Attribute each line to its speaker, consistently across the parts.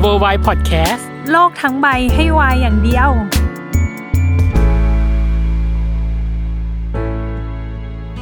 Speaker 1: เวอร์ไวพอดแคสต์
Speaker 2: โลกทั้งใบให้วายอย่างเดียว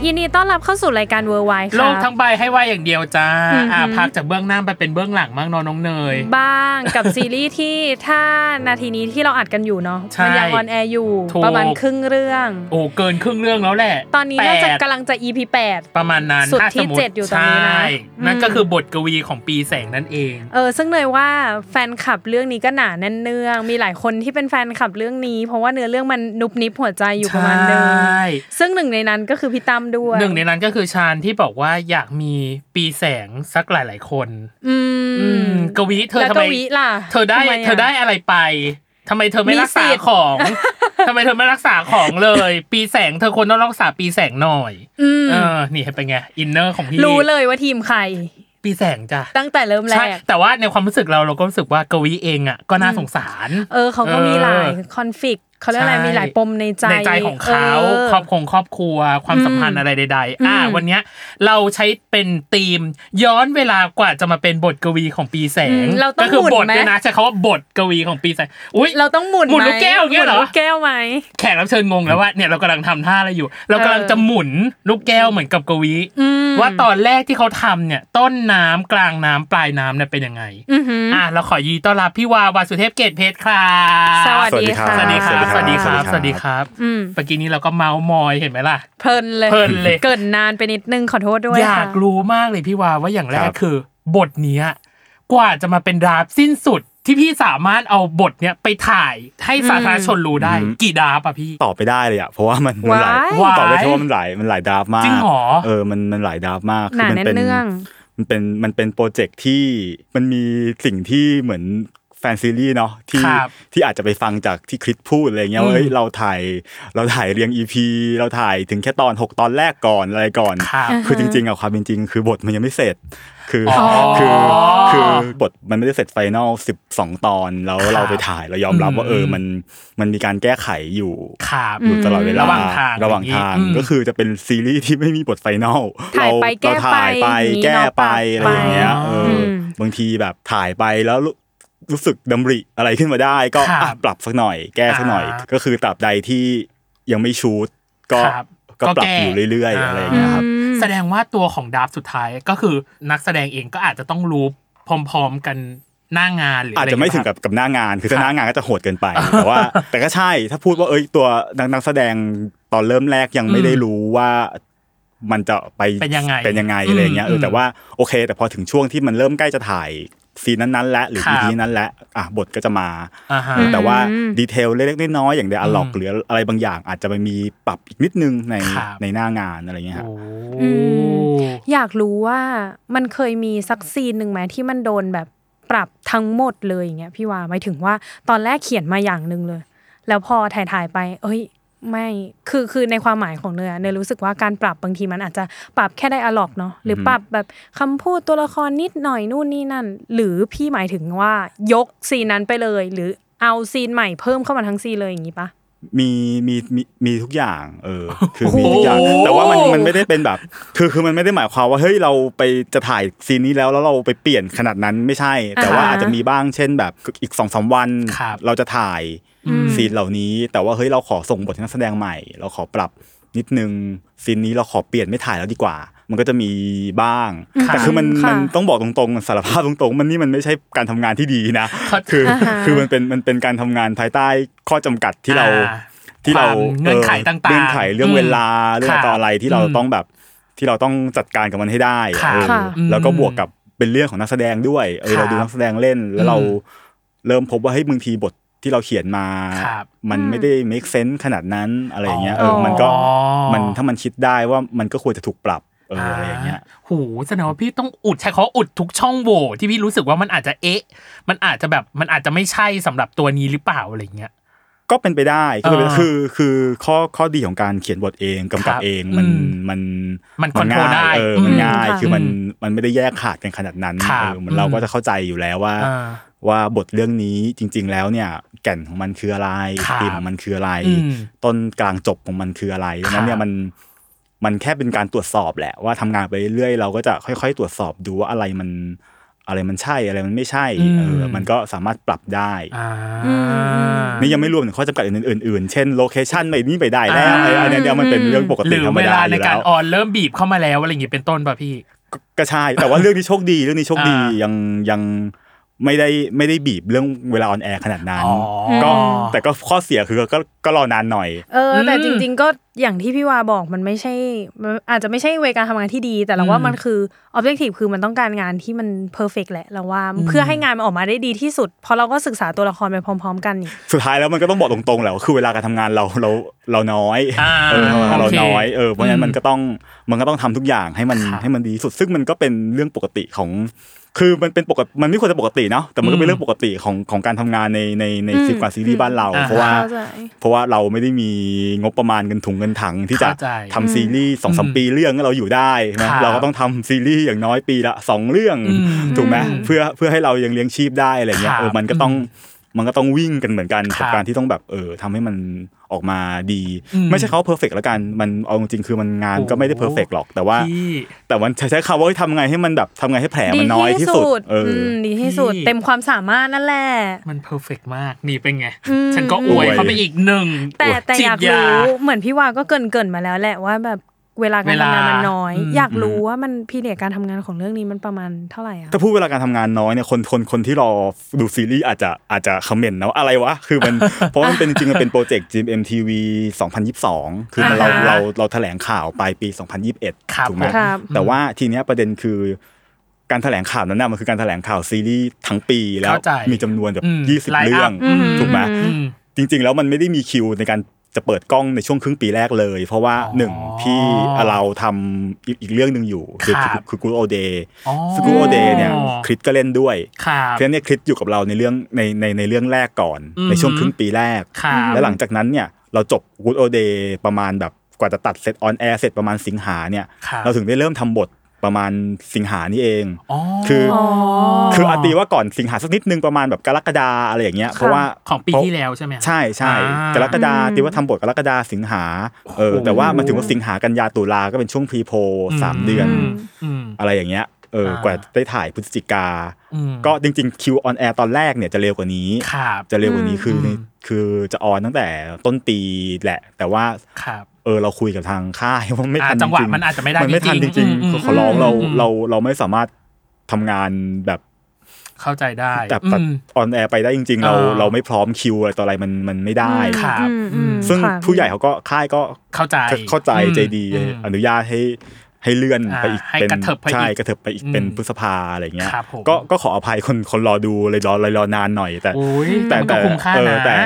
Speaker 2: ยินดีต้อนรับเข้าสู่รายการเวอร์ไวค่ะ
Speaker 1: โลกทั้งใบให้ไว่าอย่างเดียวจ้า
Speaker 2: อือหืออ่
Speaker 1: อ่าพักจากเบื้องหน้าไปเป็นเบื้องหลังบ้างเนอะน้องเนย
Speaker 2: บ้างกับ ซีรีส์ที่ถ้านาทีนี้ที่เราอัดกันอยู่เนาะ
Speaker 1: ใช่
Speaker 2: มัยังออนแอร์อยู่
Speaker 1: ถูก
Speaker 2: ประมาณครึ่งเรื่อง
Speaker 1: โอ้เกินครึ่งเรื่องแล้วแหละ
Speaker 2: ตอนนี้
Speaker 1: แปด
Speaker 2: น่าจะกำลังจะ EP 8
Speaker 1: ประมาณนั้น
Speaker 2: สุด
Speaker 1: ถ้า
Speaker 2: ที่
Speaker 1: มมุ
Speaker 2: เจ็ดอยู่ตอนนี้นะ
Speaker 1: ใช่
Speaker 2: อืม
Speaker 1: นั่นก็คือบทกวีของปีแสงนั่นเอง
Speaker 2: เออซึ่งเลยว่าแฟนคลับเรื่องนี้ก็หนาแน่นเนือง มีหลายคนที่เป็นแฟนคลับเรื่องนี้ เพราะว่าเนื้อเรื่องมันนุบนิบหัวใจอยู่ประมาณนึง
Speaker 1: ใช่
Speaker 2: ซึ่งหนึ่งในนั้นก็คือพี่ตั้มด้วย
Speaker 1: หนึ่งในนั้นก็คือชาญที่บอกว่าอยากมีปีแสงสักหลาย ๆ คน
Speaker 2: อื
Speaker 1: อื
Speaker 2: ม
Speaker 1: มกวีเธอ
Speaker 2: แล้ว
Speaker 1: ทำไม
Speaker 2: กวีล่ะ
Speaker 1: เธอได้
Speaker 2: ทำมะ
Speaker 1: เธอได้อะไรไปทำไมเธอไม่รักษา
Speaker 2: มีสิทธิ์
Speaker 1: ของทำไมเธอไม่รักษาของเลย ปีแสงเธอควรต้องรักษาปีแสงหน่อย
Speaker 2: อืม
Speaker 1: เออ นี่เป็นไง อินเนอร์ของพี่
Speaker 2: รู้เลยว่าทีมใคร
Speaker 1: ปีแสงจ้ะ
Speaker 2: ตั้งแต่เริ่มแร
Speaker 1: ใช่
Speaker 2: ก
Speaker 1: แต่ว่าในความรู้สึกเราเราก็รู้สึกว่ากวีเองอ่ะก็น่าสงสาร
Speaker 2: เออเขาก็มีหลาย
Speaker 1: เออ
Speaker 2: คอนฟ lict เขาเรียกอะไร
Speaker 1: ใช่
Speaker 2: มีหลายปมในใจ
Speaker 1: ในใจของเขา
Speaker 2: อ
Speaker 1: ครอบคงครอบครัวความสัมพันธ์อะไรใด ๆ อ่า
Speaker 2: อืม
Speaker 1: วันเนี้ยเราใช้เป็นธีมย้อนเวลากว่าจะมาเป็นบทกวีของปีแสง
Speaker 2: อืมเราต้อง
Speaker 1: ก็คื
Speaker 2: หมุน
Speaker 1: บท
Speaker 2: ไหม
Speaker 1: ด้วยนะใช้คำว่าบทกวีของปีแสงอุ้ย
Speaker 2: เราต้องหมุน
Speaker 1: หมุน
Speaker 2: ไ
Speaker 1: ลูกแก้วอย่างเงี้ยเหรอ
Speaker 2: มุนลูกแก้วไหม
Speaker 1: แขกรับเชิญงงแล้วว่าเนี่ยเรากำลังทำท่าอะไรอยู่ เรากำลังจะหมุนลูกแก้วเหมือนกับกวี
Speaker 2: อืม
Speaker 1: ว่าตอนแรกที่เขาทำเนี่ยต้นน้ำกลางน้ำปลายน้ำเนี่ยเป็นยังไง
Speaker 2: อือหืออ
Speaker 1: อ่ะเราขอยินดีต้อนรับพี่วาวาสุเทพเกตเพชรครับ
Speaker 2: สวัสดีค่ะ
Speaker 1: สวัสดีครับ ส
Speaker 3: สวั
Speaker 1: วัส
Speaker 3: สดีครั
Speaker 1: ดีครั
Speaker 3: บ
Speaker 1: บสวัสดีครับ
Speaker 2: อืม
Speaker 1: เมื่อกี้นี้เราก็เมาส์มอยเห็นไหมล่ะ
Speaker 2: เพลินเลย
Speaker 1: เพลินเลย
Speaker 2: เกินนานไปนิดนึงขอโทษด้วย
Speaker 1: อยา
Speaker 2: ค่ะ
Speaker 1: กรู้มากเลยพี่วาว่าอย่างแร
Speaker 3: ค
Speaker 1: ก
Speaker 3: รับ
Speaker 1: คือ บทเนี้ยกว่าจะมาเป็นดราฟสิ้นสุดที่พี่สามารถเอาบทเนี้ยไปถ่ายให้สาธารณชนรู้ได้ กี่ดราฟอะพี่
Speaker 4: ตอบไปได้เลยอะเพราะว่ามัน
Speaker 2: ว้า
Speaker 4: หลาย
Speaker 2: ย
Speaker 1: ว้าย
Speaker 4: ตอบไปเพราะว่ามันหลายมันหลายดราฟมาก
Speaker 1: จริงเหรอ
Speaker 4: เออมันมันหลายดราฟมาก
Speaker 2: หนา
Speaker 4: มั
Speaker 2: แน่น
Speaker 4: เป็น
Speaker 2: เนื่อง
Speaker 4: มันเป็นมันเป็นโปรเจกต์ที่มันมีสิ่งที่เหมือนแฟนซีรีส์เนาะที่
Speaker 1: ครับ
Speaker 4: ที่อาจจะไปฟังจากที่คริสพูดอะไรเงี้ยว่าเฮ้ยเราถ่ายเราถ่ายเรียง EP เราถ่ายถึงแค่ตอน 6 ตอนแรกก่อนอะไรก่อน
Speaker 1: ครับ
Speaker 4: คือจริงๆอะความเป็นจริง คือบทมันยังไม่เสร็จ คืออ
Speaker 1: อ
Speaker 4: คือคือบทมันไม่ได้เสร็จไฟนอล12 ตอนแล้ว
Speaker 1: ครับ
Speaker 4: เราไปถ่ายเรายอมรับว่าเออ
Speaker 1: ม
Speaker 4: มันมันมีการแก้ไขอยู่
Speaker 1: ขาบ
Speaker 4: อยู่ตลอดเวลา
Speaker 1: ระหว่างทาง
Speaker 4: ระหว่างทาง
Speaker 1: อย่างนี้อืม
Speaker 4: ก็คือจะเป็นซีรีส์ที่ไม่มีบทไฟนอล
Speaker 2: ถ่าย
Speaker 4: เรา
Speaker 2: ไปแก้
Speaker 4: เราถ่าย
Speaker 2: ไป
Speaker 4: ไปแก้ไป
Speaker 2: หนีน
Speaker 4: อะไร
Speaker 2: อก
Speaker 4: อย่างเงี้ยเอออ
Speaker 2: ม
Speaker 4: บางทีแบบถ่ายไปแล้วรู้รู้สึกดำริอะไรขึ้นมาได้ ก็
Speaker 1: ครับ
Speaker 4: อ่ะปรับสักหน่อย แก้สักหน่อย
Speaker 1: อ่า
Speaker 4: ก็คือตราบใดที่ยังไม่ชูดก็
Speaker 1: ครับ
Speaker 4: ก็
Speaker 1: ก็
Speaker 4: ปรั
Speaker 1: แก้
Speaker 4: บอยู่เรื่อย
Speaker 1: อ่า
Speaker 4: ๆอะไรอย่างเงี้ยครับ
Speaker 2: อืม
Speaker 1: แสดงว่าตัวของดราฟสุดท้ายก็คือนักแสดงเองก็อาจจะต้องรู้พร้อมๆกันหน้างานหรือ
Speaker 4: อา
Speaker 1: อา
Speaker 4: จจะไม่ถึงกับกับหน้างานคือ
Speaker 1: ครั
Speaker 4: ถ้า
Speaker 1: บ
Speaker 4: หน้างานก็จะโหดเกินไป แต่ว่า แต่ก็ใช่ถ้าพูดว่าเอ้ยตัวนักนักแสดงตอนเริ่มแรกยังไม่ได้รู้ว่ามันจะไป
Speaker 1: เป็นยังไง
Speaker 4: เป็นยังไง
Speaker 1: อืม
Speaker 4: อะไรอย่างเงี้ยเอ
Speaker 1: อื
Speaker 4: อ
Speaker 1: ม
Speaker 4: แต่ว่าโอเค แต่พอถึงช่วงที่มันเริ่มใกล้จะถ่ายซีนนั้นๆ แล้วหรือ
Speaker 1: ครับ
Speaker 4: อีพีนั้นแล้วอ่ะบทก็จะมา
Speaker 1: อ่าฮะ
Speaker 2: อืม
Speaker 4: แต่ว่าดีเทลเล็กๆน้อยๆอย่างเดอะล็อก
Speaker 1: อืม
Speaker 4: หรืออะไรบางอย่าง อาจจะไปมีปรับอีกนิดนึงใน
Speaker 1: ครับ
Speaker 4: ในหน้างานอะไรอย่างเงี้ยฮะ
Speaker 1: โอ้
Speaker 2: อืม อยากรู้ว่ามันเคยมีสักซีนหนึ่งไหมที่มันโดนแบบปรับทั้งหมดเลยอย่างเงี้ยพี่ว่าหมายถึงว่าตอนแรกเขียนมาอย่างหนึ่งเลย แล้วพอถ่ายถ่ายๆไป เอ้ย ไม่คือคือในความหมายของเนยอะเนยรู้สึกว่าการปรับบางทีมันอาจจะปรับแค่ไดอะล็อกเนาะหรือปรับแบบคำพูดตัวละครนิดหน่อยนู่นนี่นั่น หรือพี่หมายถึงว่ายกซีนนั้นไปเลย หรือเอาซีนใหม่เพิ่มเข้ามาทั้งซีนเลยอย่างงี้ปะ
Speaker 4: มีมีมีมีทุกอย่างเออ คือมีทุกอย่าง
Speaker 1: โอ้โห
Speaker 4: แต่ว่ามันมันไม่ได้เป็นแบบ คือคือมันไม่ได้หมายความว่าเฮ้ยเราไปจะถ่ายซีนนี้แล้วแล้วเราไปเปลี่ยนขนาดนั้นไม่ใช่ แต่ว่า
Speaker 2: อ่าฮะ
Speaker 4: อาจจะมีบ้างเช่นแบบอีกสองสามวัน
Speaker 1: ครับ
Speaker 4: เราจะถ่ายซีนเหล่านี้ แต่ว่าเฮ้ยเราขอส่งบทให้นักแสดงใหม่ เราขอปรับนิดนึงซีนนี้เราขอเปลี่ยนไม่ถ่ายแล้วดีกว่า มันก็จะมีบ้าง แต่คือมัน
Speaker 2: ค่ะ
Speaker 4: มันต้องบอกตรงๆสารภาพตรงๆ มันนี่มันไม่ใช่การทำงานที่ดีนะ คือ
Speaker 2: อ่าฮะ
Speaker 4: คือมันเป็นมันเป็นการทำงานภายใต้ข้อจำกัดที่เรา
Speaker 1: อ่
Speaker 4: ที่เรา
Speaker 1: ความเงื่อนไขต่างๆ
Speaker 4: เงื่อนไขเรื่อง
Speaker 1: อืม
Speaker 4: เวลาเรื่อง
Speaker 1: ค่ะ
Speaker 4: ต่ออะไรที่เรา
Speaker 1: อืม
Speaker 4: ต้องแบบที่เราต้องจัดการกับมันให้ได้
Speaker 1: ค่ะ
Speaker 4: เออ
Speaker 2: ค่ะ
Speaker 4: แล้วก็
Speaker 1: อืม
Speaker 4: บวกกับเป็นเรื่องของนักแสดงด้วยเออ
Speaker 1: ครั
Speaker 4: เรา
Speaker 1: บ
Speaker 4: ดูนักแสดงเล่น แล้วเรา
Speaker 1: อืม
Speaker 4: เริ่มพบว่าเฮ้ยบางทีบทที่เราเขียนมา
Speaker 1: ครับ
Speaker 4: มันไม่ได้ make sense ขนาดนั้นอะไรอย่างเงี้ยเออ
Speaker 2: อ
Speaker 4: มันก็
Speaker 1: อ๋อ
Speaker 4: มันถ้ามันคิดได้ว่ามันก็ควรจะถูกปรับเอออะไรอย่างเงี้ย
Speaker 1: หูแสดงว่าพี่ต้องอุดใช้คำว่าอุดทุกช่องโหว่ที่พี่รู้สึกว่ามันอาจจะเอ๊ะ มันอาจจะแบบมันอาจจะไม่ใช่สำหรับตัวนี้หรือเปล่าอะไรเงี้ย
Speaker 4: ก็เป็นไปได้ก็เป็นไปได้
Speaker 1: อ่า
Speaker 4: คือคือข้อข้อดีของการเขียนบทเองกำกับ
Speaker 1: ครับ
Speaker 4: เองมัน
Speaker 1: อืม
Speaker 4: มัน
Speaker 1: มันคอนโทรล
Speaker 4: ง่าย
Speaker 1: ได้
Speaker 4: เออมัน
Speaker 1: อืม
Speaker 4: ง่าย
Speaker 2: ค่ะ
Speaker 4: คือมัน
Speaker 1: อืม
Speaker 4: มันไม่ได้แยกขาดกันขนาดนั้น
Speaker 1: ครับ
Speaker 4: เออเหมือนเราก็
Speaker 1: อืม
Speaker 4: จะเข้าใจอยู่แล้วว่า
Speaker 1: อ่า
Speaker 4: ว่าบทเรื่องนี้จริง ๆ แล้วเนี่ย แก่นของมันคืออะไร
Speaker 1: ครับ
Speaker 4: ธีมของมันคืออะไร
Speaker 1: อืม
Speaker 4: ต้นกลางจบของมันคืออะไรดังนั้นเนี่
Speaker 1: ค
Speaker 4: ย
Speaker 1: รับ
Speaker 4: มันมันแค่เป็นการตรวจสอบแหละ ว่าทำงานไปเรื่อยๆเราก็จะค่อย ๆ ตรวจสอบดูว่าอะไรมันอะไรมันใช่อะไรมันไม่ใช่เออมันก็สามารถปรับได้
Speaker 1: อ่า
Speaker 4: นี่ยังไม่รวมถึงข้อจำกัดอื่นๆ เช่นโลเคชันไม่นี่ไปได้แล้ว
Speaker 1: อ่า
Speaker 4: ไอ้อันเนี้ยเดี๋ยวมันเป็นเรื่องปก
Speaker 1: ห
Speaker 4: ติ
Speaker 1: รือ
Speaker 4: ธรรม
Speaker 1: เว
Speaker 4: ดา
Speaker 1: ลา
Speaker 4: อ
Speaker 1: ใน
Speaker 4: ยู่
Speaker 1: กา
Speaker 4: แล้
Speaker 1: ร
Speaker 4: ว
Speaker 1: ออนเริ่มบีบเข้ามาแล้วอะไรอย่างเงี้ยเป็นต้นป่ะพี่
Speaker 4: ก็ใช่ แต่ว่าเรื่องนี้โชคดีเรื่องนี้โชคดี
Speaker 1: อ่ายั
Speaker 4: ยังยังไม่ได้ไม่ได้บีบเรื่องเวลาออนแอร์ขนาดนั้น
Speaker 1: อ๋อ
Speaker 4: ก็แต่ก็ข้อเสียคือก็ก็รอนานหน่อย
Speaker 2: เออแต่จริงๆก็อย่างที่พี่วาบอกมันไม่ใช่มันอาจจะไม่ใช่เวการทำงานที่ดี แต่เราว่ามันคือออบเจกตีฟคือมันต้องการงานที่มันเพอร์เฟกแหละเราว่าเพื่อให้งานมันออกมาได้ดีที่สุดเพราะเราก็ศึกษาตัวละครไปพร้อม ๆ กันนี่
Speaker 4: สุดท้ายแล้วมันก็ต้องบอกตรงๆแหละว่าคือเวลาการทำงานเราเราเราน้อย
Speaker 1: อ่า
Speaker 4: เออทำงานเรา
Speaker 1: โอเค
Speaker 4: น้อยเออเพราะฉะนั้นมันก็ต้องมันก็ต้องทำทุกอย่างให้มัน
Speaker 1: ครับ
Speaker 4: ให้มันดีที่สุดซึ่งมันก็เป็นเรื่องปกติของ คือมันเป็นปกติมันไม่ควรจะปกติเนาะแต่มันก็เป็นเรื่องปกติของของการทำงานในในใน
Speaker 2: อืม
Speaker 4: สิบกว่าซีรีส์บ้านเรา
Speaker 1: อ่า
Speaker 4: เพราะว่า
Speaker 2: เข้าใจ
Speaker 4: เพราะว่าเราไม่ได้มีงบประมาณเงินถุงเงินถังที่จะ
Speaker 1: เข้าใจ
Speaker 4: ทำซีรีส์สองสาม
Speaker 1: อืม
Speaker 4: ปีเรื่องเราอยู่ได้ใช่ไหม
Speaker 1: ครับ
Speaker 4: เราก็ต้องทำซีรีส์อย่างน้อยปีละสองเรื่อง
Speaker 1: อืม
Speaker 4: ถูกไหมเพื่อเพื่อให้เรายังเลี้ยงชีพได้อะไรเงี้
Speaker 1: ครั
Speaker 4: ย
Speaker 1: บ
Speaker 4: เออมันก็ต้อง มันก็ต้องวิ่งกันเหมือนกัน
Speaker 1: ครั
Speaker 4: กับบ การที่ต้องแบบเออทำให้มันออกมาดี
Speaker 1: อืม
Speaker 4: ไม่ใช่เขาเพอร์เฟกแล้วกันมันเอาจริงๆคือมันงาน
Speaker 1: โอ้โห
Speaker 4: ก็ไม่ได้เพอร์เฟกหรอก แต่ว่า
Speaker 1: พี่
Speaker 4: แต่มันใช้คำว่าทำไงให้มันแบบทำไงให้แผลมันน้อยที่สุดเออ
Speaker 2: มดีที่สุด
Speaker 1: พี่
Speaker 2: เต็มความสามารถนั่นแหละ
Speaker 1: มันเพอร์เฟกมากนี่เป็นไง ฉันก็อวยเข้าไปอีกหนึ่ง
Speaker 2: แต่แต่
Speaker 1: จิ
Speaker 2: อยาก
Speaker 1: ย
Speaker 2: รู้เหมือนพี่วาก็เกรินเกรินมาแล้วแหละว่าแบบเวลาการทำงานมันน้อย
Speaker 1: เวลา
Speaker 2: อยากรู้ว่ามันพีเดียการทำงานของเรื่องนี้มันประมาณเท่าไหร่อะ
Speaker 4: ถ้าพูดเวลาการทำงานน้อยเนี่ยคนคนคนที่รอดูซีรีส์อาจจะอาจจะคอมเมนต์นะว่าอะไรวะคือมัน เพราะมันเป็นจริงๆมันเป็นโปรเจกต์ GMMTV 2022 คือมันเรา
Speaker 1: อ่าฮะ
Speaker 4: เราเราแถลงข่าวปลายปี
Speaker 1: ครับ
Speaker 4: 2021ถูกไหม
Speaker 2: ครับ
Speaker 4: แต่ว่าทีเนี้ยประเด็นคือการแถลงข่าวนั้นน่ะมันคือการแถลงข่าวซีรีส์ทั้งปีแล้ว
Speaker 1: เข้าใจ
Speaker 4: มีจำนวนแบบ
Speaker 1: อืม
Speaker 4: ยี่สิบ
Speaker 1: line up
Speaker 4: เรื่อง
Speaker 1: อืม
Speaker 4: ถูกไหม
Speaker 1: อืม
Speaker 4: จริง ๆ แล้วมันไม่ได้มีคิวในการจะเปิดกล้องในช่วงครึ่งปีแรกเลย เพราะว่าหนึ่งพี่เราทำอีกอีกเรื่องหนึ่งอยู่ คือ
Speaker 1: ครับ
Speaker 4: คือกูโอเดย์
Speaker 1: อ๋อ
Speaker 4: สกูโอเดย์เนี่ยคริสก็เล่นด้วย
Speaker 1: ครับ
Speaker 4: เพราะฉะนั้นเนี่ยคริสอยู่กับเราในเรื่องในในในเรื่องแรกก่อน
Speaker 1: อืม
Speaker 4: ในช่วงครึ่งปีแรก
Speaker 1: ครับ
Speaker 4: แล้วหลังจากนั้นเนี่ยเราจบ Good Old Day ประมาณแบบกว่าจะตัดเสร็จออนแอร์เสร็จประมาณสิงหาเนี่ย
Speaker 1: ครับ
Speaker 4: เราถึงได้เริ่มทำบทประมาณสิงหานี่เอง
Speaker 1: อ๋อ
Speaker 4: คืออคืออา
Speaker 1: อ๋อ
Speaker 4: ตีว่าก่อนสิงหาสักนิดนึงประมาณแบบกรกฎาอะไรอย่างเงี้ยเพราะว่า
Speaker 1: ของปี
Speaker 4: เพราะ
Speaker 1: ที่แล้วใช่ไหมครับ
Speaker 4: ใช่
Speaker 1: อ
Speaker 4: ใช่
Speaker 1: ่าก
Speaker 4: รกฎาตีว่าทำบทกรกฎาสิงหาเออ
Speaker 1: โอ้โห
Speaker 4: แต่ว่ามันถึงว่าสิงหากันยาตุลาก็เป็นช่วงพรีโพสามเดือน
Speaker 1: อืม
Speaker 4: อะไรอย่างเงี้ยเออ
Speaker 1: อ่าก
Speaker 4: ว่าได้ถ่ายพฤศจิกา
Speaker 1: อืม
Speaker 4: ก็จริงๆคิวออนแอร์ตอนแรกเนี่ยจะเร็วกว่านี้
Speaker 1: ครับ
Speaker 4: จะเร็วกว่านี้คืออ
Speaker 1: ม
Speaker 4: คือจะออนตั้งแต่ต้นปีแหละ แต่ว่า
Speaker 1: ครับ
Speaker 4: เออเราคุยกับทางค่าย ว่าไม่ทัน
Speaker 1: อ่าจังหวะ
Speaker 4: ริๆ
Speaker 1: มันอาจจะไม่ได้
Speaker 4: มันไม่ทันจ
Speaker 1: จริ
Speaker 4: ริง
Speaker 1: งๆอืมอื
Speaker 4: ๆ
Speaker 1: ม
Speaker 4: เขาร้องเรา
Speaker 1: อืม
Speaker 4: เราเราไม่สามารถทำงานแบบ
Speaker 1: เข้าใจได้
Speaker 4: แบบ
Speaker 1: อืม
Speaker 4: ออนแอร์ไปได้จริง ๆ เรา
Speaker 1: อ่า
Speaker 4: เราไม่พร้อมคิวอะไรต่ออะไรมันมันไม่ได้
Speaker 1: ครับ
Speaker 2: อืมอืม
Speaker 4: ซึ่ง
Speaker 2: ค่ะ
Speaker 4: ผู้ใหญ่เขาก็ค่ายก็
Speaker 1: เข้าใจ
Speaker 4: เข้าใจ
Speaker 1: อืม
Speaker 4: ใจดี
Speaker 1: อืม
Speaker 4: อนุญาตให้ให้เลื่อน
Speaker 1: อ่า
Speaker 4: ไปอีก
Speaker 1: ให้
Speaker 4: เป็น
Speaker 1: กระเถิบไปอีก
Speaker 4: ใช่กระเถิบไปอีกเป็น
Speaker 1: อืม
Speaker 4: พฤษภาอะไรอย่างเงี้ย
Speaker 1: ครับผม
Speaker 4: ก็ก็ขออภัยคนคนรอดูเลยรอเลยรอนานหน่อยแต่
Speaker 1: โอ้ย
Speaker 4: แต่
Speaker 1: มันก็
Speaker 4: แต่
Speaker 1: คุ้มค่า
Speaker 4: เออ
Speaker 1: นะ
Speaker 4: แต่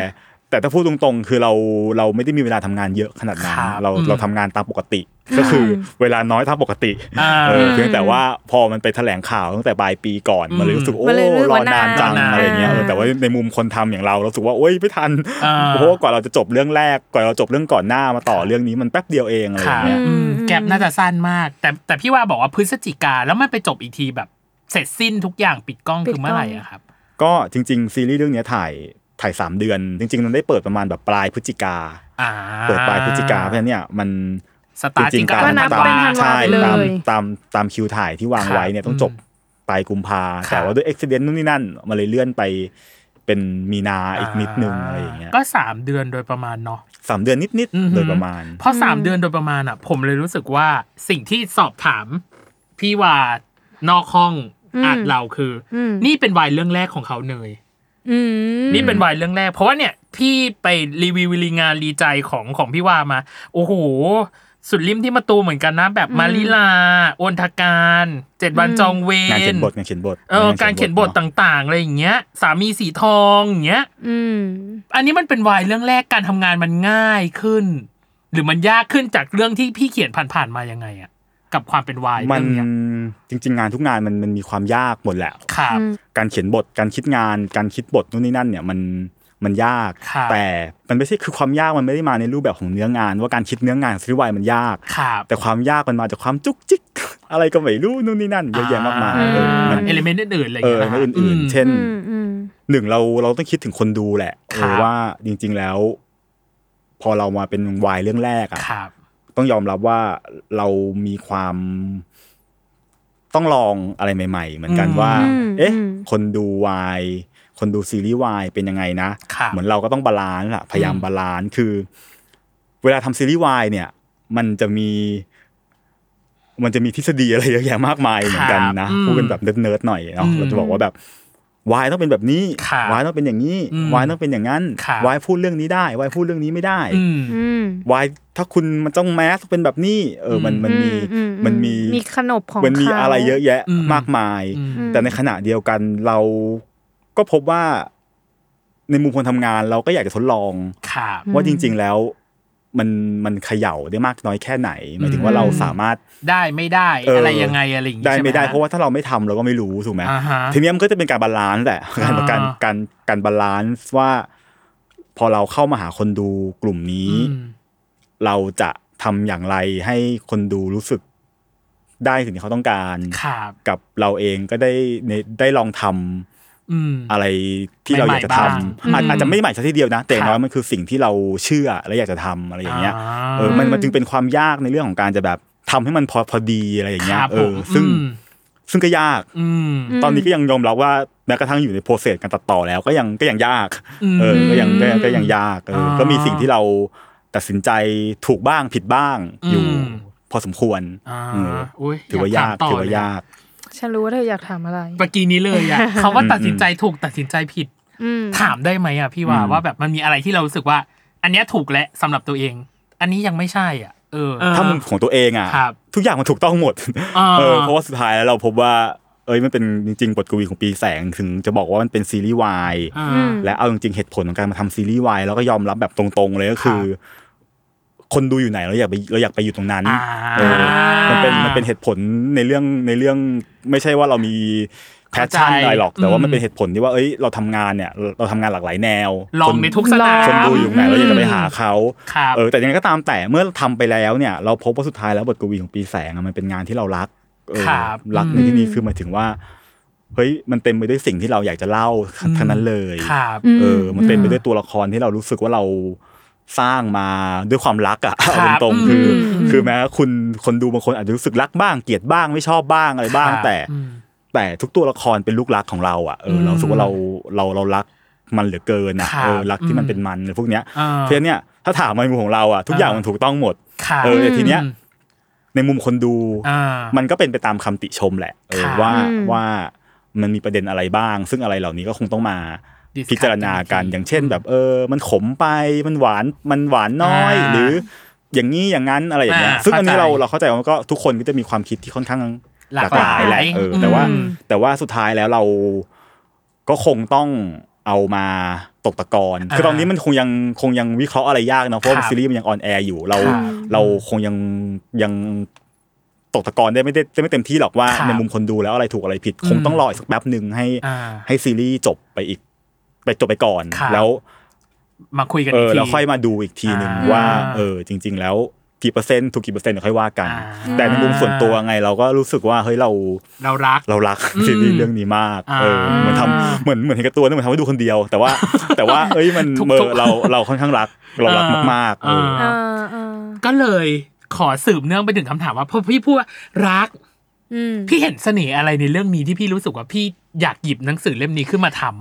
Speaker 4: แต่ถ้าพูดตรงๆ คือเราเราไม่ได้มีเวลาทำงานเยอะขนาดนั้น
Speaker 1: ครับ
Speaker 4: เรา
Speaker 1: อืม
Speaker 4: เราทำงานตามปกติ ก็คือเวลาน้อยตามปกติ
Speaker 1: อ่า
Speaker 4: เออเพียงแต่ว่าพอมันไปแถลงข่าวตั้งแต่ปลายปีก่อน
Speaker 1: อืม
Speaker 4: มันเลยรู้สึกโอ้
Speaker 2: มันเลยรู้สึก
Speaker 4: รอ
Speaker 2: ว่าน
Speaker 4: นานจัง
Speaker 1: นาน
Speaker 4: อะไรเงี้ยเออแต่ว่าในมุมคนทำอย่างเราเรารู้สึกว่าโอ๊ยไม่ทัน
Speaker 1: อ่า
Speaker 4: เพราะว่ากว่าเราจะจบเรื่องแรกกว่าเราจบเรื่องก่อนหน้ามาต่อเรื่องนี้มันแป๊บเดียวเองอะไรอ
Speaker 1: ค่ะ
Speaker 4: ย่างเงี้ย
Speaker 1: อืมแกลบน่าจะสั้นมาก แต่แต่พี่ว่าบอกว่าพฤศจิกาแล้วมันไปจบอีกทีแบบ เสร็จสิ้นทุกอย่างปิดกล้อง
Speaker 2: ปิด
Speaker 1: คือเมื่อไหร่
Speaker 2: กล้อง
Speaker 1: อะครับ
Speaker 4: ก็จริง ๆ ซีรีส์เรื่องเนี้ยถ่าย ถ่ายสามเดือน จริง ๆ มันได้เปิดประมาณแบบปลายพฤศจิกา
Speaker 1: อ่า
Speaker 4: เปิดปลายพฤศจิกาเพราะฉะนั้นเนี่ยมัน
Speaker 1: สตาร์ทจริงๆ
Speaker 4: ๆ
Speaker 1: ก็
Speaker 2: ก็นับ
Speaker 1: ธั
Speaker 2: เป็น
Speaker 1: ว
Speaker 2: ธันวา
Speaker 4: ใช่
Speaker 2: ไปเลย
Speaker 4: ตามตามตามคิวถ่ายที่วาง
Speaker 1: ครับ
Speaker 4: ไว้เนี่ยต้องจบปลายกุมภา
Speaker 1: ครับ
Speaker 4: แต่ว่าด้วยอุบิเหตุนู่นนี่นั่นมาเลยเลื่อนไปเป็นมีนาอีกนิดนึงอะไรอย่างเงี้ย
Speaker 1: ก็สามเดือนโดยประมาณเนาะ
Speaker 4: สามเดือนนิด
Speaker 1: อือหือ
Speaker 4: ๆโดยประมาณ
Speaker 1: เพราะสามเดือนโดยประมาณอ่ะ ผมเลยรู้สึกว่าสิ่งที่สอบถาม พี่วานอกห้อง
Speaker 2: อืม
Speaker 1: อาจเราคืออ
Speaker 2: ม
Speaker 1: นี่เป็นวายเรื่องแรกของเขาเนย
Speaker 2: อืม
Speaker 1: นี่เป็นวายเรื่องแรก เพราะว่าเนี่ยพี่ไปรีวิวรีงานรีใจของของพี่วามา โอ้โห สุดริมที่มาตูเหมือนกันนะ แบบมาลิลาโอนทการเจ็ดวันจองเว
Speaker 4: งานเขีย
Speaker 1: ร
Speaker 4: นบทงานเขียนบท
Speaker 1: เออการเขียนบท
Speaker 4: ง
Speaker 1: ต่างๆอะไรอย่างเงี้ย สามีสีทองอย่างเงี้ย
Speaker 2: อืม
Speaker 1: อันนี้มันเป็นวายเรื่องแรกการทำงานมันง่ายขึ้น หรือมันยากขึ้นจากเรื่องที่พี่เขียนผ่านๆมายังไงอะกับความเป็นวาย
Speaker 4: มัน
Speaker 1: เรื่องเนี้ย
Speaker 4: จริง ๆ งานทุกงานมันมันมีความยากหมดแหละ
Speaker 1: ครับ
Speaker 4: การเขียนบทการคิดงานการคิดบทนู่นนี่นั่นเนี่ยมันมันยาก
Speaker 1: ครับ
Speaker 4: แต่มันไม่ใช่คือความยากมันไม่ได้มาในรูปแบบของเนื้องาน ว่าการคิดเนื้องานซีรีส์วายมันยาก
Speaker 1: ครับ
Speaker 4: แต่ความยากมันมาจากความจุกจิก อะไรก็ไม่รู้นู่นนี่นั่นเยอะแยะมากมายเออมัน
Speaker 1: เอลิเมนต์อื่นๆอะไรอย่า
Speaker 4: เอง อ
Speaker 1: เงี้ย
Speaker 4: มัน
Speaker 1: นะ
Speaker 4: อื่นๆ เช่น
Speaker 2: อืมอืม
Speaker 4: หนึ่งเราเราต้องคิดถึงคนดูแหละเอ
Speaker 1: ครั
Speaker 4: อบ ว่าจริง ๆแล้ว พอเรามาเป็นวายเรื่องแรกอะ
Speaker 1: ครับ
Speaker 4: ต้องยอมรับว่าเรามีความต้องลองอะไรใหม่ ๆ เหมือนกัน
Speaker 1: อืม
Speaker 4: ว่า
Speaker 2: อืม
Speaker 4: เอ๊ะ
Speaker 2: อืม
Speaker 4: คนดูวายคนดูซีรีส์วายเป็นยังไงนะ
Speaker 1: ครับ
Speaker 4: เหมือนเราก็ต้องบาลานซ์ล่ะ พยายาม
Speaker 1: อืม
Speaker 4: บาลานซ์คือ เวลาทำซีรีส์วายเนี่ย มันจะมี มันจะมีทฤษฎีอะไรเยอะแยะมากมายเหมือนกัน
Speaker 1: ครับ
Speaker 4: นะ
Speaker 1: อืม
Speaker 4: พูดเป็นแบบเนิร์ดๆหน่อยเนาะ
Speaker 1: อืม
Speaker 4: เราจะบอกว่าแบบวายต้องเป็นแบบนี้
Speaker 1: ครับ
Speaker 4: วายต้องเป็นอย่างนี้
Speaker 1: อืม
Speaker 4: วายต้องเป็นอย่างนั้น
Speaker 1: ครับ
Speaker 4: วายพูดเรื่องนี้ได้วายพูดเรื่องนี้ไม่ได้
Speaker 1: อืม
Speaker 2: อืม
Speaker 4: วายถ้าคุณมันต้องแมสเป็นแบบนี้ เออ มันมันมี
Speaker 2: อือื
Speaker 4: มันมี
Speaker 2: มีขนบของ
Speaker 4: มันมี
Speaker 2: เขา
Speaker 4: อะไรเยอะแยะ
Speaker 1: อืม
Speaker 4: มากมาย
Speaker 1: อืม
Speaker 4: แต่ในขณะเดียวกันเราก็พบว่าในมุมคนทำงานเราก็อยากจะทดลอง
Speaker 1: ครับ
Speaker 4: ว่าจริง ๆแล้ว มันมันเขย่าได้มากน้อยแค่ไหนหมายถึงว่าเราสามารถ
Speaker 1: ได้ไม่ได้
Speaker 4: เอออ
Speaker 1: อะไรยังไงอะไรอย่างงี้
Speaker 4: ได้ไม่ได้
Speaker 1: ใช่ห
Speaker 4: เพราะว่าถ้าเราไม่ทำเราก็ไม่รู้ถูกไหม
Speaker 1: อ่าฮะ
Speaker 4: ทีเนี้ยมันก็จะเป็นการบาลานซ์แหละ
Speaker 1: อ่า
Speaker 4: การการการการบาลานซ์ว่า พอเราเข้ามาหาคนดูกลุ่มนี้
Speaker 1: อืม
Speaker 4: เราจะทำอย่างไรให้คนดูรู้สึกได้สิ่งที่เขาต้องการ
Speaker 1: ครับ
Speaker 4: กับเราเองก็ได้ในได้ลองทำ
Speaker 1: อืม
Speaker 4: อะไรที่เราอยากจะทำ
Speaker 1: ใหม่ๆบ้าง
Speaker 4: อาจอาจจะไม่ใหม่ซะทีเดียวนะ แต่อย่า
Speaker 1: ครับ
Speaker 4: งน้อยมันคือสิ่งที่เราเชื่อและอยากจะทำอะไรอย่างเงี้ย เออ
Speaker 1: อ่า
Speaker 4: มันมันจึงเป็นความยากในเรื่องของการจะแบบทำให้มันพอพอดีอะไรอย่างเงี้
Speaker 1: ค
Speaker 4: ย
Speaker 1: รับ
Speaker 4: เอ
Speaker 1: ผ
Speaker 4: อ
Speaker 1: ม
Speaker 4: ซึ่ง
Speaker 1: อืม
Speaker 4: ซึ่งก็ยาก
Speaker 1: อืม
Speaker 4: ตอนนี้ก็ยังยอมรับว่าแม้กระทั่งอยู่ในโปรเซสการตัดต่อแล้วก็ยังก็ยังยาก
Speaker 1: อืม
Speaker 4: เออ ก็ยังก็ยังก็ยังยากเอออ
Speaker 1: อ
Speaker 4: ก็มีสิ่งที่เราตัดสินใจถูกบ้างผิดบ้างอยู่
Speaker 1: อืม
Speaker 4: พอสมควร
Speaker 1: อ่า
Speaker 4: เออ
Speaker 1: อุ้ย
Speaker 4: ถือว่ายาก
Speaker 1: ถมต่
Speaker 4: ถือ
Speaker 1: เล
Speaker 4: ว่า
Speaker 1: ยะ
Speaker 4: ยาก
Speaker 2: ฉันรู้ว่าเธออยากถามอะไร
Speaker 1: เมื่อกี้นี้เลยอะคำว่าตัดสินใจถูกตัดสินใจผิด
Speaker 2: อืม
Speaker 1: ถามได้ไหมอ่ะพี่ว่า
Speaker 4: อืม
Speaker 1: ว่าแบบมันมีอะไรที่เรารู้สึกว่า อันเนี้ยถูกและสำหรับตัวเอง อันนี้ยังไม่ใช่อ่ะ เออ
Speaker 4: ถ้ามุมของตัวเองอ่ะ
Speaker 1: ครับ
Speaker 4: ทุกอย่างมันถูกต้องหมด
Speaker 1: อ่า
Speaker 4: เออเพราะว่าสุดท้ายแล้วเราพบว่า เอ้ยมันเป็นจริงๆบทกวีของปีแสงถึงจะบอกว่ามันเป็นซีรีส์วายและเอาจริงๆเหตุผลของการมาทำซีรีส์วายแล้วก็ยอมรับแบบตรงๆเลยก็คือ คนดูอยู่ไหนเราอยากไปเราอยากไปอยู่ตรงนั้น
Speaker 1: า
Speaker 4: เออ มันเป็นมันเป็นเหตุผลในเรื่องในเรื่องไม่ใช่ว่าเรามีแพชชั่นอะไรหรอก แต่ว่ามันเป็นเหตุผลที่ว่าเอ้ยเราทำงานเนี่ย เราเราทำงานหลากหลายแนว
Speaker 1: ลอง
Speaker 4: ค
Speaker 1: ในทุกสนาม
Speaker 4: คนดูอยู่ไหนเราอยากจะไปหาเขา
Speaker 1: ครับ
Speaker 4: เออแต่ยังไงก็ตามแต่เมื่อทำไปแล้วเนี่ย เราพบว่าสุดท้ายแล้วบทกวีของปีแสงอะมันเป็นงานที่เรารักเออ
Speaker 1: ครับ
Speaker 4: รักในที่นี้คือหมายถึงว่าเฮ้ยมันเต็มไปด้วยสิ่งที่เราอยากจะเล่าทั้งนั้นเลย
Speaker 1: ครับ
Speaker 4: เออ มันเต็มไป
Speaker 2: อืม
Speaker 4: ด้วยตัวละครที่เรารู้สึกว่าเราสร้างมาด้วยความรักอะ
Speaker 1: ครับ
Speaker 4: เอาตรงๆคือ
Speaker 1: อืม
Speaker 4: คือแม้ว่าคุณคนดูบางคนอาจจะรู้สึกรักบ้างเกลียดบ้างไม่ชอบบ้างอะไรบ้าง แต่
Speaker 1: อืม
Speaker 4: แต่ทุกตัวละครเป็นลูกรักของเราอะเออ
Speaker 1: ม
Speaker 4: เรารู้สึกว่าเราเราเรารักมันเหลือเกินอะ
Speaker 1: ครับ
Speaker 4: เออรักที่มั
Speaker 1: อื
Speaker 4: น
Speaker 1: ม
Speaker 4: เป็นมันเลยพวกเนี้ย
Speaker 1: อ่า
Speaker 4: เพราะฉะนั้นเนี่ยถ้าถามในมุมของเราอะทุกอย่างมันถูกต้องหมด
Speaker 1: ครับ
Speaker 4: เออแต่ทีเนี้ย ในมุมคนดู
Speaker 1: อ่า
Speaker 4: มันก็เป็นไปตามคำติชมแหละเออ
Speaker 1: ค่ะ
Speaker 4: ว่า
Speaker 2: อืม
Speaker 4: ว่ามันมีประเด็นอะไรบ้าง ซึ่งอะไรเหล่านี้ก็คงต้องมา
Speaker 1: Discuss
Speaker 4: พิจารณากัน
Speaker 1: กันอีกที
Speaker 4: อย่างเช่น แบบเออ มันขมไปมันหวานมันหวานน้อย
Speaker 1: อ่า
Speaker 4: หรืออย่างนี้อย่างนั้นอะไรอย่างเงี้ย
Speaker 1: อ่า
Speaker 4: ซึ่งอันนี้
Speaker 1: เข้าใจ
Speaker 4: เราเราเข้าใจว่ามันก็ทุกคนก็จะมีความคิดที่ค่อนข้าง
Speaker 1: ห
Speaker 4: ห
Speaker 1: ลา
Speaker 4: ลาก
Speaker 1: ห
Speaker 4: กห
Speaker 1: ลา
Speaker 4: ลายยแหละเอออ
Speaker 1: ม
Speaker 4: แต่ว่าแต่ว่าสุดท้ายแล้วเราก็คงต้องเอามาตกตะกอนคือตอนนี้มันคงยังคงยังวิเคราะห์อะไรยากเนอะเพราะว่า
Speaker 1: ครับ
Speaker 4: ซีรีส์มันยังออนแอร์อยู่เรา
Speaker 1: ครับ
Speaker 4: เราคงยังยังตกตะกอนได้ไม่ได้ได้ไม่เต็มที่หรอกว่า
Speaker 1: ครับ
Speaker 4: ในมุมคนดูแล้วอะไรถูกอะไรผิด
Speaker 1: อืม
Speaker 4: คงต้องรออีกสักแป๊บหนึ่งให้
Speaker 1: อ่า
Speaker 4: ให้ซีรีส์จบไปอีก ไปจบไปก่อน
Speaker 1: ครับ
Speaker 4: แล้ว
Speaker 1: มาคุยกัน
Speaker 4: เอ
Speaker 1: อีก
Speaker 4: อ
Speaker 1: ที
Speaker 4: แล้วค่อยมาดูอีกทีหนึ่ง
Speaker 1: อ่า
Speaker 4: ว่า เออ จริง ๆ แล้ว กี่เปอร์เซ็นต์ถูกกี่เปอร์เซ็นต์เดี๋ยวค่อยว่ากัน
Speaker 1: อ่า
Speaker 4: แต่ในมุมส่วนตัวไงเราก็รู้สึกว่าเฮ้ยเรา
Speaker 1: เรารัก
Speaker 4: เรารัก
Speaker 1: อืม
Speaker 4: ซีรีส์เรื่องนี้มาก
Speaker 1: อ่า
Speaker 4: เออเหมือนทำเหมือนเหมือนเห็นกับตัวนะเหมือนทำให้ดูคนเดียว แต่ว่า แต่ว่าเอ้ยมัน
Speaker 1: ทุกๆ
Speaker 4: เออเราเราค่อนข้างรักเรารัก
Speaker 1: อ่าม
Speaker 4: มากๆเออ
Speaker 1: อ่า
Speaker 2: าอ่า
Speaker 1: ก็เลยขอสืบเนื่องไปถึงคำถามว่าพอพี่พูดว่ารัก
Speaker 2: อืม
Speaker 1: พี่เห็นเสน่ห์อะไรในเรื่องนี้ที่พี่รู้สึกว่าพี่อยากหยิบหนังสือเล่มนี้ขึ้นมาทำ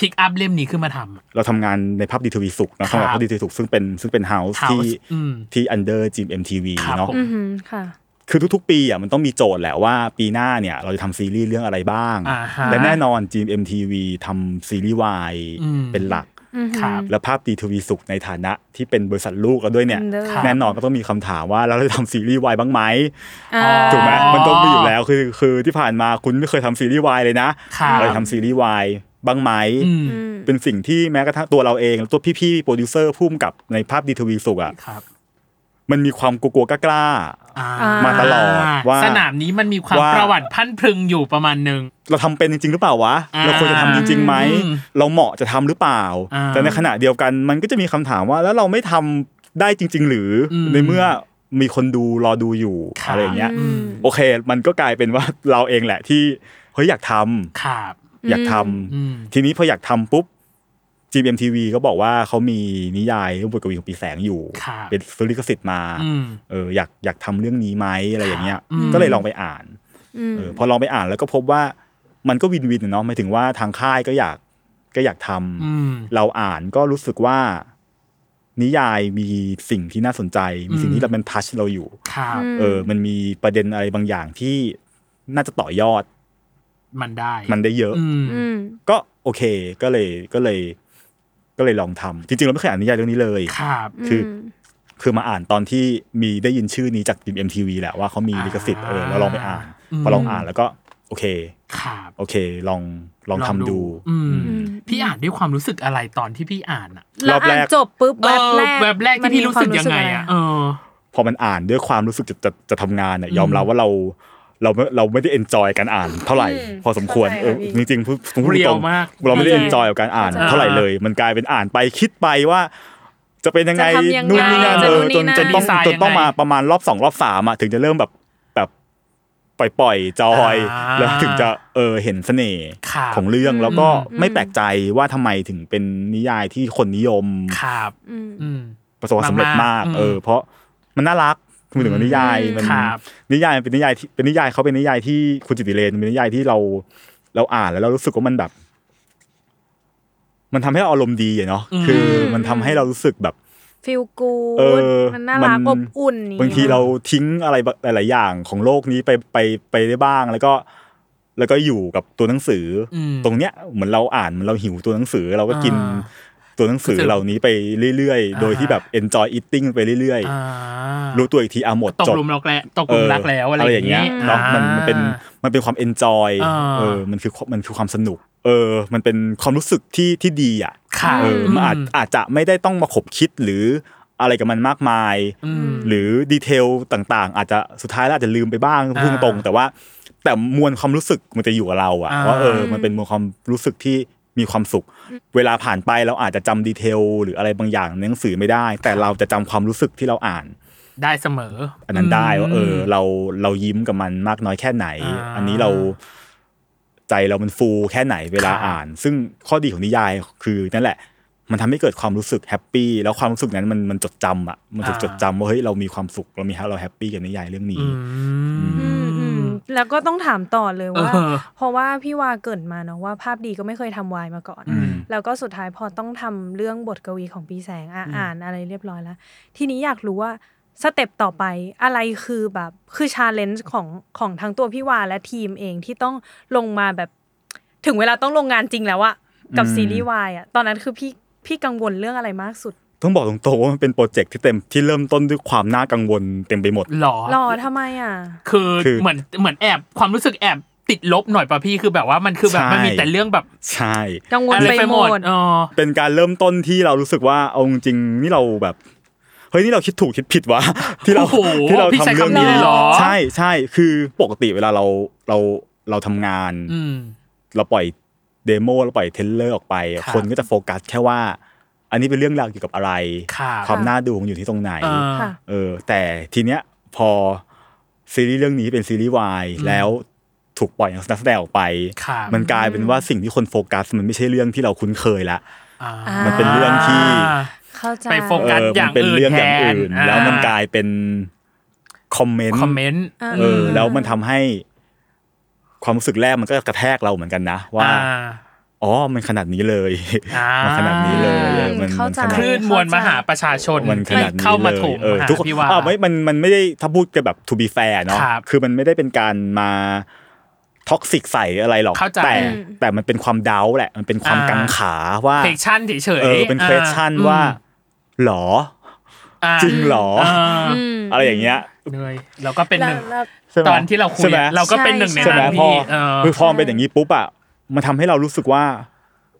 Speaker 1: พิกอัพเล่มนี้ขึ้นมาทำ
Speaker 4: เราทำงานในภาพดีทวีสุขนะ
Speaker 1: ครั
Speaker 4: สำ
Speaker 1: บ
Speaker 4: หรับภาพดีทวีสุขซึ่งเป็นซึ่งเป็นเฮาส์
Speaker 1: House
Speaker 4: ที่
Speaker 1: อืม
Speaker 4: ที่อันเดอร์จีมเอ็มทีวี
Speaker 1: ครับ
Speaker 4: เนาะ
Speaker 1: ผม
Speaker 2: อือหือค่ะ
Speaker 4: คือทุกๆ ปีอ่ะมันต้องมีโจทย์แหละว่าปีหน้าเนี่ยเราจะทำซีรีส์เรื่องอะไรบ้าง
Speaker 1: อ่าฮะ
Speaker 4: และแน่นอนจีมเอ็มทีวีทำซีรีส์วาย
Speaker 1: อืม
Speaker 4: เป็นหลัก
Speaker 2: อือหือ
Speaker 1: ครับ
Speaker 4: และภาพดีทวีสุขในฐานะที่เป็นบริษัทลูกแล้วด้วยเนี่ย
Speaker 2: Under
Speaker 1: ครับ
Speaker 4: แน่นอนก็ต้องมีคำถามว่าแล้วเราจะทำซีรีส์วายบ้างไหม
Speaker 2: อ่า
Speaker 4: ถูกไหม
Speaker 1: อ๋อ
Speaker 4: มันต้องมีอยู่แล้วคือคือที่ผ่านมาคุณไม่เคยทำซีรีส์วายเลยนะครับ เราทำซีรีส์วายบ้างไหม
Speaker 1: อืม
Speaker 4: เป็นสิ่งที่แม้กระทั่งตัวเราเองแล้วตัวพี่ๆโปรดิวเซอร์พุ่มกับในภาพดีทวีสุกอ่ะ
Speaker 1: ครับ
Speaker 4: มันมีความกลัวๆกล้า
Speaker 1: อ่า
Speaker 4: มาตลอดว่า
Speaker 1: สนามนี้มันมีความ
Speaker 4: ว่า
Speaker 1: ประวัติพรันพรึงอยู่ประมาณหนึ่ง
Speaker 4: ๆเราทำเป็นจริงๆหรือเปล่าวะ
Speaker 1: อ่า
Speaker 4: เราควรจะทำจริงๆไหม
Speaker 1: อืม
Speaker 4: เราเหมาะจะทำหรือเปล่า
Speaker 1: อ่า
Speaker 4: แต่ในขณะเดียวกันมันก็จะมีคำถามว่าแล้วเราไม่ทำได้จริง ๆ หรืออ
Speaker 1: ม
Speaker 4: ในเมื่อมีคนดูรอดูอยู่
Speaker 1: ครับ
Speaker 4: อะไรอย่างเงี้ย
Speaker 2: อืม
Speaker 4: โอเค มันก็กลายเป็นว่าเราเองแหละที่เฮ้ยอยากทำ
Speaker 1: ครับ
Speaker 4: อยากทำ
Speaker 1: อืม
Speaker 4: ทีนี้พออยากทำปุ๊บ GMTV ก็บอกว่าเขามีนิยายเรื่องบทกวีของปีแสงอยู่
Speaker 1: ครับ
Speaker 4: เป็นซื้อลิขสิทธิ์มา
Speaker 1: อืม
Speaker 4: เอออยากอยากทำเรื่องนี้ไหมอะไรอย่างเงี้ย
Speaker 1: อืม
Speaker 4: ก็เลยลองไปอ่าน
Speaker 2: อืม
Speaker 4: เออพอลองไปอ่านแล้วก็พบว่ามันก็วินวินอะเนาะหมายถึงว่าทางค่ายก็อยากก็อยากทำ
Speaker 1: อืม
Speaker 4: เราอ่านก็รู้สึกว่า นิยายมีสิ่งที่น่าสนใจ มีสิ่ง
Speaker 1: อืม
Speaker 4: ที่เรามันทัชเราอยู่
Speaker 1: ครับ
Speaker 2: ม
Speaker 4: เออ มันมีประเด็นอะไรบางอย่างที่น่าจะต่อยอด
Speaker 1: มันได้
Speaker 4: มันได้เยอะ
Speaker 1: อืม
Speaker 2: อืม
Speaker 4: ก็โอเคก็เลยก็เลยก็เลยลองทำจริงๆ เราไม่เคยอ่านนิยายเรื่องนี้เลย
Speaker 1: ครับ
Speaker 4: คือ คือมาอ่านตอนที่มีได้ยินชื่อนี้จากดิมเอ็มทีวีแหละว่าเขามีลิขสิทธิ์เออเราลองไปอ่าน
Speaker 1: อืม
Speaker 4: พอลองอ่านแล้วก็โอเค
Speaker 1: ครับ
Speaker 4: โอเค ลองลองทำดู
Speaker 1: อืม
Speaker 4: อืม
Speaker 1: พี่อ่านด้วยความรู้สึกอะไรตอนที่พี่อ่านอ่ะ
Speaker 4: รอบแรก
Speaker 2: ล้วานจบปุ๊บแวบแรก
Speaker 1: เออแบบแรก
Speaker 2: มั
Speaker 1: ที่
Speaker 2: น
Speaker 1: พี่รู้สึก
Speaker 2: มี
Speaker 1: ยัง
Speaker 2: ความ
Speaker 1: ไง
Speaker 2: รู้สึกอะไร
Speaker 1: อ่ะ
Speaker 2: อะ
Speaker 1: เออ
Speaker 4: พอมันอ่านด้วยความรู้สึกจะจะจะทำงานเนี่ยยอมรับว่าเราเราไม่เราไม่ได้เอนจอยการอ่านเท่าไหร่
Speaker 2: อืม
Speaker 4: พอสมควร
Speaker 2: เข้าใจ
Speaker 4: เออ
Speaker 2: ค่ะพี่
Speaker 4: จริงๆพูดพูด
Speaker 1: เรีย
Speaker 4: ต
Speaker 1: ว
Speaker 4: รง
Speaker 1: มาก
Speaker 4: เราไม่ได้
Speaker 2: เข้า
Speaker 4: เอน
Speaker 2: ใจ
Speaker 4: จอยกับการอ่าน
Speaker 2: เข้าใจ
Speaker 4: เท่าไหร่เลย มันกลายเป็นอ่านไปคิดไปว่า จะเป็นยังไง
Speaker 2: จะทำยังไง
Speaker 4: นู่นนี่นั่น
Speaker 2: จะ
Speaker 4: เอ
Speaker 2: นู่
Speaker 4: อน
Speaker 2: นี่
Speaker 4: จนจน
Speaker 2: นั่น
Speaker 4: ต้อง
Speaker 1: ดีไซน์
Speaker 4: จนต้อง
Speaker 1: ยังไง
Speaker 4: มาประมาณรอบสองรอบสามอ่ะถึงจะเริ่มแบบแบบปล่อยปล่อยๆจอย
Speaker 1: อ่า
Speaker 4: แล้วถึงจะเออเห็นเสน่ห์
Speaker 1: ครับ
Speaker 4: ของเรื่องแล้วก็ไม่แปลกใจว่าทำไมถึงเป็นนิยายที่คนนิยม
Speaker 1: ครับ
Speaker 2: อืม
Speaker 1: อืม
Speaker 4: ประสบความสำเร็จมาก
Speaker 1: มากๆ
Speaker 4: เออ
Speaker 1: อืม
Speaker 4: เพราะมันน่ารักคือหนึ่งว่านิยาย
Speaker 2: อืม
Speaker 4: มัน
Speaker 1: ครับ
Speaker 4: นิยายเป็นนิยายที่เป็นนิยายเขาเป็นนิยายที่คุณจิตติเรนเป็นนิยายที่เราเราอ่านแล้วเรารู้สึกว่ามันแบบ มันทำให้เราอารมณ์ดีอะเนาะ
Speaker 1: อืม
Speaker 4: คือมันทำให้เรารู้สึกแบบ
Speaker 2: ฟีลกู
Speaker 4: เอ
Speaker 2: ด
Speaker 4: อ
Speaker 2: มันน่ารัก
Speaker 4: มั
Speaker 2: อน บอุ่นนี่
Speaker 4: บางทีเราทิ้งอะไรบะหลาย ๆ อย่างของโลกนี้ไปไปไปได้บ้าง แล้วก็ แล้วก็อยู่กับตัวหนังสืออ
Speaker 1: ม
Speaker 4: ตรงเนี้ยเหมือนเราอ่านเหมือนเราหิวตัวหนังสือ เราก็กิน
Speaker 1: อ่า
Speaker 4: ตัวหนังสือเหล่านี้ไปเรื่อย ๆ โดยที่แบบ enjoy eating ไปเรื่อย
Speaker 1: อ่า
Speaker 4: ๆ รู้ตัวอีกทีอ่ะหมด
Speaker 1: ตก
Speaker 4: จบ
Speaker 1: หลุมรักแล้วตกหลุมรักแล้วอะไรอย่างเงี้ย
Speaker 4: เเนาะมันมันเป็นมันเป็นความเอนจอย
Speaker 1: อ่า
Speaker 4: เออมันคือมันคือความสนุก เออ มันเป็นความรู้สึกที่ที่ดีอ่ะ
Speaker 1: ค่ะ
Speaker 4: เอออ
Speaker 1: ม
Speaker 4: มันอาจอาจจะไม่ได้ต้องมาขบคิดหรืออะไรกับมันมากมาย
Speaker 1: อืม
Speaker 4: หรือดีเทลต่างๆ อาจจะสุดท้ายแล้วอาจจะลืมไปบ้างพูดตรงๆแต่ว่า แต่มวลความรู้สึกมันจะอยู่กับเราอะ
Speaker 1: อ่า
Speaker 4: ว่าเออมันเป็นมวลความรู้สึกที่มีความสุข เวลาผ่านไปเราอาจจะจำดีเทล หรืออะไรบางอย่างในหนังสือไม่ได้ แต่เราจะจำความรู้สึกที่เราอ่าน
Speaker 1: ได้เสมออั
Speaker 4: อันนั้นได้ว่าเออเราเรายิ้มกับมันมากน้อยแค่ไหน
Speaker 1: อ่า
Speaker 4: อันนี้เราใจเรามันฟูแค่ไหนเว
Speaker 1: ค
Speaker 4: ลา
Speaker 1: รับ
Speaker 4: อ่าน ซึ่งข้อดีของนิยายคือนั่นแหละ มันทำให้เกิดความรู้สึกแฮปปี้แล้วความรู้สึกนั้นมันมันจดจำอ่ะมันถูกจดจำว่าเฮ้ยเรามีความสุขเรามีเราแฮปปี้กับนิยายเรื่องนี้
Speaker 1: อื
Speaker 2: อืมอืม
Speaker 1: ม
Speaker 2: แล้วก็ต้องถามต่อเลยว่า
Speaker 1: เออ
Speaker 2: เพราะว่าพี่วาเกริดมาเนาะว่าภาพดีก็ไม่เคยทำวายมาก่อน
Speaker 1: อืม
Speaker 2: แล้วก็สุดท้ายพอต้องทำเรื่องบทกวีของปีแสงอะอ่านอะไรเรียบร้อยแล้ว ทีนี้อยากรู้ว่าสเต็ปต่อไปอะไรคือแบบคือชาเลนจ์ของของทั้งตัวพี่วาและทีมเองที่ต้องลงมาแบบ ถึงเวลาต้องลงงานจริงแล้วอะกับ
Speaker 4: อืม
Speaker 2: ซีรีส์วายอะตอนนั้นคือพี่พี่กังวลเรื่องอะไรมากสุด
Speaker 4: ต้องบอกตรงๆว่ามันเป็นโปรเจกต์ที่เต็มที่เริ่มต้นด้วยความน่ากังวลเต็มไปหมด
Speaker 1: หรอ
Speaker 2: หรอทำไมอะ
Speaker 1: คือ
Speaker 4: คือ
Speaker 1: เหมือนเหมือนแอบความรู้สึกแอบติดลบหน่อยป่ะพี่คือแบบว่ามันคือแบบ
Speaker 4: ใช่
Speaker 1: มันมีแต่เรื่องแบบ
Speaker 4: ใช่
Speaker 2: กังวล
Speaker 1: อะไร
Speaker 2: ไป
Speaker 1: ไป
Speaker 2: ห
Speaker 1: ห
Speaker 2: ม
Speaker 1: ม
Speaker 2: ด
Speaker 1: ดเออ
Speaker 4: เป็นการเริ่มต้นที่เรารู้สึกว่าเอาจริงๆนี่เราแบบเฮ้ยนี่เราคิดถูกคิดผิดวะ ที่เรา
Speaker 1: โอ้โห
Speaker 4: ที่เรา
Speaker 1: พี่ใช้
Speaker 4: ทำเรื่อง
Speaker 1: คำนี้เล
Speaker 4: นี้
Speaker 1: ยเหรอ
Speaker 4: ใช่ใช่คือปกติเวลาเราเราเราทำงาน
Speaker 1: อืม
Speaker 4: เราปล่อยเดโมเราปล่อยเทรลเลอร์ออกไปอะ
Speaker 1: ครับ
Speaker 4: คนก็จะโฟกัสแค่ว่า อันนี้เป็นเรื่องราวเกี่ยวกับอะไร
Speaker 1: ครับ
Speaker 4: ความน่าดูมันอยู่ที่ตรงไหน
Speaker 1: เออ
Speaker 2: ค่ะ
Speaker 4: เออแต่ทีเนี้ยพอซีรีส์เรื่องนี้เป็นซีรีส์วายแล้วถูกปล่อยอย่างนักแสดงออกไป
Speaker 1: ครับ
Speaker 4: มันกลายเป็นว่าสิ่งที่คนโฟกัส มันไม่ใช่เรื่องที่เราคุ้นเคยละ
Speaker 1: อ่า
Speaker 2: มันเป็นเรื่องที่ เข้าใจ
Speaker 1: ไปโฟ
Speaker 4: เอ
Speaker 1: กัส
Speaker 4: อ
Speaker 1: อ
Speaker 4: มั
Speaker 1: ย่าน ง
Speaker 4: เป็น
Speaker 1: อื่น
Speaker 4: เรื่องอย่างอื่น
Speaker 1: แทน
Speaker 4: แล้วมัน
Speaker 1: อ่าก
Speaker 4: กลายเป็นคอมเมนต์
Speaker 1: คอมเมนต์
Speaker 2: า
Speaker 4: เออแล้วมันทำให้ความรู้สึกแรกมันก็กระแทกเราเหมือนกันนะ ว่าอ๋อมันขนาดนี้เลย
Speaker 1: อ่ามั
Speaker 4: มันขนาดนี้เลยเออมัน
Speaker 2: เข้า
Speaker 4: มัน
Speaker 2: ใจ
Speaker 4: ขนา
Speaker 1: ค
Speaker 4: ด
Speaker 1: ลื่นมวลมหาประชาชน
Speaker 4: มันขนาดนี้
Speaker 1: เข้ามา
Speaker 4: ลย
Speaker 1: ถม
Speaker 4: เออ
Speaker 1: หา
Speaker 4: ทุกคน
Speaker 1: พี่ว่า
Speaker 4: อ้าวไม่มันมันไม่ได้ถ้าพูดกันแบบ to be fair เนาะ
Speaker 1: ครับ
Speaker 4: คือมันไม่ได้เป็นการมาท็อกซิกใส่อะไรหรอก
Speaker 1: เข้าใจ
Speaker 4: แต่แต่มันเป็นความเดาแหละ มันเป็นความ
Speaker 1: อ่า
Speaker 4: กังขาว่า
Speaker 1: เพกชั่นเฉยๆ
Speaker 4: เออเป็น
Speaker 1: า
Speaker 4: question ว่าหรอ
Speaker 1: อ่า
Speaker 4: จริงหรอ
Speaker 1: อ่า
Speaker 4: อะไรอย่างเงี้ย
Speaker 1: เหนื่อยเราก็เป็นหนึ่ง
Speaker 2: แล้ว
Speaker 4: ใช่ไหม
Speaker 1: ตอนที่เราคุ
Speaker 4: ใช่
Speaker 1: ย
Speaker 4: ไหม
Speaker 1: อะเราก็เป็นหนึ่งใน
Speaker 4: ใช่ไหม
Speaker 1: นั้น
Speaker 4: พอ
Speaker 1: พี่เออ
Speaker 4: คือพอมันเป็นอย่างนี้ปุ๊บอ่ะมันทำให้เรารู้สึกว่า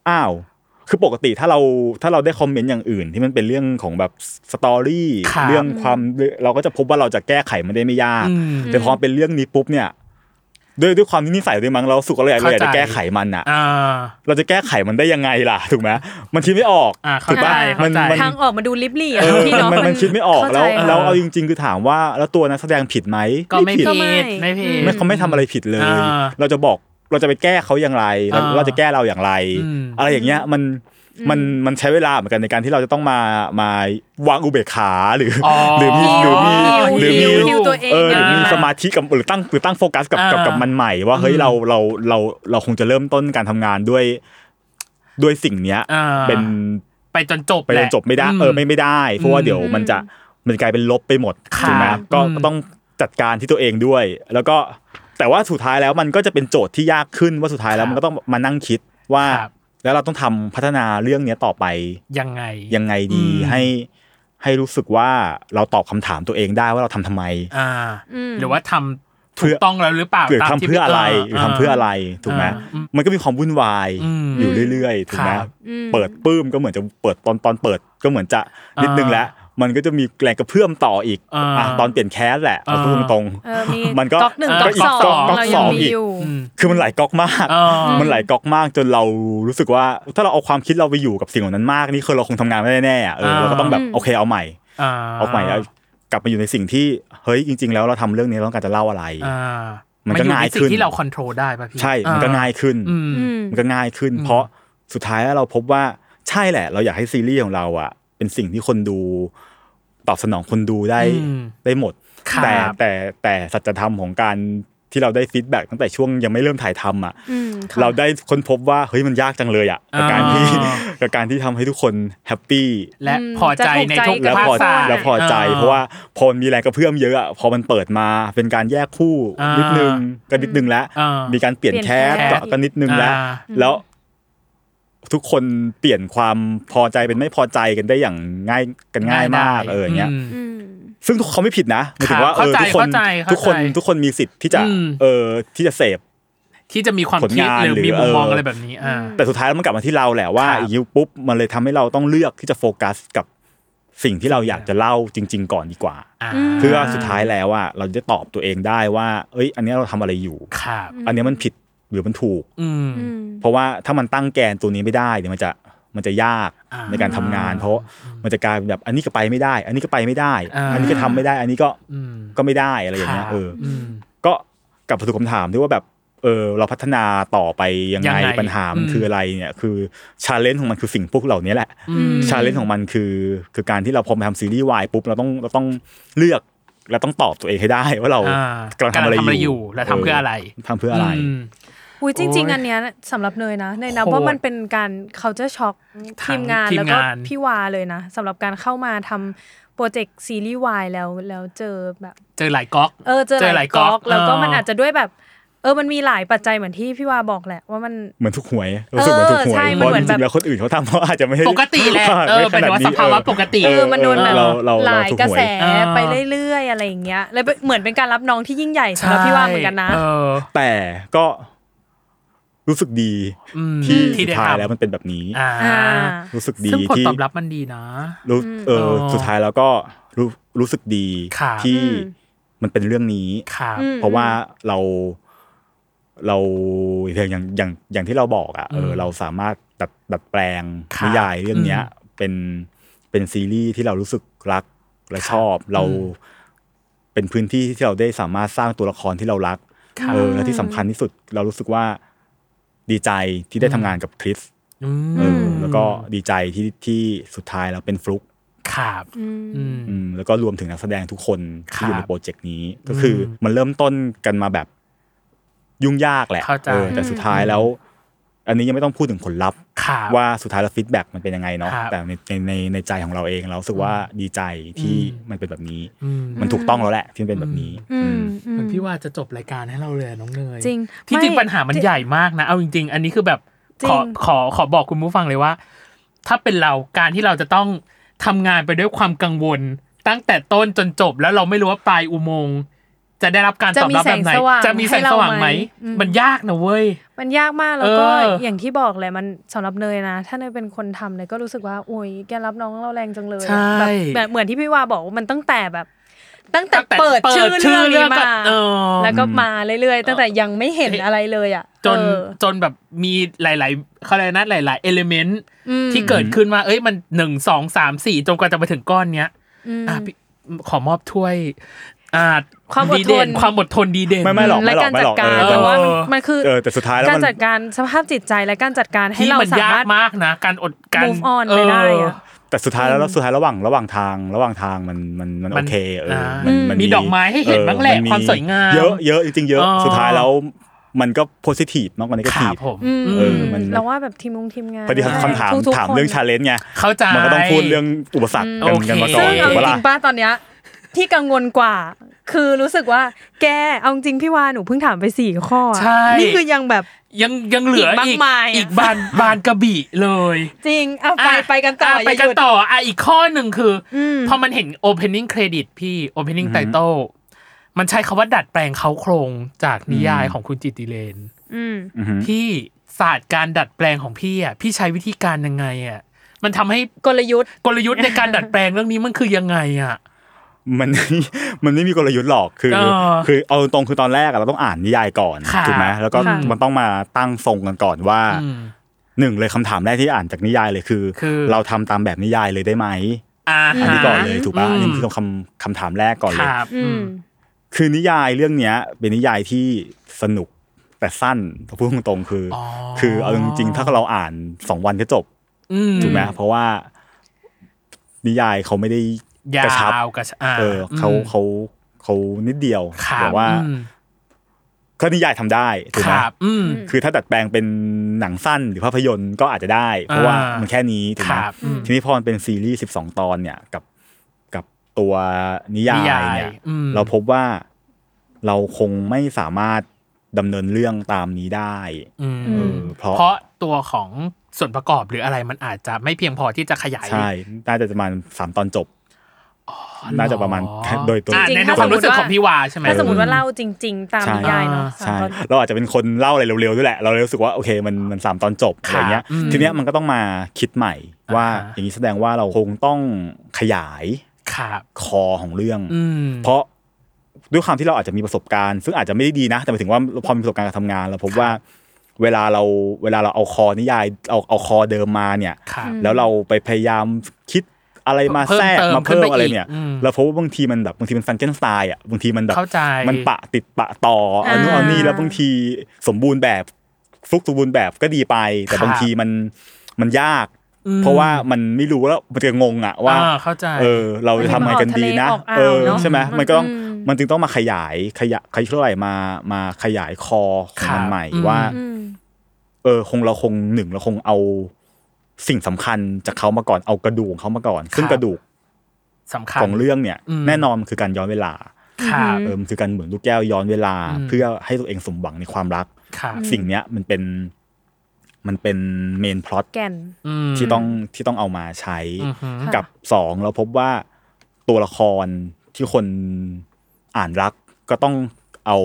Speaker 4: อ้าว คือปกติถ้าเราถ้าเราได้คอมเมนต์อย่างอื่น ที่มันเป็นเรื่องของแบบสตอรี่
Speaker 1: ครับ
Speaker 4: เรื่องความเราก็จะพบว่าเราจะแก้ไขมันได้ไม่ยาก
Speaker 1: อืม
Speaker 4: แต่พอเป็นเรื่องนี้ปุ๊บเนี่ยด้วยด้วยความที่นิสัยด้วยมั้งเรารู้สุกเราอยากเราอยาก
Speaker 1: เข้า
Speaker 4: จะ
Speaker 1: ใจ
Speaker 4: แก้ไขมันอ่ะ
Speaker 1: อ่า
Speaker 4: เราจะแก้ไขมันได้ยังไงล่ะถูกไหมมันคิดไม่ออก
Speaker 1: อ่าเข้า
Speaker 4: ถูกปะ
Speaker 1: ใจ
Speaker 4: มั
Speaker 1: เข้าใจ
Speaker 4: มั
Speaker 2: ทางออกมาดูลิบลี่อะ
Speaker 4: เออ
Speaker 2: พี่
Speaker 4: มัน
Speaker 2: เนาะ
Speaker 4: มันมันคิดไม่ออก
Speaker 2: เข้า
Speaker 4: แล้ว
Speaker 2: ใจ
Speaker 4: แล้วเอาจริง ๆ คือถามว่าแล้วตัวนักแสดงผิดไหม
Speaker 1: ก็ไม่
Speaker 4: ผิด
Speaker 1: ผิด
Speaker 2: ไม่
Speaker 1: ไม่ผิด
Speaker 4: ไม่เขาไม่ทำอะไรผิดเลย
Speaker 1: อ่า
Speaker 4: เราจะบอกเราจะไปแก้เขาอย่างไรเรา
Speaker 1: อ่า
Speaker 4: เราจะแก้เราอย่างไร
Speaker 1: อืม
Speaker 4: อะไรอย่างเงี้ยมันมันมันใช้เวลาเหมือนกันในการที่เราจะต้องมามาวางอุเบกขาหรืออหรือมีหรือมีห
Speaker 2: ฮิว
Speaker 4: รือ
Speaker 2: ฮิ
Speaker 4: มี
Speaker 2: วฮิวตัวเอง
Speaker 4: เออหรือมี
Speaker 1: อ่า
Speaker 4: สมาธิกับหรือตั้งหรือตั้งโฟกัสกับกับ
Speaker 1: อ่ากั
Speaker 4: กับมันใหม่ว่าเฮ้ยเราเราเราเราคงจะเริ่มต้นการทำงานด้วยด้วยสิ่งเนี้ย
Speaker 1: อ่า
Speaker 4: เป็น
Speaker 1: ไปจนจบ
Speaker 4: ไปจนจบไม่ได้
Speaker 1: แหละ
Speaker 4: เออไม่ไม่ได้ เพราะว่าเดี๋ยวมันจะมันกลายเป็นลบไปหมด
Speaker 1: ค่ะ
Speaker 4: ถูกไหมก็
Speaker 1: อืม
Speaker 4: ก็ต้องจัดการที่ตัวเองด้วย แล้วก็แต่ว่าสุดท้ายแล้วมันก็จะเป็นโจทย์ที่ยากขึ้นว่าสุดท้ายแล้วมันก็ต้องมานั่งคิดว่า
Speaker 1: ครับ
Speaker 4: แล้วเราต้องทำพัฒนาเรื่องเนี้ยต่อไป
Speaker 1: ยังไง
Speaker 4: ยังไงดี
Speaker 1: อืม
Speaker 4: ให้ให้รู้สึกว่าเราตอบคำถามตัวเองได้ว่าเราทำทำไม
Speaker 1: อ่า
Speaker 2: อืม
Speaker 1: หรือว่าทำ
Speaker 4: เพื่
Speaker 1: ถู
Speaker 4: อ
Speaker 1: กต้องแล้วหรือเปล่า
Speaker 4: หรือ
Speaker 1: ตาม
Speaker 4: ทำเพื่ออะไรหรือทำเพื่ออะไรถูกไหมมันก็มีความวุ่นวาย
Speaker 1: อืม
Speaker 4: อยู่เรื่อยๆถูกไหม
Speaker 1: ครับ
Speaker 4: เปิดปื้มก็เหมือนจะเปิดตอนตอนเปิดก็เหมือนจะนิดนึงแล้ว มันก็จะมีแรงกระเพื่อมต่ออีก
Speaker 1: อ่า
Speaker 4: อ่ะตอนเปลี่ยนแคสแหละเอาพูดตรง
Speaker 2: เออมี
Speaker 4: ๆมันก็
Speaker 2: ก๊อกหนึ่ง
Speaker 1: ก็
Speaker 2: ก๊อกสอง
Speaker 4: ก๊
Speaker 2: เรายัง
Speaker 4: ส
Speaker 2: มี
Speaker 4: อีก
Speaker 2: อยู่
Speaker 4: คือมันหลายก๊อกมาก
Speaker 1: อ่า
Speaker 4: มันหลายก๊อกมากจนเรารู้สึกว่า ถ้าเราเอาความคิดเราไปอยู่กับสิ่งเหล่านั้นมากนี่คือเราคงทำงานไม่ได้แน่ๆอ่ะเออเราก็ต้องแบบโอเคเอาใหม่
Speaker 1: อ่
Speaker 4: เอาใหม่แล้วกลับมาอยู่ในสิ่งที่เฮ้ยจริง ๆ แล้วเราทำเรื่องนี้เราต้องการจะเล่าอะไร
Speaker 1: อ่า
Speaker 4: มันก็
Speaker 1: อยู่
Speaker 4: ง่าย
Speaker 1: ใสิ่
Speaker 4: ขึ้น
Speaker 1: ที่เราควบคุมได้ป่ะพี่
Speaker 4: ใช่มันก็ง่ายขึ้น
Speaker 1: อืม
Speaker 2: อืม
Speaker 4: มันก็ง่ายขึ้น เพราะสุดท้ายแล้วเราพบว่าใช่แหละ เราอยากให้ซีรีส์ของเราอ่ะ เป็นสิ่งที่คนดูตอบสนองคนดูได้
Speaker 1: อืม
Speaker 4: ได้หมด
Speaker 1: ครับ
Speaker 4: แต่แต่แต่สัจธรรมของการที่เราได้ฟีดแบ็กตั้งแต่ช่วงยังไม่เริ่มถ่ายทำอ่ะ
Speaker 2: อืมค่ะ
Speaker 4: เราได้ค้นพบว่าเฮ้ยมันยากจังเลยอ่ะกับการที่
Speaker 1: อ่า
Speaker 4: กับการที่ทำให้ทุกคนแฮปปี้
Speaker 1: และพอใจในทุก
Speaker 4: แล้ว
Speaker 1: ภา
Speaker 4: พ
Speaker 1: ค
Speaker 4: อ
Speaker 1: สา
Speaker 4: แล้วพอใจ
Speaker 1: อ่า
Speaker 4: เพราะว่าพอมันมีแรงกระเพื่อมเยอะอะพอมันเปิดมาเป็นการแยกคู่
Speaker 1: อ่านิ
Speaker 4: นิดนึงก็นิดนึงแล้ว
Speaker 1: อ่ามี
Speaker 4: มีการเปลี่ยนแคส
Speaker 2: เปลี่ยนแคส
Speaker 4: ก็ก็นิดนึงแล้ว
Speaker 1: อ่า
Speaker 4: แล้วทุกคนเปลี่ยนความพอใจเป็นไม่พอใจกันได้อย่างง่ายกันง่ายมากเอออย่างเงี้ย
Speaker 1: ม
Speaker 2: อืม
Speaker 4: ซึ่งทุกเขาไม่ผิดนะหมายถึงว่าเอ
Speaker 1: เข้า
Speaker 4: อ
Speaker 1: ใจ
Speaker 4: ทุกคน
Speaker 1: เข้าใจเข้าใจ
Speaker 4: ทุกคนทุกคนมีสิทธิ์ที่จะ
Speaker 1: อืม
Speaker 4: เออที่จะเสพ
Speaker 1: ที่จะมีความ
Speaker 4: ผล
Speaker 1: คิด
Speaker 4: งาน
Speaker 1: หรือ
Speaker 4: หรือ
Speaker 1: มีมุมมอง
Speaker 4: เอออ
Speaker 1: อะไรแบบนี้ อ่า
Speaker 4: แต่สุดท้ายแล้วมันกลับมาที่เราแหละว่า
Speaker 1: ครับ
Speaker 4: อย่างนี้ปุ๊บมันเลยทำให้เราต้องเลือกที่จะโฟกัสกับสิ่งที่เราอยากจะเล่าจริง ๆ ก่อนดีกว่า
Speaker 1: อ่า
Speaker 4: เพื่อสุดท้ายแล้วว่าเราจะตอบตัวเองได้ว่า เอ้ย อันเนี้ยเราทำอะไรอยู่
Speaker 1: ครับ
Speaker 4: อันเนี้ยมันผิดหรือมันถูก
Speaker 1: อืม
Speaker 2: อืม
Speaker 4: เพราะว่าถ้ามันตั้งแกนตัวนี้ไม่ได้เนี่ยมันจะมันจะยาก
Speaker 1: อ่า
Speaker 4: ในการทำงาน เพราะมันจะกลายเป็นแบบอันนี้ก็ไปไม่ได้ อันนี้ก็ไปไม่ได้
Speaker 1: อ่า
Speaker 4: อันนี้ก็ทำไม่ได้ อันนี้ก็
Speaker 1: อืม
Speaker 4: ก็ไม่ได้อะไรอย่างเงี้
Speaker 1: ค
Speaker 4: ย
Speaker 1: รับ
Speaker 4: เอออ
Speaker 1: ม
Speaker 4: ก็กลับมาถูกคำถามที่ว่าแบบเออเราพัฒนาต่อไปยัง
Speaker 1: ยัง
Speaker 4: ไง
Speaker 1: ไง
Speaker 4: ปัญหามัน
Speaker 1: อืม
Speaker 4: คืออะไรเนี่ยคือชาเลนจ์ของมันคือสิ่งพวกเหล่านี้แหละ
Speaker 1: อืม
Speaker 4: ชาเลนจ์ของมันคือคือการที่เราพอมาทำซีรีส์วายปุ๊บเราต้องเราต้องเลือกเราต้องตอบตัวเองให้ได้ว่าเรา
Speaker 1: อ่าก
Speaker 4: ำลังทำอะไร
Speaker 1: กำลังทำอะไร
Speaker 4: อ
Speaker 1: อยู่
Speaker 4: ยู่
Speaker 1: และทำเพื่ออะไร
Speaker 4: ทำเพื่ออะไร
Speaker 1: ม
Speaker 2: อุ้ยจริง
Speaker 1: โอ้ย
Speaker 2: ๆ อันเนี้ยสำหรับเนยนะเนยนับ
Speaker 1: โหด
Speaker 2: ว่ามันเป็นการ culture shock
Speaker 1: ทั้
Speaker 2: ที
Speaker 1: ง
Speaker 2: มงาน
Speaker 1: ทีม
Speaker 2: แล้วก็
Speaker 1: งาน
Speaker 2: พี่วาเลยนะสำหรับการเข้ามาทำโปรเจกต์ซีรีส์วายแล้วแล้วเจอแบบ
Speaker 1: เจอหลายก๊อก
Speaker 2: เออเจอหลายก๊อก แล้วก็มันอาจจะด้วยแบบ เออมันมีหลายปัจจัยเหมือนที่พี่วาบอกแหละว่ามัน
Speaker 4: เหมือนทุกหวยรู้สึกเหมือนทุกหวย
Speaker 2: ใช่
Speaker 4: เพ
Speaker 2: มัน
Speaker 4: ราะ
Speaker 2: เหมือ
Speaker 4: จ
Speaker 2: น
Speaker 4: ริ
Speaker 2: แบ
Speaker 4: งๆ
Speaker 2: บ
Speaker 4: แล้วคนอื่นเขาทำเขาอาจจะไม่ได้
Speaker 1: ปกติแหละเออ
Speaker 4: ไม่ขด
Speaker 1: เป็นว่าสภาวะปกติ
Speaker 2: เออมันโดนแบบ
Speaker 4: เราเรา
Speaker 2: ห
Speaker 4: เรา
Speaker 2: ลาย
Speaker 4: ถูก
Speaker 2: กระ
Speaker 4: หวย
Speaker 2: แส
Speaker 1: เออ
Speaker 2: ไปเรื่อยๆ อะไรอย่างเงี้ยเลยเหมือนเป็นการรับน้องที่ยิ่งใหญ่สำหรับพี่วาเหมือนกันนะ
Speaker 1: เออ
Speaker 4: แต่ก็รู้สึกดี
Speaker 1: อืม
Speaker 4: ที่
Speaker 1: ที่
Speaker 4: สุด
Speaker 1: ได้
Speaker 4: ท้าย
Speaker 1: ทำ
Speaker 4: แล้วมันเป็นแบบนี้
Speaker 1: อ่า
Speaker 2: อ่า
Speaker 4: รู้สึกดี
Speaker 1: ซึ่งผล
Speaker 4: ที่
Speaker 1: ตอบรับมันดีนะ
Speaker 4: รู้เอออ
Speaker 1: ม
Speaker 4: สุดท้ายแล้วก็รู้รู้สึกดี
Speaker 1: ครับ
Speaker 4: ที่
Speaker 2: อืม
Speaker 4: มันเป็นเรื่องนี้
Speaker 1: ครับ
Speaker 2: อืม
Speaker 4: เพราะว่าเราเราอย่างอย่างอย่างอย่างที่เราบอกอ่ะเออ
Speaker 1: ม
Speaker 4: เราสามารถดัดดัดแปลง
Speaker 1: ครับ
Speaker 4: นิยายเรื่องเนี้ย ไป เป็นเป็นซีรีส์ที่เรารู้สึกรักและชอบ เราเป็นพื้นที่ที่เราได้สามารถสร้างตัวละครที่เรารักเออและที่สำคัญที่สุดเรารู้สึกว่าดีใจที่ได้ทำงานกับคริส
Speaker 1: อืม
Speaker 4: เอออแล้วก็ดีใจที่ที่สุดท้ายแล้วเป็นฟลุก
Speaker 1: ครับ อืม
Speaker 4: อืมแล้วก็รวมถึงนักแสดงทุกคนที่อยู่
Speaker 1: ครั
Speaker 4: ใน
Speaker 1: บ
Speaker 4: โปรเจกต์นี้ก็คืออมันเริ่มต้นกันมาแบบยุ่งยากแหละ
Speaker 1: เข้าใจ
Speaker 4: เออแต่สุดท้ายแล้ว อันนี้ยังไม่ต้องพูดถึงผลลัพธ์
Speaker 1: ครับ
Speaker 4: ว่าสุดท้ายแล้วฟีดแบ็กมันเป็นยังไงเนาะ
Speaker 1: ครับ
Speaker 4: แต่ในในในในใจของเราเองเรารู้สึกว่าดีใจที่มันเป็นแบบนี้
Speaker 1: อืม
Speaker 4: มันถูกต้องแล้วแหละที่มันเป็นแบบนี้
Speaker 2: อืม
Speaker 1: เหมือน
Speaker 2: อืม
Speaker 1: พี่ว่าจะจบรายการให้เราเลยอะน้องเนย
Speaker 2: จริง
Speaker 1: ที่จริง
Speaker 2: ไม่
Speaker 1: ปัญหามันใหญ่มากนะ เอาจริง ๆ อันนี้คือแบบ
Speaker 2: จริ
Speaker 1: ขอ
Speaker 2: ง
Speaker 1: ขอขอบอกคุณผู้ฟังเลยว่า ถ้าเป็นเราการที่เราจะต้องทำงานไปด้วยความกังวล ตั้งแต่ต้นจนจบ แล้วเราไม่รู้ว่าปลายอุโมงค์จะได้รับการตอบรับแบบไหนจะมีแสงสว่างไหมมันยากนะเว้ย
Speaker 2: มันยากมากแล้วก็
Speaker 1: เอออ
Speaker 2: อย่างที่บอกแหละมันสำหรับเนยนะ ถ้าเนยเป็นคนทำเนยก็รู้สึกว่าโอ้ยแกรับน้องเราแรงจังเลย
Speaker 1: ใช่
Speaker 2: แบบแบบเหมือนที่พี่วาบอกว่ามันตั้งแต่แบบ ตั้งแต่
Speaker 1: ตั้งแต่
Speaker 2: เปิดชื่อเรื่อง
Speaker 1: ก็
Speaker 2: นี้มา
Speaker 1: เออ
Speaker 2: แล้วก็มาเรื่อยๆ ตั้งแต่ยังไม่เห็น
Speaker 1: เอ๊ะ
Speaker 2: อะไรเลยอ่ะ
Speaker 1: จน
Speaker 2: เออ
Speaker 1: จนแบบมีหลาย ๆเขาเรียกนะหลาย ๆ เอลิเมนต์ที่เกิดขึ้นมาเอ้ยมันหนึ่งสองสามสี่จนกว่าจะมาถึงก้อนเนี้ยอ่ะพี่ขอมอบถ้วยอ่า
Speaker 2: ความอดทน
Speaker 1: เด่ความอดทนดีเด่น
Speaker 4: ไม่ไม่หรอก
Speaker 2: และ
Speaker 4: ไม่หรอก
Speaker 2: การ
Speaker 4: ไม่
Speaker 2: จัดการแต่
Speaker 4: หรอกเออแต่ว่า
Speaker 2: ว่า
Speaker 1: เออ
Speaker 2: มันคือ
Speaker 4: เออแต่สุดท้ายแล้ว
Speaker 2: กา
Speaker 4: มั
Speaker 2: ร
Speaker 4: น
Speaker 2: จัดการสภาพจิตใจและการจัดการให้
Speaker 1: ที่
Speaker 2: เรา
Speaker 1: มั
Speaker 2: สา
Speaker 1: นาม
Speaker 2: ยาก รถ
Speaker 1: มากนะ การอดการ
Speaker 2: move on ไปได้อะ
Speaker 4: แต่สุดท้ายแล้วแล้วสุดท้ายระหว่างระหว่างทางระหว่างทางมันมันมัน
Speaker 1: มั
Speaker 4: โอน เคเอออา
Speaker 1: มั
Speaker 4: มัน
Speaker 1: มีดอกไม้ให้เห็น
Speaker 4: ออ
Speaker 1: บ้างแหละ
Speaker 4: น
Speaker 1: ความสวยงาม
Speaker 4: เยอะเยอะจริงๆเยอะ
Speaker 1: เออ
Speaker 4: สุดท้ายแล้วมันก็โพสิทีฟมากกว่านี้ก็
Speaker 1: ขา
Speaker 4: ทีฟ
Speaker 1: ผม
Speaker 2: อืม
Speaker 4: เออมัน
Speaker 2: เราว่าแบบทีมงทีมงาน
Speaker 4: พอดีคำถาม
Speaker 2: ทุกๆ
Speaker 4: ถาม
Speaker 2: คน
Speaker 4: เรื่องชาเลนจ์ไง
Speaker 1: เข้าใจ
Speaker 4: มันก็ต้องพูดเรื่องอุปสรรคกัน
Speaker 1: โอเค
Speaker 4: กันมาก่อ
Speaker 2: ซึ่
Speaker 4: น
Speaker 2: งเอาจ
Speaker 4: ถูกปะล่ะ
Speaker 2: ริงป้าตอนเนี้ยที่กังวลกว่า คือรู้สึกว่า แกเอาจริงพี่วาหนูเพิ่งถามไปสี่ข้ออะ
Speaker 1: ใช่
Speaker 2: นี่คือยังแบบ
Speaker 1: ยังยังเหลือ
Speaker 2: อีก
Speaker 1: อีก
Speaker 2: มากมายอะ
Speaker 1: อีกบานบานกระบี่เลย
Speaker 2: จริงอ่ะไป
Speaker 1: อ่ะ
Speaker 2: ไปกันต่อ
Speaker 1: อ่ะ
Speaker 2: อ
Speaker 1: ไป
Speaker 2: ย่าห
Speaker 1: กัน
Speaker 2: ยุด
Speaker 1: ต่ออ่ะอีกข้อหนึ่งคืออ
Speaker 2: ม
Speaker 1: พอมันเห็น opening credit พี่ opening title มันใช้คาว่าดัดแปลงเขาโครงจากนิยายของคุณจิตติเลน
Speaker 2: อืม
Speaker 1: พี่ศาสตร์การดัดแปลงของพี่อ่ะพี่ใช้วิธีการยังไงอ่ะมันทำให้
Speaker 2: กลยุทธ์
Speaker 1: กลยุทธ์ในการดัดแปลงเรื่องนี้มันคือยังไงอ่ะ
Speaker 4: มัน มันไม่มีกลยุทธ์หรอกคือ
Speaker 1: เออ
Speaker 4: คือเอาตรงๆคือตอนแรกอะเราต้องอ่านนิยายก่อน
Speaker 1: ค่ะ
Speaker 4: ถูกไหมแล้วก็
Speaker 1: ค่ะ
Speaker 4: มันต้องมาตั้งทรงกันก่อนว่า
Speaker 1: อืม
Speaker 4: หนึ่งเลยคำถามแรกที่อ่านจากนิยายเลยคือ
Speaker 1: คือ
Speaker 4: เราทำตามแบบนิยายเลยได้ไหม
Speaker 1: อ่า
Speaker 4: อันนี้ก่อนเลยถูกป่ะ
Speaker 1: ม
Speaker 4: อันนี้คือคำคำถามแรกก่อน
Speaker 1: ค
Speaker 4: เลย
Speaker 1: รับ
Speaker 2: อืม
Speaker 4: คือนิยายเรื่องเนี้ย เป็นนิยายที่สนุกแต่สั้นถ้าพูดตรงๆคือ คือเอาจริงๆถ้าเราอ่านสองวันก็จบ
Speaker 1: อืม
Speaker 4: ถูกไหมเพราะว่านิยายเขาไม่ได้
Speaker 1: ย
Speaker 4: กระชับ
Speaker 1: าวกระชับอ่า
Speaker 4: เออเขา
Speaker 1: ม
Speaker 4: เขาเขานิดเดียว
Speaker 1: ครับ
Speaker 4: แต่ว่า
Speaker 1: อืม
Speaker 4: ก็นิยายทำได้ถูก
Speaker 1: ค
Speaker 4: ไหม
Speaker 1: รับอืม
Speaker 4: คือถ้าดัดแปลงเป็นหนังสั้นหรือภาพยนตร์ก็อาจจะได้ เพราะว่า
Speaker 1: อ่ามั
Speaker 4: มันแค่นี้ถูกไหม
Speaker 1: ครับอืม
Speaker 4: ทีนี้พอมันเป็นซีรีส์ 12 ตอนเนี่ยกับกับตัวนิยายเนี่ย
Speaker 1: อืม
Speaker 4: เราพบว่าเราคงไม่สามารถดำเนินเรื่องตามนี้ได้
Speaker 1: อืม
Speaker 4: เออเพราะ
Speaker 1: เพราะตัวของส่วนประกอบหรืออะไรมันอาจจะไม่เพียงพอที่จะขยาย
Speaker 4: ใช่น่าจะประมาณสามตอนจบน่าจะประมาณ
Speaker 1: อ๋อ
Speaker 4: โดยตัว
Speaker 1: อ่ะ
Speaker 2: จริง
Speaker 1: ใน
Speaker 2: ถ้า
Speaker 1: ความรู้สึกของพี่วาใช่ไหม
Speaker 2: ถ้าสมมติว่าเล่าจริง ๆ ตาม
Speaker 4: ใช่
Speaker 2: นิยายเนาะ
Speaker 1: อ่า
Speaker 2: สาม
Speaker 4: ใช่
Speaker 2: ตอน
Speaker 4: เราอาจจะเป็นคนเล่าอะไรเร็วๆด้วยแหละ เราเลยรู้สึกว่าโอเคมันมันสามตอนจบ
Speaker 1: ค่ะ
Speaker 4: อะไรเงี้ย
Speaker 1: อืม
Speaker 4: ทีเนี้ยมันก็ต้องมาคิดใหม่ว่า
Speaker 1: อ่าฮะ
Speaker 4: อย่างนี้แสดงว่าเราคงต้องขยาย
Speaker 1: ครับ
Speaker 4: คอของเรื่อง
Speaker 1: อืม
Speaker 4: เพราะด้วยความที่เราอาจจะมีประสบการณ์ ซึ่งอาจจะไม่ได้ดีนะ แต่หมายถึงว่าพอมีประสบการณ์การทำงานเราพบว่าเวลาเราเวลาเราเอาคอนิยายเอาเอาคอเดิมมาเนี่ย
Speaker 1: ครับ
Speaker 4: แล้วเราไปพยายามคิดอะไรมา
Speaker 1: เพิ่ม
Speaker 4: แทรก
Speaker 1: เติม
Speaker 4: มา
Speaker 1: ขึ้น
Speaker 4: เพิ่ม
Speaker 1: ไป
Speaker 4: อะไร
Speaker 1: อีก
Speaker 4: เนี่ย
Speaker 1: อืม
Speaker 4: เราพบว่าบางทีมันแบบบางทีมันฟันเจนสไตล์อ่ะบางทีมันแบบ
Speaker 1: เข้าใจ
Speaker 4: มันปะติดปะต่ออันนู้นอันนี้แล้วบางทีสมบูรณ์แบบฟลุกสมบูรณ์แบบก็ดีไป แต่
Speaker 1: ครับ
Speaker 4: บางทีมันมันยาก
Speaker 1: อืม
Speaker 4: เพราะว่ามันไม่รู้แล้วมันจะงงอ่ะว่า
Speaker 1: อ่เข้าใจ
Speaker 4: เออเราจะทำไงกันดีนะ
Speaker 2: ออกอ่า
Speaker 4: เอ
Speaker 2: ว
Speaker 4: อ
Speaker 2: เนาะ
Speaker 4: ใช่ไหม
Speaker 2: มัน
Speaker 4: มันก็ต้อง
Speaker 2: อืม
Speaker 4: มันจึงต้องมาขยายขยะขยายเท่าไหร่มามาขยายคอของ
Speaker 1: ค
Speaker 4: มัน
Speaker 1: รับ
Speaker 4: ใหม่
Speaker 1: อืม
Speaker 4: ว่า
Speaker 2: อืม
Speaker 4: เออคงเราคงหนึ่งเราคงเอาสิ่งสำคัญจากเขามาก่อนเอากระดูกของเขามาก่อน ซึ่งกระดูก
Speaker 1: สำคัญ
Speaker 4: ของเรื่องเนี่ย
Speaker 1: อืม
Speaker 4: แน่นอนมันคือการย้อนเวลา
Speaker 1: ครับ
Speaker 4: เออมันคือการเหมือนลูกแก้วย้อนเวลา
Speaker 1: อืม
Speaker 4: เพื่อให้ตัวเองสมหวังในความรัก
Speaker 1: ครับ
Speaker 4: สิ่งเนี้ยมันเป็นมันเป็นเมนพล็อต
Speaker 2: แก่น
Speaker 1: อืม
Speaker 4: ที่ต้องที่ต้องเอามาใช้
Speaker 1: อือฮึ
Speaker 4: กับสองเราพบว่าตัวละครที่คนอ่านรักก็ต้องเอา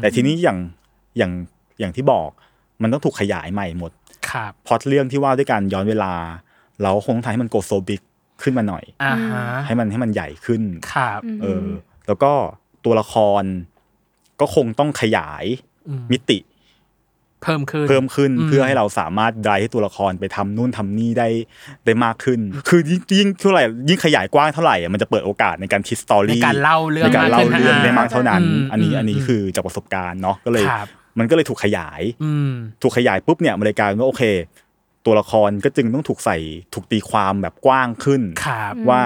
Speaker 4: แต่ทีนี้อย่างอย่างอย่างที่บอก มันต้องถูกขยายใหม่หมด
Speaker 1: ครับ
Speaker 4: พล็อตเรื่องที่ว่าด้วยการย้อนเวลา เราก็คงต้องทำให้มันโกโซบิกขึ้นมาหน่อย
Speaker 1: อ่าฮะ
Speaker 4: ให้มันให้มันใหญ่ขึ้น
Speaker 1: ครับ
Speaker 4: เออ แล้วก็ตัวละครก็คงต้องขยายมิติ
Speaker 1: เพิ่มขึ้น
Speaker 4: เพิ่มขึ้นเพื่อให้เราสามารถไดให้ตัวละครไปทำนู่นทำนี่ได้ได้มากขึ้น คือยิ่งยิ่งเท่าไหร่ยิ่งขยายกว้างเท่าไหร่อะมันจะเปิดโอกาสในการคิดสตอรี่
Speaker 1: ในการเล่าเรื่อง
Speaker 4: ในการเล่าเรื่องได้มากเท่านั้น
Speaker 1: อืม
Speaker 4: อันนี้
Speaker 1: อืม
Speaker 4: อันนี้คือจากประสบการณ์เนาะก็เลย
Speaker 1: ครับ
Speaker 4: มันก็เลยถูกขยาย
Speaker 1: อืม
Speaker 4: ถูกขยายปุ๊บเนี่ยมันเลยกลายเป็นว่าโอเค ตัวละครก็จึงต้องถูกใส่ถูกตีความแบบกว้างขึ้น
Speaker 1: ครับ
Speaker 4: ว่า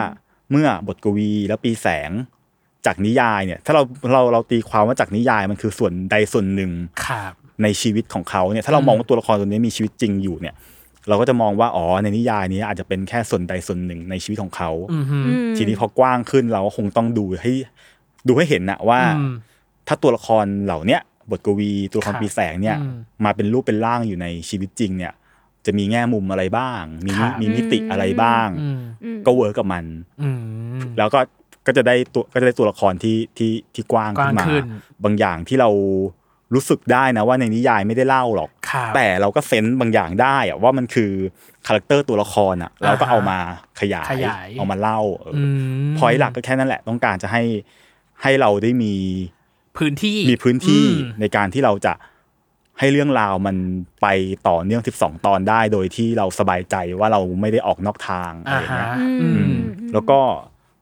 Speaker 4: เมื่อบทกวีและปีแสงจากนิยายเนี่ย ถ้าเราเราเราตีความว่าจากนิยายมันคือส่วนใดส่วนหนึ่ง
Speaker 1: ครับ
Speaker 4: ในชีวิตของเขาเนี่ยถ้าเรามองว่าตัวละครตัวนี้มีชีวิตจริงอยู่เนี่ย เราก็จะมองว่าอ๋อในนิยายนี้อาจจะเป็นแค่ส่วนใดส่วนหนึ่งในชีวิตของเขา
Speaker 1: อือฮึ
Speaker 2: อืม
Speaker 4: ทีนี้พอกว้างขึ้นเราก็คงต้องดูให้ดูให้เห็นนะว่า
Speaker 1: อืม
Speaker 4: ถ้าตัวละครเหล่าเนี้ยบทกวีตัวละคร
Speaker 1: ครับ
Speaker 4: ปีแสงเนี่ย
Speaker 1: อืม
Speaker 4: มาเป็นรูปเป็นร่างอยู่ในชีวิตจริงเนี่ย จะมีแง่มุมอะไรบ้าง มี
Speaker 1: ครับ
Speaker 4: มีมิติอะไรบ้าง
Speaker 1: อืม
Speaker 2: อืม
Speaker 4: ก็เวิร์กกับมัน
Speaker 1: อืม
Speaker 4: แล้วก็ก็จะได้ตัวก็จะได้ตัวละครที่ที่ที่กว้างขึ้นมาก
Speaker 1: ว้างขึ้น
Speaker 4: บางอย่างที่เรารู้สึกได้นะว่าในนิยายไม่ได้เล่าหรอก
Speaker 1: ครับ
Speaker 4: แต่เราก็เซนส์บางอย่างได้อะว่ามันคือคาแรคเตอร์ตัวละครอะเราก็เอามาขยาย
Speaker 1: ขยาย
Speaker 4: เอามาเล่าเอออ
Speaker 1: อืม
Speaker 4: พอยต์หลักก็แค่นั้นแหละ ต้องการจะให้ให้เราได้มี
Speaker 1: พื้นที่
Speaker 4: มีพื้นที่
Speaker 1: อืม
Speaker 4: ในการที่เราจะให้เรื่องราวมันไปต่อเนื่อง 12 ตอนได้ โดยที่เราสบายใจว่าเราไม่ได้ออกนอกทางอะ
Speaker 1: อ่า
Speaker 4: ไรอย่าง
Speaker 1: ฮะ
Speaker 4: เงี้ย
Speaker 2: อื
Speaker 1: อื
Speaker 2: ม
Speaker 1: ม
Speaker 4: แล้วก็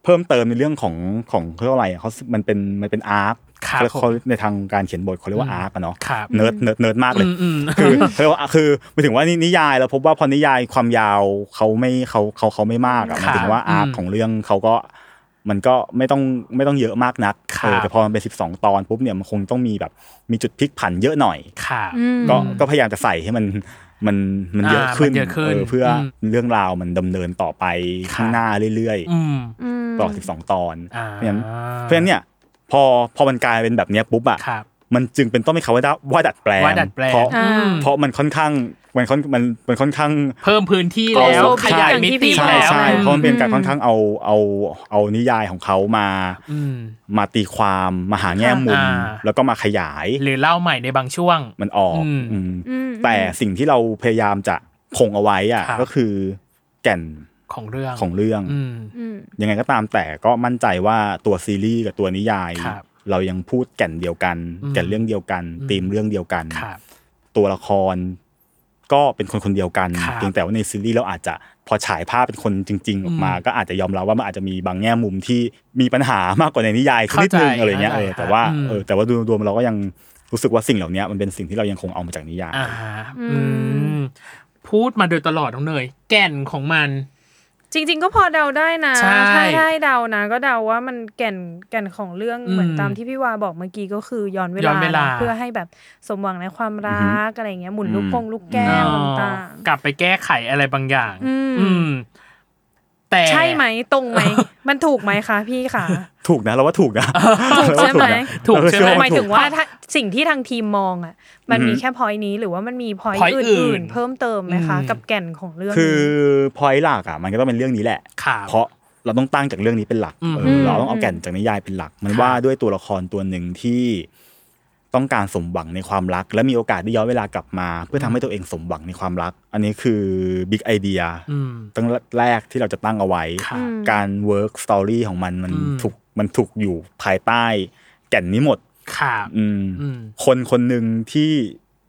Speaker 4: เพิ่มเติมในเรื่องของของเขาเรียกว่าอะไรเขามันเป็นมันเป็นอาร์ค
Speaker 1: ครับผม
Speaker 4: เขาในทางการเขียนบทเขาเรียกว่าอาร์คอะเนาะ
Speaker 1: ครับ
Speaker 4: เนิร์ดเนิร์ดเนิร์ดมากเลย
Speaker 1: อืมอืม
Speaker 4: คือเขาเรียกว่าคือหมายถึงว่านิยายเราพบว่าพอนิยายความยาวเขาไม่เขาเขาเขาไม่มากอะห
Speaker 1: ค
Speaker 4: มา
Speaker 1: รับ
Speaker 4: ยถึงว่าอาร์ค
Speaker 1: อืม
Speaker 4: ของเรื่องเขาก็มันก็ไม่ต้องไม่ต้องเยอะมากนัก
Speaker 1: ครับ
Speaker 4: เออแต่พอมันเป็น 12 ตอนปุ๊บเนี่ยมันคงต้องมีแบบมีจุดพลิกผันเยอะหน่อย
Speaker 1: ครับ
Speaker 4: ก็ก็พยายามจะใส่ให้มันมันมันเยอะ
Speaker 1: อ่า
Speaker 4: ขึ้
Speaker 1: มันเยอะขึ้น
Speaker 4: เออเพื่ออ
Speaker 1: ม
Speaker 4: เรื่องราวมันดำเนินต่อไป
Speaker 1: ครับ
Speaker 4: ข้างหน้าเรื่อย
Speaker 1: อืม
Speaker 4: ๆตลอด12 ตอน
Speaker 1: อ่า
Speaker 4: เพราะฉะนั้นเพราะฉะนั้นเนี่ยพอพอมันกลายเป็นแบบเนี้ยปุ๊บอะ
Speaker 1: ครับ
Speaker 4: มันจึงเป็นต้องเป็นคำว่าดัดว่าดัดแปลง
Speaker 1: ว่าดัดแปลง
Speaker 4: เพราะ
Speaker 1: อืม
Speaker 4: เพราะมันค่อนข้างมันค่อนมันมันค่อนข้าง
Speaker 1: เพิ่มพื้นที่แล้ว
Speaker 2: เอา
Speaker 1: ขยาย
Speaker 2: อย่าง
Speaker 1: มิ
Speaker 2: ที่
Speaker 1: ติ
Speaker 2: พี่
Speaker 4: ใช่
Speaker 1: แล้ว
Speaker 4: ใช่
Speaker 1: อืม
Speaker 4: เพราะมันเป็นการค่อนข้างเอาเอาเอานิยายของเขามา
Speaker 1: อืม
Speaker 4: มาตีความมาหาแง่มุม
Speaker 1: อ่า
Speaker 4: แล้วก็มาขยาย
Speaker 1: หรือเล่าใหม่ในบางช่วง
Speaker 4: มันออก
Speaker 1: อืม
Speaker 4: อืม
Speaker 2: อืม
Speaker 4: แต่สิ่งที่เราพยายามจะคงเอาไว้อะ
Speaker 1: ครับ
Speaker 4: ก็คือแก่น
Speaker 1: ของเรื่อง
Speaker 4: ของเรื่อง
Speaker 1: อืม
Speaker 2: อืม
Speaker 4: ยังไงก็ตามแต่ก็มั่นใจว่าตัวซีรีส์กับตัวนิยาย
Speaker 1: ครับ
Speaker 4: เรายังพูดแก่นเดียวกัน
Speaker 1: อืม
Speaker 4: แก่นเรื่องเดียวกันธีมเรื่องเดียวกัน
Speaker 1: ครับ
Speaker 4: ตัวละครก็เป็นคนคนเดียวกัน
Speaker 1: ครับ
Speaker 4: เพียงแต่ว่าในซีรีส์เราอาจจะพอฉายภาพเป็นคนจริง ๆ ออกมา ก็อาจจะยอมรับว่ามันอาจจะมีบางแง่มุมที่มีปัญหามากกว่าในนิยายสักนิดนึง
Speaker 1: เข้าใจ
Speaker 4: อะไรเงี้ยเออ
Speaker 1: เข้าใจ
Speaker 4: แต่ว่า
Speaker 1: อืม
Speaker 4: เออแต่ว่าโดยรวมเราก็ยังรู้สึกว่าสิ่งเหล่านี้มันเป็นสิ่งที่เรายังคงเอามาจากนิยาย
Speaker 1: อ่าฮะอืม พูดมาโดยตลอดน้องเนย แก่นของมัน
Speaker 2: จริง ๆ ก็พอเดาได้นะ
Speaker 1: ใช่
Speaker 2: ถ้าได้เดานะ ก็เดาว่ามันแก่นแก่นของเรื่อง
Speaker 1: อืม
Speaker 2: เหมือนตามที่พี่วาบอกเมื่อกี้ก็คือย้อนเว
Speaker 1: ย้อ
Speaker 2: ลาน
Speaker 1: เวลา
Speaker 2: เพื่อให้แบบสมหวังในความรักอะไรอย่างเงี้ยหมุนลูก
Speaker 4: อืม
Speaker 2: พงลูกแก้ว
Speaker 1: อ๋อ
Speaker 2: ต่าง
Speaker 1: กลับไปแก้ไขอะไรบางอย่าง
Speaker 2: ๆอืม
Speaker 1: อืม แต่
Speaker 2: ใช่ไหมตรงไหม มันถูกไหมคะพี่คะ
Speaker 4: ถูกนะเราว่าถูกนะ
Speaker 2: ถูกใช่ไหม
Speaker 1: ถูก
Speaker 4: เรา
Speaker 1: ใช่ไหม
Speaker 4: เอว่า
Speaker 2: หมายถึง
Speaker 4: ถูก
Speaker 2: ว่าถ้าสิ่งที่ทางทีมมองอ่ะ มันมี
Speaker 4: อือหือ
Speaker 2: แค่พอยนี้หรือว่ามันมีพอย
Speaker 1: point อื่
Speaker 2: อื่
Speaker 1: น
Speaker 2: นๆ เพิ่มเติมไหมคะ
Speaker 1: อืม
Speaker 2: กับแก่นของเรื่องนี้
Speaker 4: คือพอยหลักอ่ะมันก็ต้องเป็นเรื่องนี้แหละ
Speaker 1: ขาบ
Speaker 4: เพราะเราต้องตั้งจากเรื่องนี้เป็นหลัก
Speaker 1: อืม
Speaker 4: เออเราต้องเอาแก่นจากนิยายเป็นหลัก มันว่าด้วยตัวละครตัวหนึ่งที่ต้องการสมหวังในความรัก และมีโอกาสได้ย้อนเวลากลับมา เพื่อทำให้ตัวเองสมหวังในความรัก อันนี้คือบิ๊กไอเดีย
Speaker 1: อืม
Speaker 4: ตั้งแรกที่เราจะตั้งเอาไว้
Speaker 1: ครับ
Speaker 4: การเวิร์กสตอรี่ของมันมัน
Speaker 1: อืม
Speaker 4: ถูกมันถูกอยู่ภายใต้แก่นนี้หมด
Speaker 1: ขาบ
Speaker 4: อืม
Speaker 1: อืม
Speaker 4: คนคนหนึ่งที่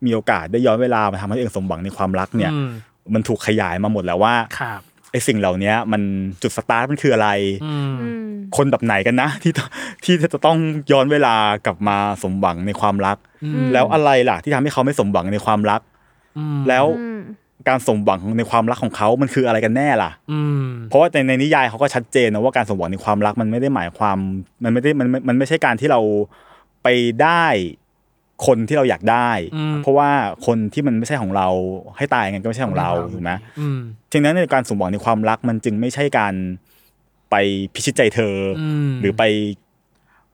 Speaker 4: มีโอกาสได้ย้อนเวลามาทำให้ตัวเองสมหวังในความรักเนี่ย
Speaker 1: อืม
Speaker 4: มันถูกขยายมาหมดแล้วว่า
Speaker 1: ขาบ
Speaker 4: ไอ้สิ่งเหล่านี้มันจุดสตาร์ทมันคืออะไร
Speaker 1: อืม
Speaker 4: คนแบบไหนกันนะ ที่ตที่จะต้องย้อนเวลากลับมาสมหวังในความรัก แล้วอะไรล่ะที่ทำให้เขาไม่สมหวังในความรัก
Speaker 1: อืม
Speaker 4: แล้ว
Speaker 2: อืม
Speaker 4: การสมหวังในความรักของเขามันคืออะไรกันแน่ล่ะ
Speaker 1: อืม
Speaker 4: เพราะว่าในในนิยายเขาก็ชัดเจนนะว่าการสมหวังในความรักมันไม่ได้หมายความ มันไม่ได้มันมันมันไม่ใช่การที่เราไปได้คนที่เราอยากได้
Speaker 1: อืม
Speaker 4: เพราะว่าคนที่มันไม่ใช่ของเราให้ตายยังไงก็ไม่ใช่ของเราถูกไหม
Speaker 1: อืม
Speaker 4: ฉะนั้นในการสมหวังในความรักมันจึงไม่ใช่การไปพิชิตใจเธออ
Speaker 1: ม
Speaker 4: หรือไป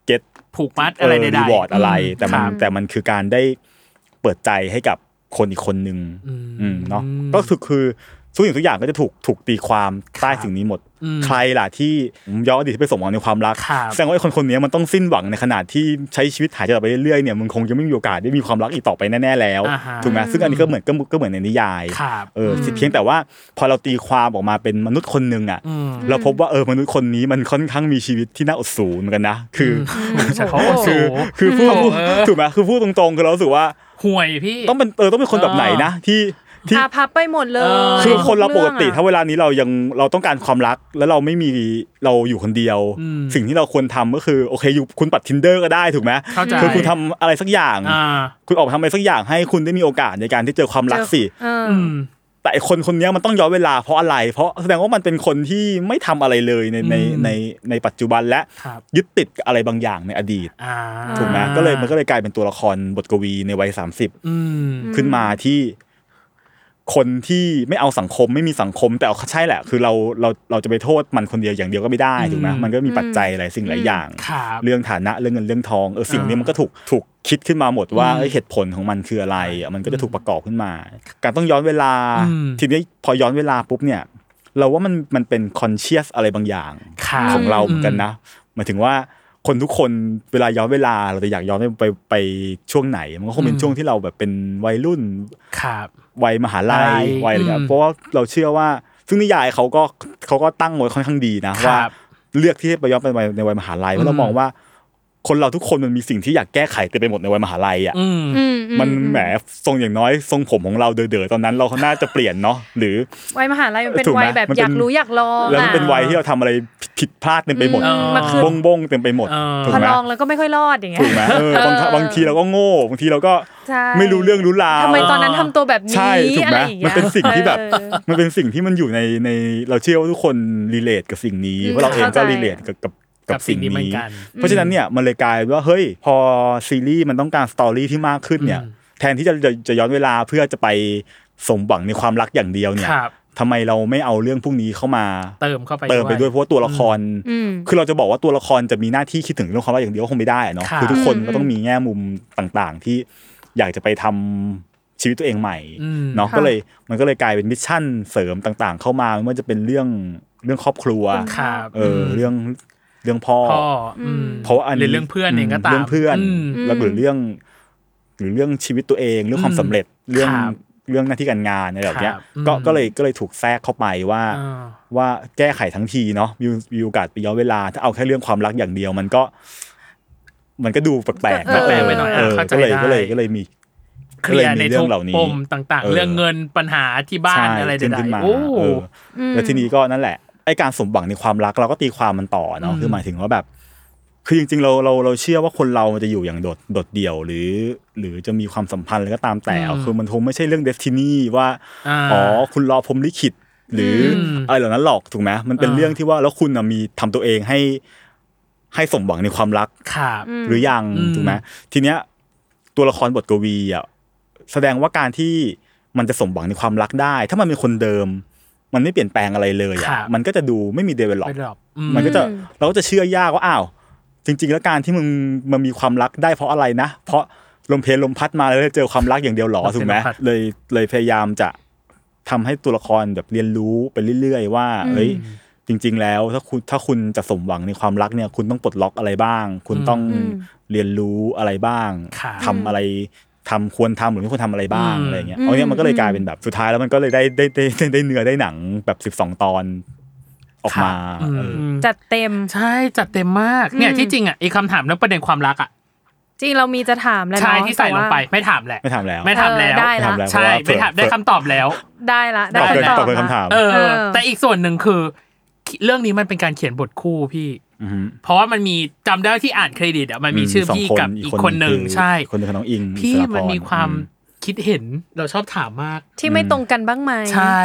Speaker 4: เก็ต
Speaker 1: ผูกมัดอะไรใดๆ
Speaker 4: รีวอร์ดอะไร
Speaker 1: ม
Speaker 4: แต่มัน
Speaker 1: ครับ
Speaker 4: แต่มันคือการได้เปิดใจให้กับคนอีกคนหนึ่ง
Speaker 1: อืม
Speaker 4: อืมเนาะ
Speaker 1: อืม
Speaker 4: ก็คือคือ ทุกสิ่งทุกอย่างก็จะถูกถูกตีความใต้สิ่งนี้หมด ใครล่ะที่ย้อนอดีตที่ไปสมหวังในความรัก
Speaker 1: ครับ
Speaker 4: แสดงว่าไอ้คนคนนี้มันต้องสิ้นหวังในขนาดที่ใช้ชีวิตหายใจไปเรื่อยๆเนี่ยมันคงจะไม่มีโอกาสได้มีความรักอีกต่อไปแน่ๆแล้ว
Speaker 1: อ่าฮะ
Speaker 4: ถูกไหมซึ่งอันนี้ก็เหมือนก็ก็เหมือนในนิยาย
Speaker 1: ครับ
Speaker 4: เออเพียงแต่ว่าพอเราตีความออกมาเป็นมนุษย์คนหนึ่งอ่ะ
Speaker 1: อืม
Speaker 4: เราพบว่าเออมนุษย์คนนี้มันค่อนข้างมีชีวิตที่น่าอดสูรเหมือนกันนะคือ
Speaker 1: ใช่เขาโอ้โห
Speaker 4: คือคือพูด
Speaker 1: โอ้โห
Speaker 4: ถูกไหมคือพูดตรงๆคือเรารู้สึกว่า
Speaker 1: ห่วยพี่
Speaker 4: ต้องเป็นเออต้องเป็นคนแบบไหนนะที่ที่
Speaker 2: พาพับไปหมดเลย
Speaker 1: เออ
Speaker 4: คือคนเราปกติ
Speaker 2: เอง
Speaker 4: ถ้า
Speaker 2: อะ
Speaker 4: เวลานี้เรายังเราต้องการความรักแล้วเราไม่มีเราอยู่คนเดียว สิ่งที่เราควรทำก็คือโอเคอยู่คุณปัดทินเดอร์ก็ได้ถูกไหม
Speaker 1: เข้าใจ
Speaker 4: คือคุณทำอะไรสักอย่าง
Speaker 1: อ่า
Speaker 4: คุณออกไปทำอะไรสักอย่างให้คุณได้มีโอกาสในการที่เจอความรักสิ
Speaker 2: เออ
Speaker 1: อืม
Speaker 4: แต่ไอ้คนคนเนี้ยมันต้องย้อนเวลาเพราะอะไร เพราะแสดงว่ามันเป็นคนที่ไม่ทำอะไรเลยในใน
Speaker 1: อืม
Speaker 4: ในในปัจจุบันและ
Speaker 1: ครับ
Speaker 4: ยึดติดกับอะไรบางอย่างในอดีต
Speaker 1: อ่า
Speaker 4: ถูกไหมก็เลยมันก็เลยกลายเป็นตัวละครบทกวีในวัยสามสิบ
Speaker 1: อืม
Speaker 4: ขึ้นมาที่คนที่ไม่เอาสังคมไม่มีสังคม แต่เอาใช่แหละ คือเราเราเราจะไปโทษมันคนเดียวอย่างเดียวก็ไม่ได้ถูกไหม
Speaker 1: อืม
Speaker 4: มันก็มีปัจจัยหลายสิ่งหลายอย่าง
Speaker 1: ครับ
Speaker 4: เรื่องฐานะเรื่องเงินเรื่องทองเออสิ่งนี้มันก็ถูกถูกคิดขึ้นมาหมดว่าเอ้ยเหตุผลของมันคืออะไรอ่ะมันก็จะถูกประกอบขึ้นมา การต้องย้อนเวลา
Speaker 1: อืม
Speaker 4: ทีนี้พอย้อนเวลาปุ๊บเนี่ย เราว่ามันมันเป็นคอนเชียสอะไรบางอย่าง
Speaker 1: ครับ
Speaker 4: ของเราเหมือนกันนะหมายถึงว่าคนทุกคนเวลาย้อนเวลาเราจะอยากย้อนไปไปไปช่วงไหน มันก็คงเป็
Speaker 1: อื
Speaker 4: น
Speaker 1: ม
Speaker 4: ช่วงที่เราแบบเป็นวัยรุ่น
Speaker 1: ครับ
Speaker 4: วัยมหาลั
Speaker 1: ใช่
Speaker 4: ยวัยอะไรเงี้
Speaker 1: อื
Speaker 4: ย
Speaker 1: ม
Speaker 4: เพราะว่าเราเชื่อว่า ซึ่งนิยายเขาก็เขาก็ตั้งไว้ค่อนข้างดีนะว่า
Speaker 1: ครับ
Speaker 4: เลือกที่จะไปย้อนไปในวัยมหาลัยเพราะเรามองว่า คนเราทุกคนมันมีสิ่งที่อยากแก้ไขเต็มไปหมดในวัยมหาลัยอ่ะ
Speaker 1: อืม
Speaker 2: อืม
Speaker 4: มันแหมทรงอย่างน้อยทรงผมของเราเด๋อๆตอนนั้นเราน่าจะเปลี่ยนเนาะหรือ
Speaker 2: วัยมหาลัยมันเป็น
Speaker 4: ถูกไหม
Speaker 2: วัยแบบ
Speaker 4: มันเป็น
Speaker 2: อยากรู้อยากลอง
Speaker 4: แล้วมันเป็น
Speaker 2: อะ
Speaker 4: วัยที่เราทำอะไรผิดพลาดเต็มไปหมด
Speaker 1: อืมมันคือบ
Speaker 4: งบงๆเต็มไปหมด
Speaker 1: เออ
Speaker 4: ถูก
Speaker 2: พอ
Speaker 4: ไหม
Speaker 2: ลองแล้วก็ไม่ค่อยรอดอย่างเงี้
Speaker 4: ถู
Speaker 2: ย
Speaker 4: กไหมเออบางทีบางทีเราก็โง่บางทีเราก็
Speaker 2: ใช่
Speaker 4: ไม่รู้เรื่องรู้ราว
Speaker 2: ทำไมตอนนั้นทำตัวแบบนี้
Speaker 4: ใช่ถูก
Speaker 2: อะ
Speaker 4: ไหม
Speaker 2: ไรอย่าง
Speaker 4: มั
Speaker 2: เงี้
Speaker 4: น
Speaker 2: ย
Speaker 4: เป็นสิ่งที่แบบ
Speaker 2: เออ
Speaker 4: มันเป็นสิ่งที่มันอยู่ในในเราเชื่อว่าทุกคนรีเลทกับสิ่งนี้
Speaker 2: อืม
Speaker 4: เพราะเราเองก็
Speaker 2: เข้าใจ
Speaker 4: รีเลทกับกับ
Speaker 1: กั
Speaker 4: กั
Speaker 1: บบ สิ่
Speaker 4: สิ่
Speaker 1: ง
Speaker 4: ง
Speaker 1: นี้เหมือ
Speaker 4: นี้
Speaker 1: นกัน
Speaker 4: เพราะฉะนั้นเนี่ยมันเลยกลายเป็นว่าเฮ้ยพอซีรีส์มันต้องการสตอรี่ที่มากขึ้นเนี่ย
Speaker 1: อืม
Speaker 4: แทนที่จะจะจะย้อนเวลาเพื่อจะไปสมหวังในความรักอย่างเดียวเนี่ย
Speaker 1: ครับ
Speaker 4: ทำไมเราไม่เอาเรื่องพวกนี้เข้ามา
Speaker 1: เติมเข้าไป
Speaker 4: เติมไปด้วยเพราะว่าตัวละคร
Speaker 2: อืม
Speaker 4: คือเราจะบอกว่าตัวละครจะมีหน้าที่คิดถึงเรื่องความรักอย่างเดียวก็คงไม่ได้อะเนาะ
Speaker 1: ค่ะ
Speaker 4: คือทุกคน
Speaker 2: อืม
Speaker 4: ก็ต้องมีแง่มุมต่างๆ ที่อยากจะไปทำชีวิตตัวเองใหม่
Speaker 1: อืม
Speaker 4: เนาะ
Speaker 2: ค่ะ
Speaker 4: ก็เลยมันก็เลยกลายเป็นมิชชั่นเสริมต่างๆ เข้ามาไม่ว่าจะเป็นเรื่องเรื่องครอบครัว
Speaker 1: ครับ
Speaker 4: เอออเรื่องเรื่องพ่อ
Speaker 1: พ่ออืม
Speaker 4: เพราะว่าอัน
Speaker 1: หรือเรื่องเพื่อนเองก็ตาม
Speaker 4: เรื่องเพื่อน
Speaker 1: ม
Speaker 4: แล้วหรือเรื่อง หรือเรื่องชีวิตตัวเองเรื่องความสำเร็จเรื่องเรื่องหน้าที่การงานอะไรแบบเนี้ย
Speaker 1: ครับอืม
Speaker 4: ก็ก็เลยก็เลยถูกแทรกเข้าไปว่า
Speaker 1: อ่า
Speaker 4: ว่าแก้ไขทั้งทีเนาะมีมีโอกาสไปย้อนเวลา ถ้าเอาแค่เรื่องความรักอย่างเดียว มันก็ มันก็ดูแปลกๆ
Speaker 2: ก็
Speaker 4: นะ
Speaker 2: แปลกไปหน่อย
Speaker 1: อ่ะ
Speaker 4: เ
Speaker 1: เข้าใจ
Speaker 4: ก็เลย
Speaker 1: ได้
Speaker 4: ก็เลยก็เลยมี
Speaker 1: เคลียร์ในทุกปมต่าง
Speaker 4: เอ
Speaker 1: ๆ
Speaker 4: อ
Speaker 1: เรื่องเงินปัญหาที่บ้าน
Speaker 4: ใช่
Speaker 1: อะไร
Speaker 4: ขึ้น
Speaker 1: ใด
Speaker 4: ขึ้นมา
Speaker 1: ๆโอ้
Speaker 4: เอออแล้วทีนี้ก็นั่นแหละไอการสมหวังในความรักเราก็ตีความมันต่อเนาะคือหมายถึงว่าแบบ คือจริงๆเราเราเราเชื่อว่าคนเรามันจะอยู่อย่างโดดโดดเดี่ยวหรือ หรือจะมีความสัมพันธ์อะไรก็ตามแต่
Speaker 1: อืม
Speaker 4: คือมันคงไม่ใช่เรื่องเดสตินีว่า
Speaker 1: อ่า
Speaker 4: อ๋อคุณรอผมลิขิต หรือ
Speaker 1: ม
Speaker 4: อะไรเหล่านั้นหรอกถูกไหมมันเป็น
Speaker 1: อ่า
Speaker 4: เรื่องที่ว่าแล้วคุณน่ะมีทำตัวเองให้ให้สมหวังในความรัก
Speaker 1: ครับ
Speaker 4: หรือยัง
Speaker 1: อืม
Speaker 4: ถูกไหมทีเนี้ยตัวละครบทกวีอ่ะแสดงว่าการที่มันจะสมหวังในความรักได้ ถ้ามันเป็นคนเดิม มันไม่เปลี่ยนแปลงอะไรเลย
Speaker 1: ครั
Speaker 4: อ่ะ
Speaker 1: บ
Speaker 4: มันก็จะดูไม่มีเดเวล็อป
Speaker 1: ไม่หรอกอืม
Speaker 4: มันก็จะเราก็จะเชื่อยากว่าอ้าว จริง ๆ แล้วการที่มึงมันมีความรักได้เพราะอะไรนะ เพราะลมเพลลมพัดมาแล้วเจอความรักอย่างเดียวหรอ
Speaker 1: ลมเพล
Speaker 4: ถูกไหม
Speaker 1: ลมพัด
Speaker 4: เลยเลยพยายามจะทำให้ตัวละครแบบเรียนรู้ไปเรื่อยๆว่าเอ้ย จริง ๆ แล้วถ้าคุณถ้าคุณจะสมหวังในความรักเนี่ย คุณต้องปลดล็อกอะไรบ้าง คุณต้อง
Speaker 2: อืม
Speaker 4: เรียนรู้อะไรบ้าง
Speaker 1: ครับ
Speaker 4: ทำอะไรทำควรทำหรือไม่ควรทำอะไรบ้าง
Speaker 1: อืม
Speaker 4: อะไรเงี้ยเอาเนี้ยมันก็เลยกลายเป็นแบบสุดท้ายแล้วมันก็เลยได้ได้ได้ได้ได้เนื้อได้หนังแบบสิบสองตอนออกมา
Speaker 1: อืม
Speaker 4: เออ
Speaker 2: จัดเต็ม
Speaker 1: ใช่จัดเต็มมากเนี่ยที่จริงอ่ะไอ้คำถามเรื่องประเด็นความรักอ่ะ
Speaker 2: จริงเรามีจะถามแล้วเนอะ
Speaker 1: ใช่ที่ใส่ลงไป
Speaker 2: แต่ว่า
Speaker 1: ไม่ถามแหละ
Speaker 4: ไม่ถามแล้ว
Speaker 1: ไม่ถามแล้ว
Speaker 2: เออได้
Speaker 4: ไม่ทำแล้วเพ
Speaker 1: ใช่
Speaker 4: ราะว่า
Speaker 1: ไม่ถามได้คำตอบแล้ว
Speaker 2: ได้ละ
Speaker 4: ต
Speaker 2: ได้
Speaker 4: อบเป็น
Speaker 1: แล้ว
Speaker 2: คำตอ
Speaker 4: ตอ
Speaker 2: บบ
Speaker 4: เป็น
Speaker 2: ละ
Speaker 4: คำถาม
Speaker 1: เอ
Speaker 2: เอ
Speaker 1: อ
Speaker 2: อ
Speaker 1: แต่อีกส่วนหนึ่งคือ เรื่องนี้มันเป็นการเขียนบทคู่พี่
Speaker 4: อฮึ
Speaker 1: เพราะว่ามันมีจำได้ที่อ่านเครดิตอ่ะมันมีชื่อ
Speaker 4: สง
Speaker 1: พี่
Speaker 4: คน
Speaker 1: กับอีกคนหนึ่ง
Speaker 4: อ
Speaker 1: ใช่
Speaker 4: อีกคนหนึ่งคือน้องอิง
Speaker 1: พี่
Speaker 4: อิสรพร
Speaker 1: มันมีความ
Speaker 4: อื
Speaker 1: คิดเห็นเราชอบถามมาก
Speaker 2: ที่ไม่ตรงกันบ้างไหม
Speaker 1: ใช่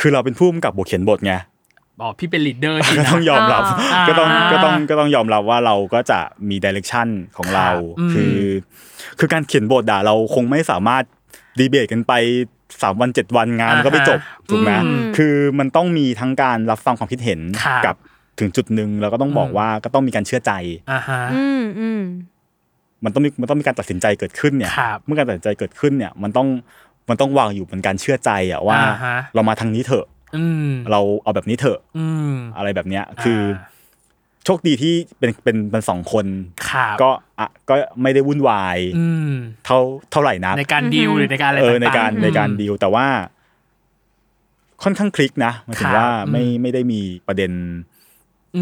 Speaker 4: คือเราเป็นผู้กำกับบทเขียนบทไง
Speaker 1: บอกพี่เป็นลีดเดอร์จริง
Speaker 4: ก็
Speaker 1: นะ
Speaker 4: ต้องยอมรับ
Speaker 1: อ่า
Speaker 4: ก็ต้องก็ต้องก็ต้องยอมรับว่าเราก็จะมีดิเรกชันของเรา
Speaker 1: อืม
Speaker 4: คือ คือการเขียนบทด่าเราคงไม่สามารถดีเบตกันไปสามวันเจ็ดวันงานมันก็ไม่จบถูกไหมคือมันต้องมีทั้งการรับฟังความคิดเห็น
Speaker 1: ครับ
Speaker 4: กับถึงจุดหนึ่งเราก็ต้องบอกว่าก็ต้องมีการเชื่อใจ
Speaker 1: อ่าฮะ
Speaker 2: อืมอืม
Speaker 4: มันต้องมีมันต้องมีการตัดสินใจเกิดขึ้นเนี่ย
Speaker 1: ครับ
Speaker 4: เมื่อการตัดสินใจเกิดขึ้นเนี่ย มันต้อง มันต้องวางอยู่บนการเชื่อใจอะว่า
Speaker 1: อ่าฮะ
Speaker 4: เรามาทางนี้เถอะ
Speaker 1: อืม
Speaker 4: เราเอาแบบนี้เถอะ
Speaker 1: อืม
Speaker 4: อะไรแบบเนี้ยคืออโชคดีที่เป็นเป็นเป็นสองคน
Speaker 1: ขาบ
Speaker 4: ก็อ่ะก็ไม่ได้วุ่นวาย
Speaker 1: อืม
Speaker 4: เท่าเท่าไหร่นัก
Speaker 1: ในการดีลหรือในการอะไร
Speaker 4: เอ
Speaker 1: ต่าๆ
Speaker 4: องในการในการดีลแต่ว่า ค่อนข้างคลิกนะหมันถึงว่า
Speaker 1: ครับ
Speaker 4: ไม่
Speaker 1: อืม
Speaker 4: ไม่ได้มีประเด็น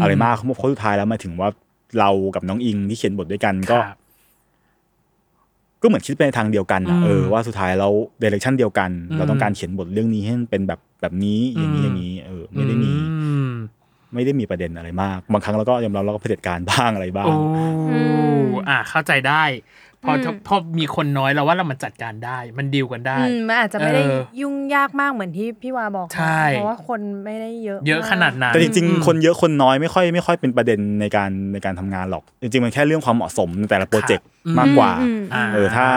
Speaker 4: อะไรมากเพราะสุดท้ายแล้วมาถึงว่าเรากับน้องอิงที่เขียนบทด้วยกันก็
Speaker 1: ครับ
Speaker 4: ก็เหมือนคิดไปในทางเดียวกันนะ
Speaker 1: อืม
Speaker 4: เออว่าสุดท้ายเราเดเรคชั่นเดียวกัน
Speaker 1: อืม
Speaker 4: เราต้องการเขียนบทเรื่องนี้ให้มันเป็นแบบแบบนี้อย่างนี้
Speaker 1: อืม
Speaker 4: อย่างนี้เออ ไม่ได้มี
Speaker 1: อืม
Speaker 4: ไม่ได้มีประเด็นอะไรมาก บางครั้งเราก็ยอมรับเราก็เผด็จการบ้างอะไรบ้าง
Speaker 1: โอ้
Speaker 2: อืม
Speaker 1: อ่ะเข้าใจได้พออ
Speaker 2: ม
Speaker 1: ถ้าพอมีคนน้อยเราว่าเรามันจัดการได้ มันดีลกันได้
Speaker 2: อืมมันอาจจะไม่ได้
Speaker 1: เออ
Speaker 2: ยุ่งยากมากเหมือนที่พี่วาบอกนะ
Speaker 1: ใช่
Speaker 2: เพราะว่าคนไม่ได้เยอะ
Speaker 1: เยอะ
Speaker 2: มก
Speaker 1: ขนาดนั้น
Speaker 4: แต่จริงๆ คนเยอะคนน้อยไม่ค่อยไม่ค่อยเป็นประเด็นในการในการทำงานหรอก จริงๆ มันแค่เรื่องความเหมาะสมในแต่ละโปรเจกต์
Speaker 1: ค่ะ
Speaker 4: มากกว่า
Speaker 2: อืมอืม
Speaker 4: เออถ้า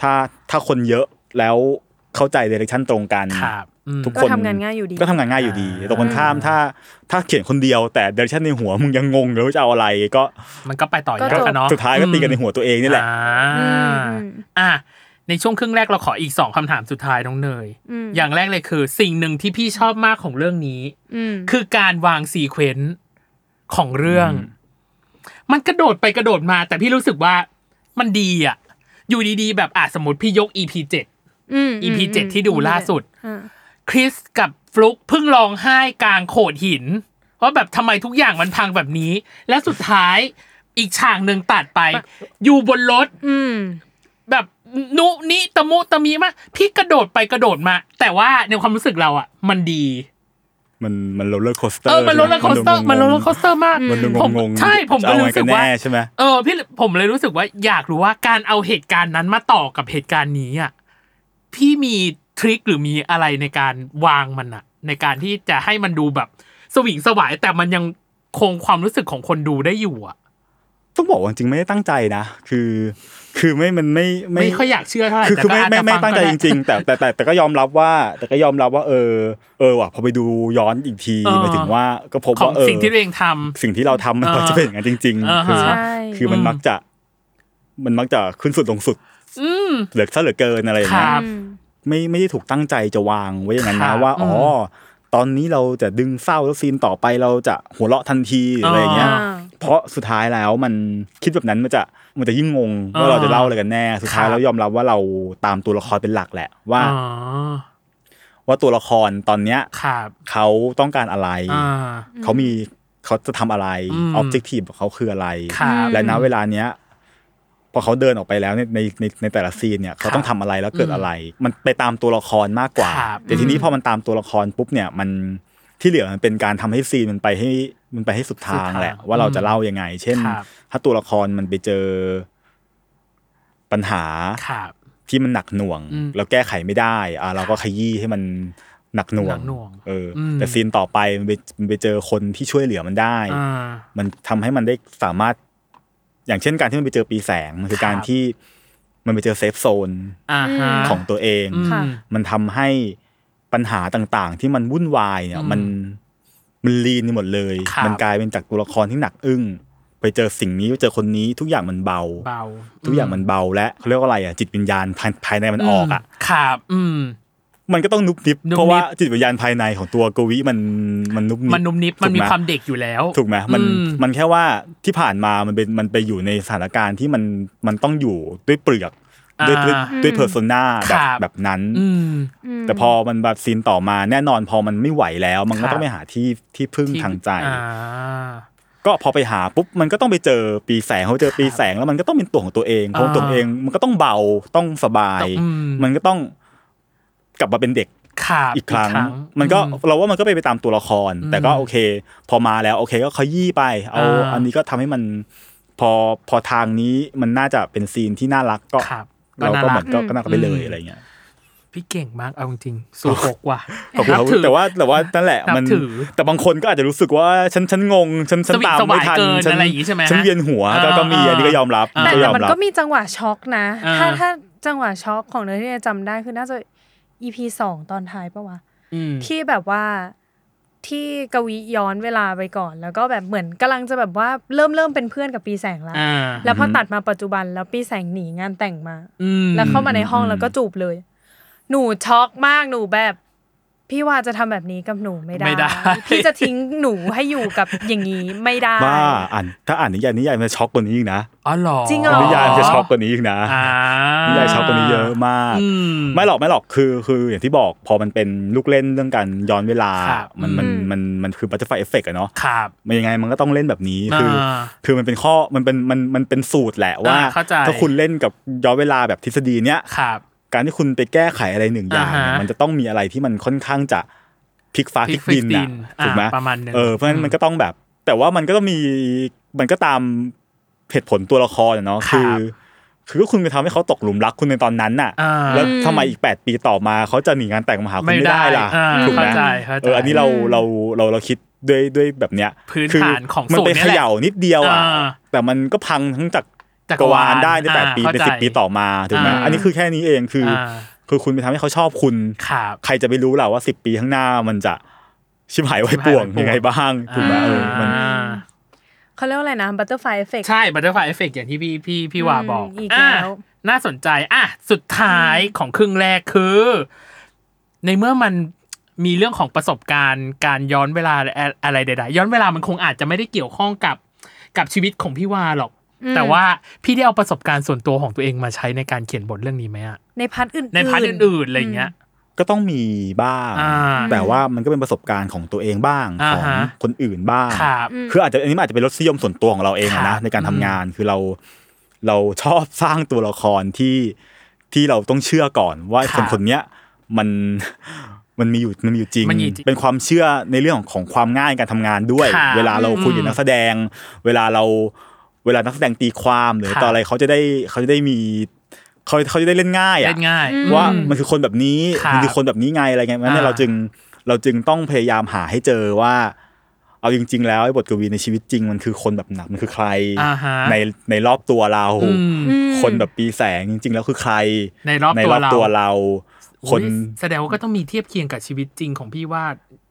Speaker 4: ถ้าถ้าคนเยอะแล้วเข้าใจเดเรคชั่นตรงกัน
Speaker 1: ครับอืม
Speaker 4: ทุก
Speaker 2: ก็
Speaker 4: คน
Speaker 2: ทำงานง่ายอยู่ดี
Speaker 4: ก็ทำงานง่ายอยู่ดี
Speaker 1: อ่า
Speaker 4: ตรงกันข้ามถ้าถ้าเขียนคนเดียวแต่เดเรคชั่นในหัวมึงยังงงเลยว่าจะเอาอะไรก็
Speaker 1: มันก็ไปต่อยา
Speaker 2: ก็
Speaker 1: ก
Speaker 2: จบ
Speaker 1: กันเนาะ
Speaker 4: สุดท้ายก็ตีกันในหัวตัวเองนี่แหละ
Speaker 1: อ่า
Speaker 2: อืมอืม
Speaker 1: อ่ะในช่วงครึ่งแรกเราขออีกสองคำถามสุดท้ายน้องเนย
Speaker 2: อืม
Speaker 1: อย่างแรกเลยคือ สิ่งหนึ่งที่พี่ชอบมากของเรื่องนี้
Speaker 2: อืม
Speaker 1: คือการวางซีเควนซ์ของเรื่อง มันกระโดดไปกระโดดมา แต่พี่รู้สึกว่ามันดีอ่ะ อยู่ดีๆ แบบอ่ะสมมติพี่ยก EP 7
Speaker 2: อืม
Speaker 1: EP 7ที่ดูล่าสุด
Speaker 2: อ่า
Speaker 1: คริสกับฟลุกเพิ่งร้องไห้กลางโขดหินว่าแบบทำไมทุกอย่างมันพังแบบนี้ และสุดท้ายอีกฉากหนึ่งตัดไป อยู่บนรถ
Speaker 2: อืม
Speaker 1: แบบนุนิตะมุตะมีมากพี่กระโดดไปกระโดดมา แต่ว่าในความรู้สึกเราอ่ะ มันดี
Speaker 4: มันมันโรลเลอร์โคสเตอ
Speaker 1: เอ
Speaker 4: ร์
Speaker 1: อมันโรลเลอร์โคสเตอร์มันโรลเลอร์โคสเตอร์มาก
Speaker 4: มันดูง
Speaker 1: ผม
Speaker 4: งงๆ
Speaker 1: ใช่ผมก็
Speaker 4: จะเอา
Speaker 1: รู้สึก
Speaker 4: ไงน
Speaker 1: ว่า
Speaker 4: แน่ใช่ไหม
Speaker 1: เออพี่ผมเลยรู้สึกว่าอยากรู้ว่าการเอาเหตุการณ์นั้นมาต่อกับเหตุการณ์นี้อ่ะพี่มีทริคหรือมีอะไรในการวางมันอ่ะ ในการที่จะให้มันดูแบบสวิงสวายแต่มันยังคงความรู้สึกของคนดูได้อยู่อ่ะ
Speaker 4: ต้องบอกว่าจริงๆไม่ได้ตั้งใจนะ คือ คือไม่มันไม่
Speaker 1: ไม่ค่อยอยากเชื่อเท่าไหร่
Speaker 4: คือ
Speaker 1: แต่
Speaker 4: คือ
Speaker 1: ก็
Speaker 4: ไม่
Speaker 1: อาจ
Speaker 4: ไม่
Speaker 1: จะ
Speaker 4: ไม่
Speaker 1: ฟัง
Speaker 4: ตั้งใจ
Speaker 1: ก็ได้
Speaker 4: จริง ๆ แต่แต่แต่แต่ก็ยอมรับว่า แต่ก็ยอมรับว่า เออ เออว่ะพอไปดูย้อนอีกที
Speaker 1: เออ
Speaker 4: หมายถึงว่าก็พบ
Speaker 1: ของ
Speaker 4: ว่าเออ
Speaker 1: สิ่งที่ตัวเองทำ
Speaker 4: สิ่งที่เราทำมัน
Speaker 1: เออ
Speaker 4: จะเป็นอย่างนั้นจริง
Speaker 1: เออ
Speaker 4: ๆ คื
Speaker 1: ใช่
Speaker 4: คือมันมักจะ มันมักจะขึ้นสุดลงสุด
Speaker 1: อืม
Speaker 4: เหลือซะเหลือเกินอะไรอย่าง
Speaker 1: ค
Speaker 4: เงี้ย
Speaker 1: รับ
Speaker 4: ไม่ไม่ได้ถูกตั้งใจจะวางไว้อย่างนั้น
Speaker 1: ครั
Speaker 4: นะ
Speaker 1: บ
Speaker 4: ว่าอ๋ออ
Speaker 1: ม
Speaker 4: ตอนนี้เราจะดึงเศร้าแล้วซีนต่อไปเราจะหัวเราะทันทีหรืออะไรอย่างเงี้ย
Speaker 1: อ่า
Speaker 4: เพราะสุดท้ายแล้วมันคิดแบบนั้นมันจะมันจะยิ่งงง
Speaker 1: อ่า
Speaker 4: ว่าเราจะเล่าอะไรกันแน่ สุดท้าย
Speaker 1: ครับ
Speaker 4: เรายอมรับว่าเราตามตัวละครเป็นหลักแหละ ว่า
Speaker 1: อ๋อ
Speaker 4: ว่าตัวละครตอนเนี้ย
Speaker 1: ครับ
Speaker 4: เขาต้องการอะไร
Speaker 1: อ่า
Speaker 4: เขามีเขาจะทำอะไร
Speaker 1: อืม
Speaker 4: ออบเจกตีฟของเขาคืออะไร
Speaker 1: ครับ
Speaker 4: และณเวลาเนี้ยพอเขาเดินออกไปแล้วในในในในแต่ละซีนเนี่ย
Speaker 1: ค
Speaker 4: เขา
Speaker 1: รับ
Speaker 4: ต้องทำอะไรแล้วเกิดอะไร มันไปตามตัวละครมากกว่า
Speaker 1: ครับ
Speaker 4: แต่ทีนี้พอมันตามตัวละครปุ๊บเนี่ยมันที่เหลือมันเป็นการทำให้ซีนมันไปให้มันไปให้สุดทางแหละ ว่าเราจะเล่ายังไง เช่น
Speaker 1: ครับ
Speaker 4: ถ้าตัวละครมันไปเจอปัญหา
Speaker 1: ครับ
Speaker 4: ที่มันหนักหน่วง
Speaker 1: อืม
Speaker 4: แล้วแก้ไขไม่ได้อ่ะเราก็ขยี้ให้มันหนักหน่ว
Speaker 1: หนั
Speaker 4: ง
Speaker 1: กหน่วง
Speaker 4: เอออ
Speaker 1: ม
Speaker 4: แต่ซีนต่อไปมันไปมันไปเจอคนที่ช่วยเหลือมันได้
Speaker 1: อ่า
Speaker 4: มันทำให้มันได้สามารถ อย่างเช่นการที่มันไปเจอปีแสง มันคือ
Speaker 1: ครับ
Speaker 4: การที่มันไปเจอเซฟโซน
Speaker 1: อ่าฮะ
Speaker 4: ของตัวเอง
Speaker 1: อืม
Speaker 2: ค่ะ
Speaker 4: มันทำให้ปัญหาต่างๆ ที่มันวุ่นวายเนี่
Speaker 1: อื
Speaker 4: ย
Speaker 1: ม
Speaker 4: มันมันลีนไปหมดเลย
Speaker 1: ครับ
Speaker 4: มันกลายเป็นจากตัวละครที่หนักอึ้ง ไปเจอสิ่งนี้ไปเจอคนนี้ทุกอย่างมันเบา
Speaker 1: เบา
Speaker 4: ทุกอย่างมันเบาและเขาเรียกว่าอะไรอ่ะจิตวิญญาณภายภายในมันออกอ่ะ
Speaker 1: ครับอืม
Speaker 4: มันก็ต้องนุบนิบ
Speaker 1: นุบนิบ
Speaker 4: เพราะว่าจิตวิญญาณภายในของตัวกวิมันมันนุบนิบ
Speaker 1: มันนุ่มนิบ
Speaker 4: ถูก
Speaker 1: มันมี
Speaker 4: ไห
Speaker 1: ความเด็กอยู่แล้ว
Speaker 4: ถูกไหมมัน
Speaker 1: อืม
Speaker 4: มันแค่ว่าที่ผ่านมามันเป็นมันไปอยู่ในสถานการณ์ที่มันมันต้องอยู่ด้วยเปลือก
Speaker 1: อ่า
Speaker 4: ด้วยด้วยด้วยเพอร์โซนา
Speaker 1: ค
Speaker 4: แบ
Speaker 1: รั
Speaker 4: บบ แบบนั้น
Speaker 1: อืม
Speaker 4: แต่พอมันแบบซีนต่อมาแน่นอนพอมันไม่ไหวแล้ว มัน
Speaker 1: ครั
Speaker 4: ก็
Speaker 1: บ
Speaker 4: ต้องไปหาที่ที่พึ่งทางใจ
Speaker 1: อ่า
Speaker 4: ก็พอไปหาปุ๊บมันก็ต้องไปเจอปีแสงเขาเจอปีแสงแล้วมันก็ต้องเป็นตัวของตัวเองของตัวเองมันก็ต้องเบาต้องสบาย
Speaker 1: อืม
Speaker 4: มันก็ต้องกลับมาเป็นเด็ก
Speaker 1: ขาบ
Speaker 4: อีกครั้ง
Speaker 1: อื
Speaker 4: มันก็เราว่ามันก็ไปนไปตามตัวละคร แต่ก็โอเค พอมาแล้วโอเคก็ขยี้ไป เอา
Speaker 1: อ่า
Speaker 4: อันนี้ก็ทำให้มันพอพอทางนี้มันน่าจะเป็นซีนที่น่ารักก็
Speaker 1: ครับ
Speaker 4: เราก็
Speaker 1: น่
Speaker 4: เหมื
Speaker 1: รั
Speaker 4: อนก็ก็น่ารักไปเลย
Speaker 1: ม
Speaker 4: อะไรเงี้ย
Speaker 1: พี่เก่งมากเอาจริงๆสูหกว่ะ
Speaker 4: ขอบคุณครับ
Speaker 1: ถือ
Speaker 4: แต่ว่าแต่ว่านั่นแหละ
Speaker 1: นับ
Speaker 4: มัน
Speaker 1: ถือ
Speaker 4: แต่บางคนก็อาจจะรู้สึกว่าฉันฉันงงฉันฉัน
Speaker 1: สวิง
Speaker 4: ตาม
Speaker 1: สวาย
Speaker 4: ไม่ทัน
Speaker 1: เกิน
Speaker 4: ฉั
Speaker 1: อะไรอย่างงี้ใช่ไหม
Speaker 4: ฉันเวียนหัว
Speaker 1: อ่า
Speaker 4: ก็ก็มี
Speaker 1: อ่า
Speaker 4: อันนี้ก็ยอมรับ
Speaker 1: อ่า
Speaker 2: แต่
Speaker 4: ก็ย
Speaker 2: แต่
Speaker 4: อม
Speaker 2: มัน
Speaker 4: รับ
Speaker 2: ก็มีจังหวะช็อกนะ
Speaker 1: อ่า
Speaker 2: ถ้าถ้าจังหวะช็อกของเนยที่เนยจำได้คือน่าจะ EP สองตอนท้ายปะวะ
Speaker 1: อืม
Speaker 2: ที่แบบว่าที่กวีย้อนเวลาไปก่อน แล้วก็แบบเหมือนกำลังจะแบบว่าเริ่มเริ่มเป็นเพื่อนกับปีแสงแล้ว
Speaker 1: อ่า
Speaker 2: แล้วพอตัดมาปัจจุบันแล้วปีแสงหนีงานแต่งมา
Speaker 1: อืม
Speaker 2: แล้วเข้ามาในห้องแล้วก็จูบเลย หนูช็อกมากหนูแบบ พี่วาจะทำแบบนี้กับหนูไม่ได้
Speaker 1: ไม่ได้
Speaker 2: พี่จะทิ้งหนูให้อยู่กับอย่างนี้ไม่ได้
Speaker 4: บ้าอ่านถ้าอ่านนิยายนิยายมันจะช็อกกว่านี้อีกนะ
Speaker 1: อ๋อเหรอ
Speaker 2: จริงเหรอ
Speaker 4: นิยายมันจะช็อกกว่านี้อีกนะ
Speaker 1: อ่า
Speaker 4: นิยายช็อกกว่านี้เยอะมาก
Speaker 1: อืม
Speaker 4: ไม่หรอกไม่หรอกคือคืออย่างที่บอกพอมันเป็นลูกเล่นเรื่องการย้อนเวลา
Speaker 1: ครับ
Speaker 4: มันมัน
Speaker 2: อืม
Speaker 4: มันมันคือบัตเตอร์ไฟเอฟเฟกอะเนาะ
Speaker 1: ครับ
Speaker 4: มันยังไงมันก็ต้องเล่นแบบนี้
Speaker 1: อ่า
Speaker 4: คือคือมันเป็นข้อมันเป็นมันมันเป็นสูตรแหละว่า
Speaker 1: อ่าเข้าใจ
Speaker 4: ถ้าคุณเล่นกับย้อนเวลาแบบทฤษฎีเนี้ย
Speaker 1: ครับ
Speaker 4: การที่คุณไปแก้ไขอะไรหนึ่งอย่างเนี่ย
Speaker 1: อ่าฮะ
Speaker 4: มันจะต้องมีอะไรที่มันค่อนข้างจะพลิกฟ้าพ
Speaker 1: พลิ
Speaker 4: ลิก
Speaker 1: ก
Speaker 4: ดิน
Speaker 1: พ
Speaker 4: อะ
Speaker 1: ลิกดิน
Speaker 4: ถูกไหม
Speaker 1: อ่าประมาณหนึ่ง
Speaker 4: เออเพราะฉะนั้
Speaker 1: อื
Speaker 4: น
Speaker 1: ม
Speaker 4: มันก็ต้องแบบ แต่ว่ามันก็ต้องมีมันก็ตามเหตุผลตัวละครอะเนาะคือ
Speaker 1: ครับ
Speaker 4: คือคุณไปทำให้เขาตกหลุมรักคุณในตอนนั้นน่ะ
Speaker 1: อ่า
Speaker 4: แล้วทำไมอีก 8 ปีต่อมาเขาจะหนีงานแต่งมาหาคุณไม่ได้ล่ะ
Speaker 1: อ่า
Speaker 4: ถูกไหม
Speaker 1: เข้าใจเข้าใจ
Speaker 4: เอออันนี้เราเราเราเราคิดด้วยด้วยแบบเนี้ย
Speaker 1: พื้น
Speaker 4: คื
Speaker 1: ฐานของ
Speaker 4: มัน
Speaker 1: สูตร
Speaker 4: ไป
Speaker 1: เนี่ย
Speaker 4: เข
Speaker 1: แหละ
Speaker 4: ย่านิดเดียวอ่ะ
Speaker 1: อ่า
Speaker 4: แต่มันก็พังทั้งจาก
Speaker 1: จักร
Speaker 4: กรวาว
Speaker 1: า
Speaker 4: ล
Speaker 1: ล
Speaker 4: ได้ในแปด
Speaker 1: อ่า
Speaker 4: ปีเป็
Speaker 1: เข้า
Speaker 4: น
Speaker 1: ใจ
Speaker 4: สิบปีต่อมาถูกไหม
Speaker 1: อ่า
Speaker 4: อันนี้คือแค่นี้เองคืออา คือคุณไปทำให้เขาชอบคุณ
Speaker 1: ครับ
Speaker 4: ใครจะไปรู้ล่ะว่าสิบปีข้างหน้ามันจะชิบหายไว้ป่วง
Speaker 1: ชิบหายไว้ป่วง
Speaker 4: ยังไงบ้างถูกไหมเออมัน
Speaker 1: อ่า
Speaker 2: เขาเรียกว่าอะไรนะบัตเตอร์ไฟเอฟเฟก
Speaker 1: ใช่บัตเตอร์ไฟเอฟเฟกอย่างที่พี่พี่พี่วาบอก
Speaker 2: อืมอีกแล้ว
Speaker 1: ะน่าสนใจอ่ะสุดท้ายของครึ่งแรกคือ ในเมื่อมันมีเรื่องของประสบการณ์ การย้อนเวลาอะอะไรใดๆย้อนเวลามันคงอาจจะไม่ได้เกี่ยวข้องกับกับชีวิตของพี่วาหรอก แต่ว่าพี่ได้เอาประสบการณ์ส่วนตัวของตัวเองมาใช้ในการเขียนบทเรื่องนี้ไหมอะ
Speaker 2: ในพาร์ทอื่นๆ
Speaker 1: ในพาร์ทอื่นๆอะไรอย่างเงี้ย
Speaker 4: ก็ต้องมีบ้าง
Speaker 1: อ่า
Speaker 4: แต่ว่ามันก็เป็นประสบการณ์ของตัวเองบ้าง
Speaker 1: อ่า
Speaker 4: ของ
Speaker 1: ฮะ
Speaker 4: คนอื่นบ้าง
Speaker 1: ครับ
Speaker 4: คืออาจจะอันนี้มันอาจจะเป็นรสนิยมส่วนตัวของเราเอง
Speaker 1: ค
Speaker 4: อะ
Speaker 1: รั
Speaker 4: นะ
Speaker 1: บ
Speaker 4: ในการทำงานคือเราเราชอบสร้างตัวละครที่ที่เราต้องเชื่อก่อนว่า
Speaker 1: ค
Speaker 4: ค
Speaker 1: รั
Speaker 4: น
Speaker 1: บ
Speaker 4: คนเนี้ยมันมันมีอยู่มันมีอยู่จริง
Speaker 1: มันมีอยู่จริง
Speaker 4: เป็นความเชื่อในเรื่องของของความง่ายในการทำงานด้วย
Speaker 1: ครับ
Speaker 4: เวลาเราคุยกับ
Speaker 1: อืม
Speaker 4: นักแสดง เวลาเราเวลานักแสดงตีความหรือ
Speaker 1: ครับ
Speaker 4: ต่ออะไรเขาจะได้เขาจะได้มีเขาเขาจะได้เล่นง่ายอะ
Speaker 1: เล่นง่าย
Speaker 4: ว่ามันคือคนแบบนี้
Speaker 1: ครับ
Speaker 4: มันคือคนแบบนี้ไงอะไรเงี้ยงั้นเนี่ย
Speaker 1: อ่า
Speaker 4: เราจึงเราจึงต้องพยายามหาให้เจอว่า เอาจริง ๆ แล้วไอ้บทกวีในชีวิตจริงมันคือคนแบบหนักมันคือใคร
Speaker 1: อ่าฮะ
Speaker 4: ในในรอบตัวเรา
Speaker 1: อืม
Speaker 4: คนแบบปีแสงจริง ๆ แล้วคือใคร
Speaker 1: ในรอบตัวเรา
Speaker 4: ตัวเรา คน
Speaker 1: อุ๊ยแสดงว่าก็ต้องมีเทียบเคียงกับชีวิตจริงของพี่ว่า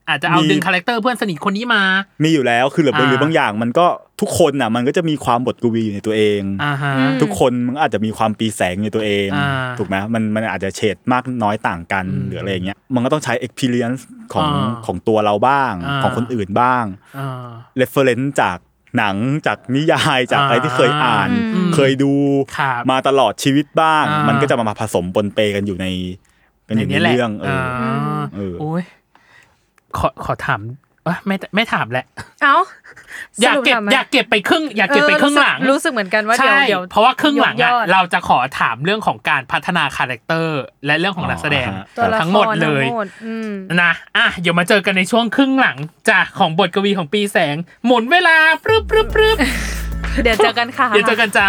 Speaker 1: อาจจะเอา
Speaker 4: มี
Speaker 1: ดึงคาแรคเตอร์เพื่อนสนิทคนนี้มา
Speaker 4: มีอยู่แล้วคือหรือ
Speaker 1: อ่า
Speaker 4: หรือบางอย่างมันก็ทุกคนน่ะ มันก็จะมีความบทกวีอยู่ในตัวเอง
Speaker 1: อ่าฮะ
Speaker 4: ทุกคนมันก็อาจจะมีความปีแสงในตัวเอง
Speaker 1: อ่า
Speaker 4: ถูกไหมมันมันอาจจะเฉดมากน้อยต่างกัน
Speaker 1: อืม
Speaker 4: หรืออะไรอย่างเงี้ยมันก็ต้องใช้ experience ของ
Speaker 1: อ่า
Speaker 4: ของตัวเราบ้าง
Speaker 1: อ่า
Speaker 4: ของคนอื่นบ้าง
Speaker 1: อ่า
Speaker 4: reference จากหนังจากนิยายจาก
Speaker 1: อ่า
Speaker 4: อะไรที่เคยอ่าน
Speaker 1: อืม
Speaker 4: เคยดู
Speaker 1: ครับ
Speaker 4: มาตลอดชีวิตบ้าง
Speaker 1: อ่ามั
Speaker 4: มันก็จะมาผสมปนเปกันอยู่ในกันอยู่ใน
Speaker 1: แหละ
Speaker 4: เรื่องเออ
Speaker 1: า
Speaker 4: เออ
Speaker 1: โอ้ยขอขอถามเอ้ยไม่ไม่ถามแหละ
Speaker 2: เอ้า
Speaker 1: อยาก
Speaker 2: สรุป
Speaker 1: เก็บ
Speaker 2: ทำไม
Speaker 1: อยากเก็บไปครึ่ง อยากเก็บไปครึ่งหลัง
Speaker 2: เออรู้สึรู้สึกเหมือนกันว่าเดี๋ย
Speaker 1: ใช่
Speaker 2: วเดี๋ยว
Speaker 1: เพราะว่าครึ่งหลัง
Speaker 2: ย
Speaker 1: อะ
Speaker 2: กยด
Speaker 1: เราจะขอถามเรื่องของการพัฒนาคาแรคเตอร์ และเรื่องของนักแสดง
Speaker 4: อ๋อ
Speaker 2: ตัวละคร
Speaker 1: ทั้งหมดเลย
Speaker 2: ทั้งหมดอืม
Speaker 1: นะอ่ะเดี๋ยวมาเจอกันในช่วงครึ่งหลังจากของบทกวีของปีแสง หมุนเวลาปรึบปรึบปรึบ
Speaker 2: เดี๋ยวเจอกันค่ะ
Speaker 1: เดี๋ยวเจอกันจ้า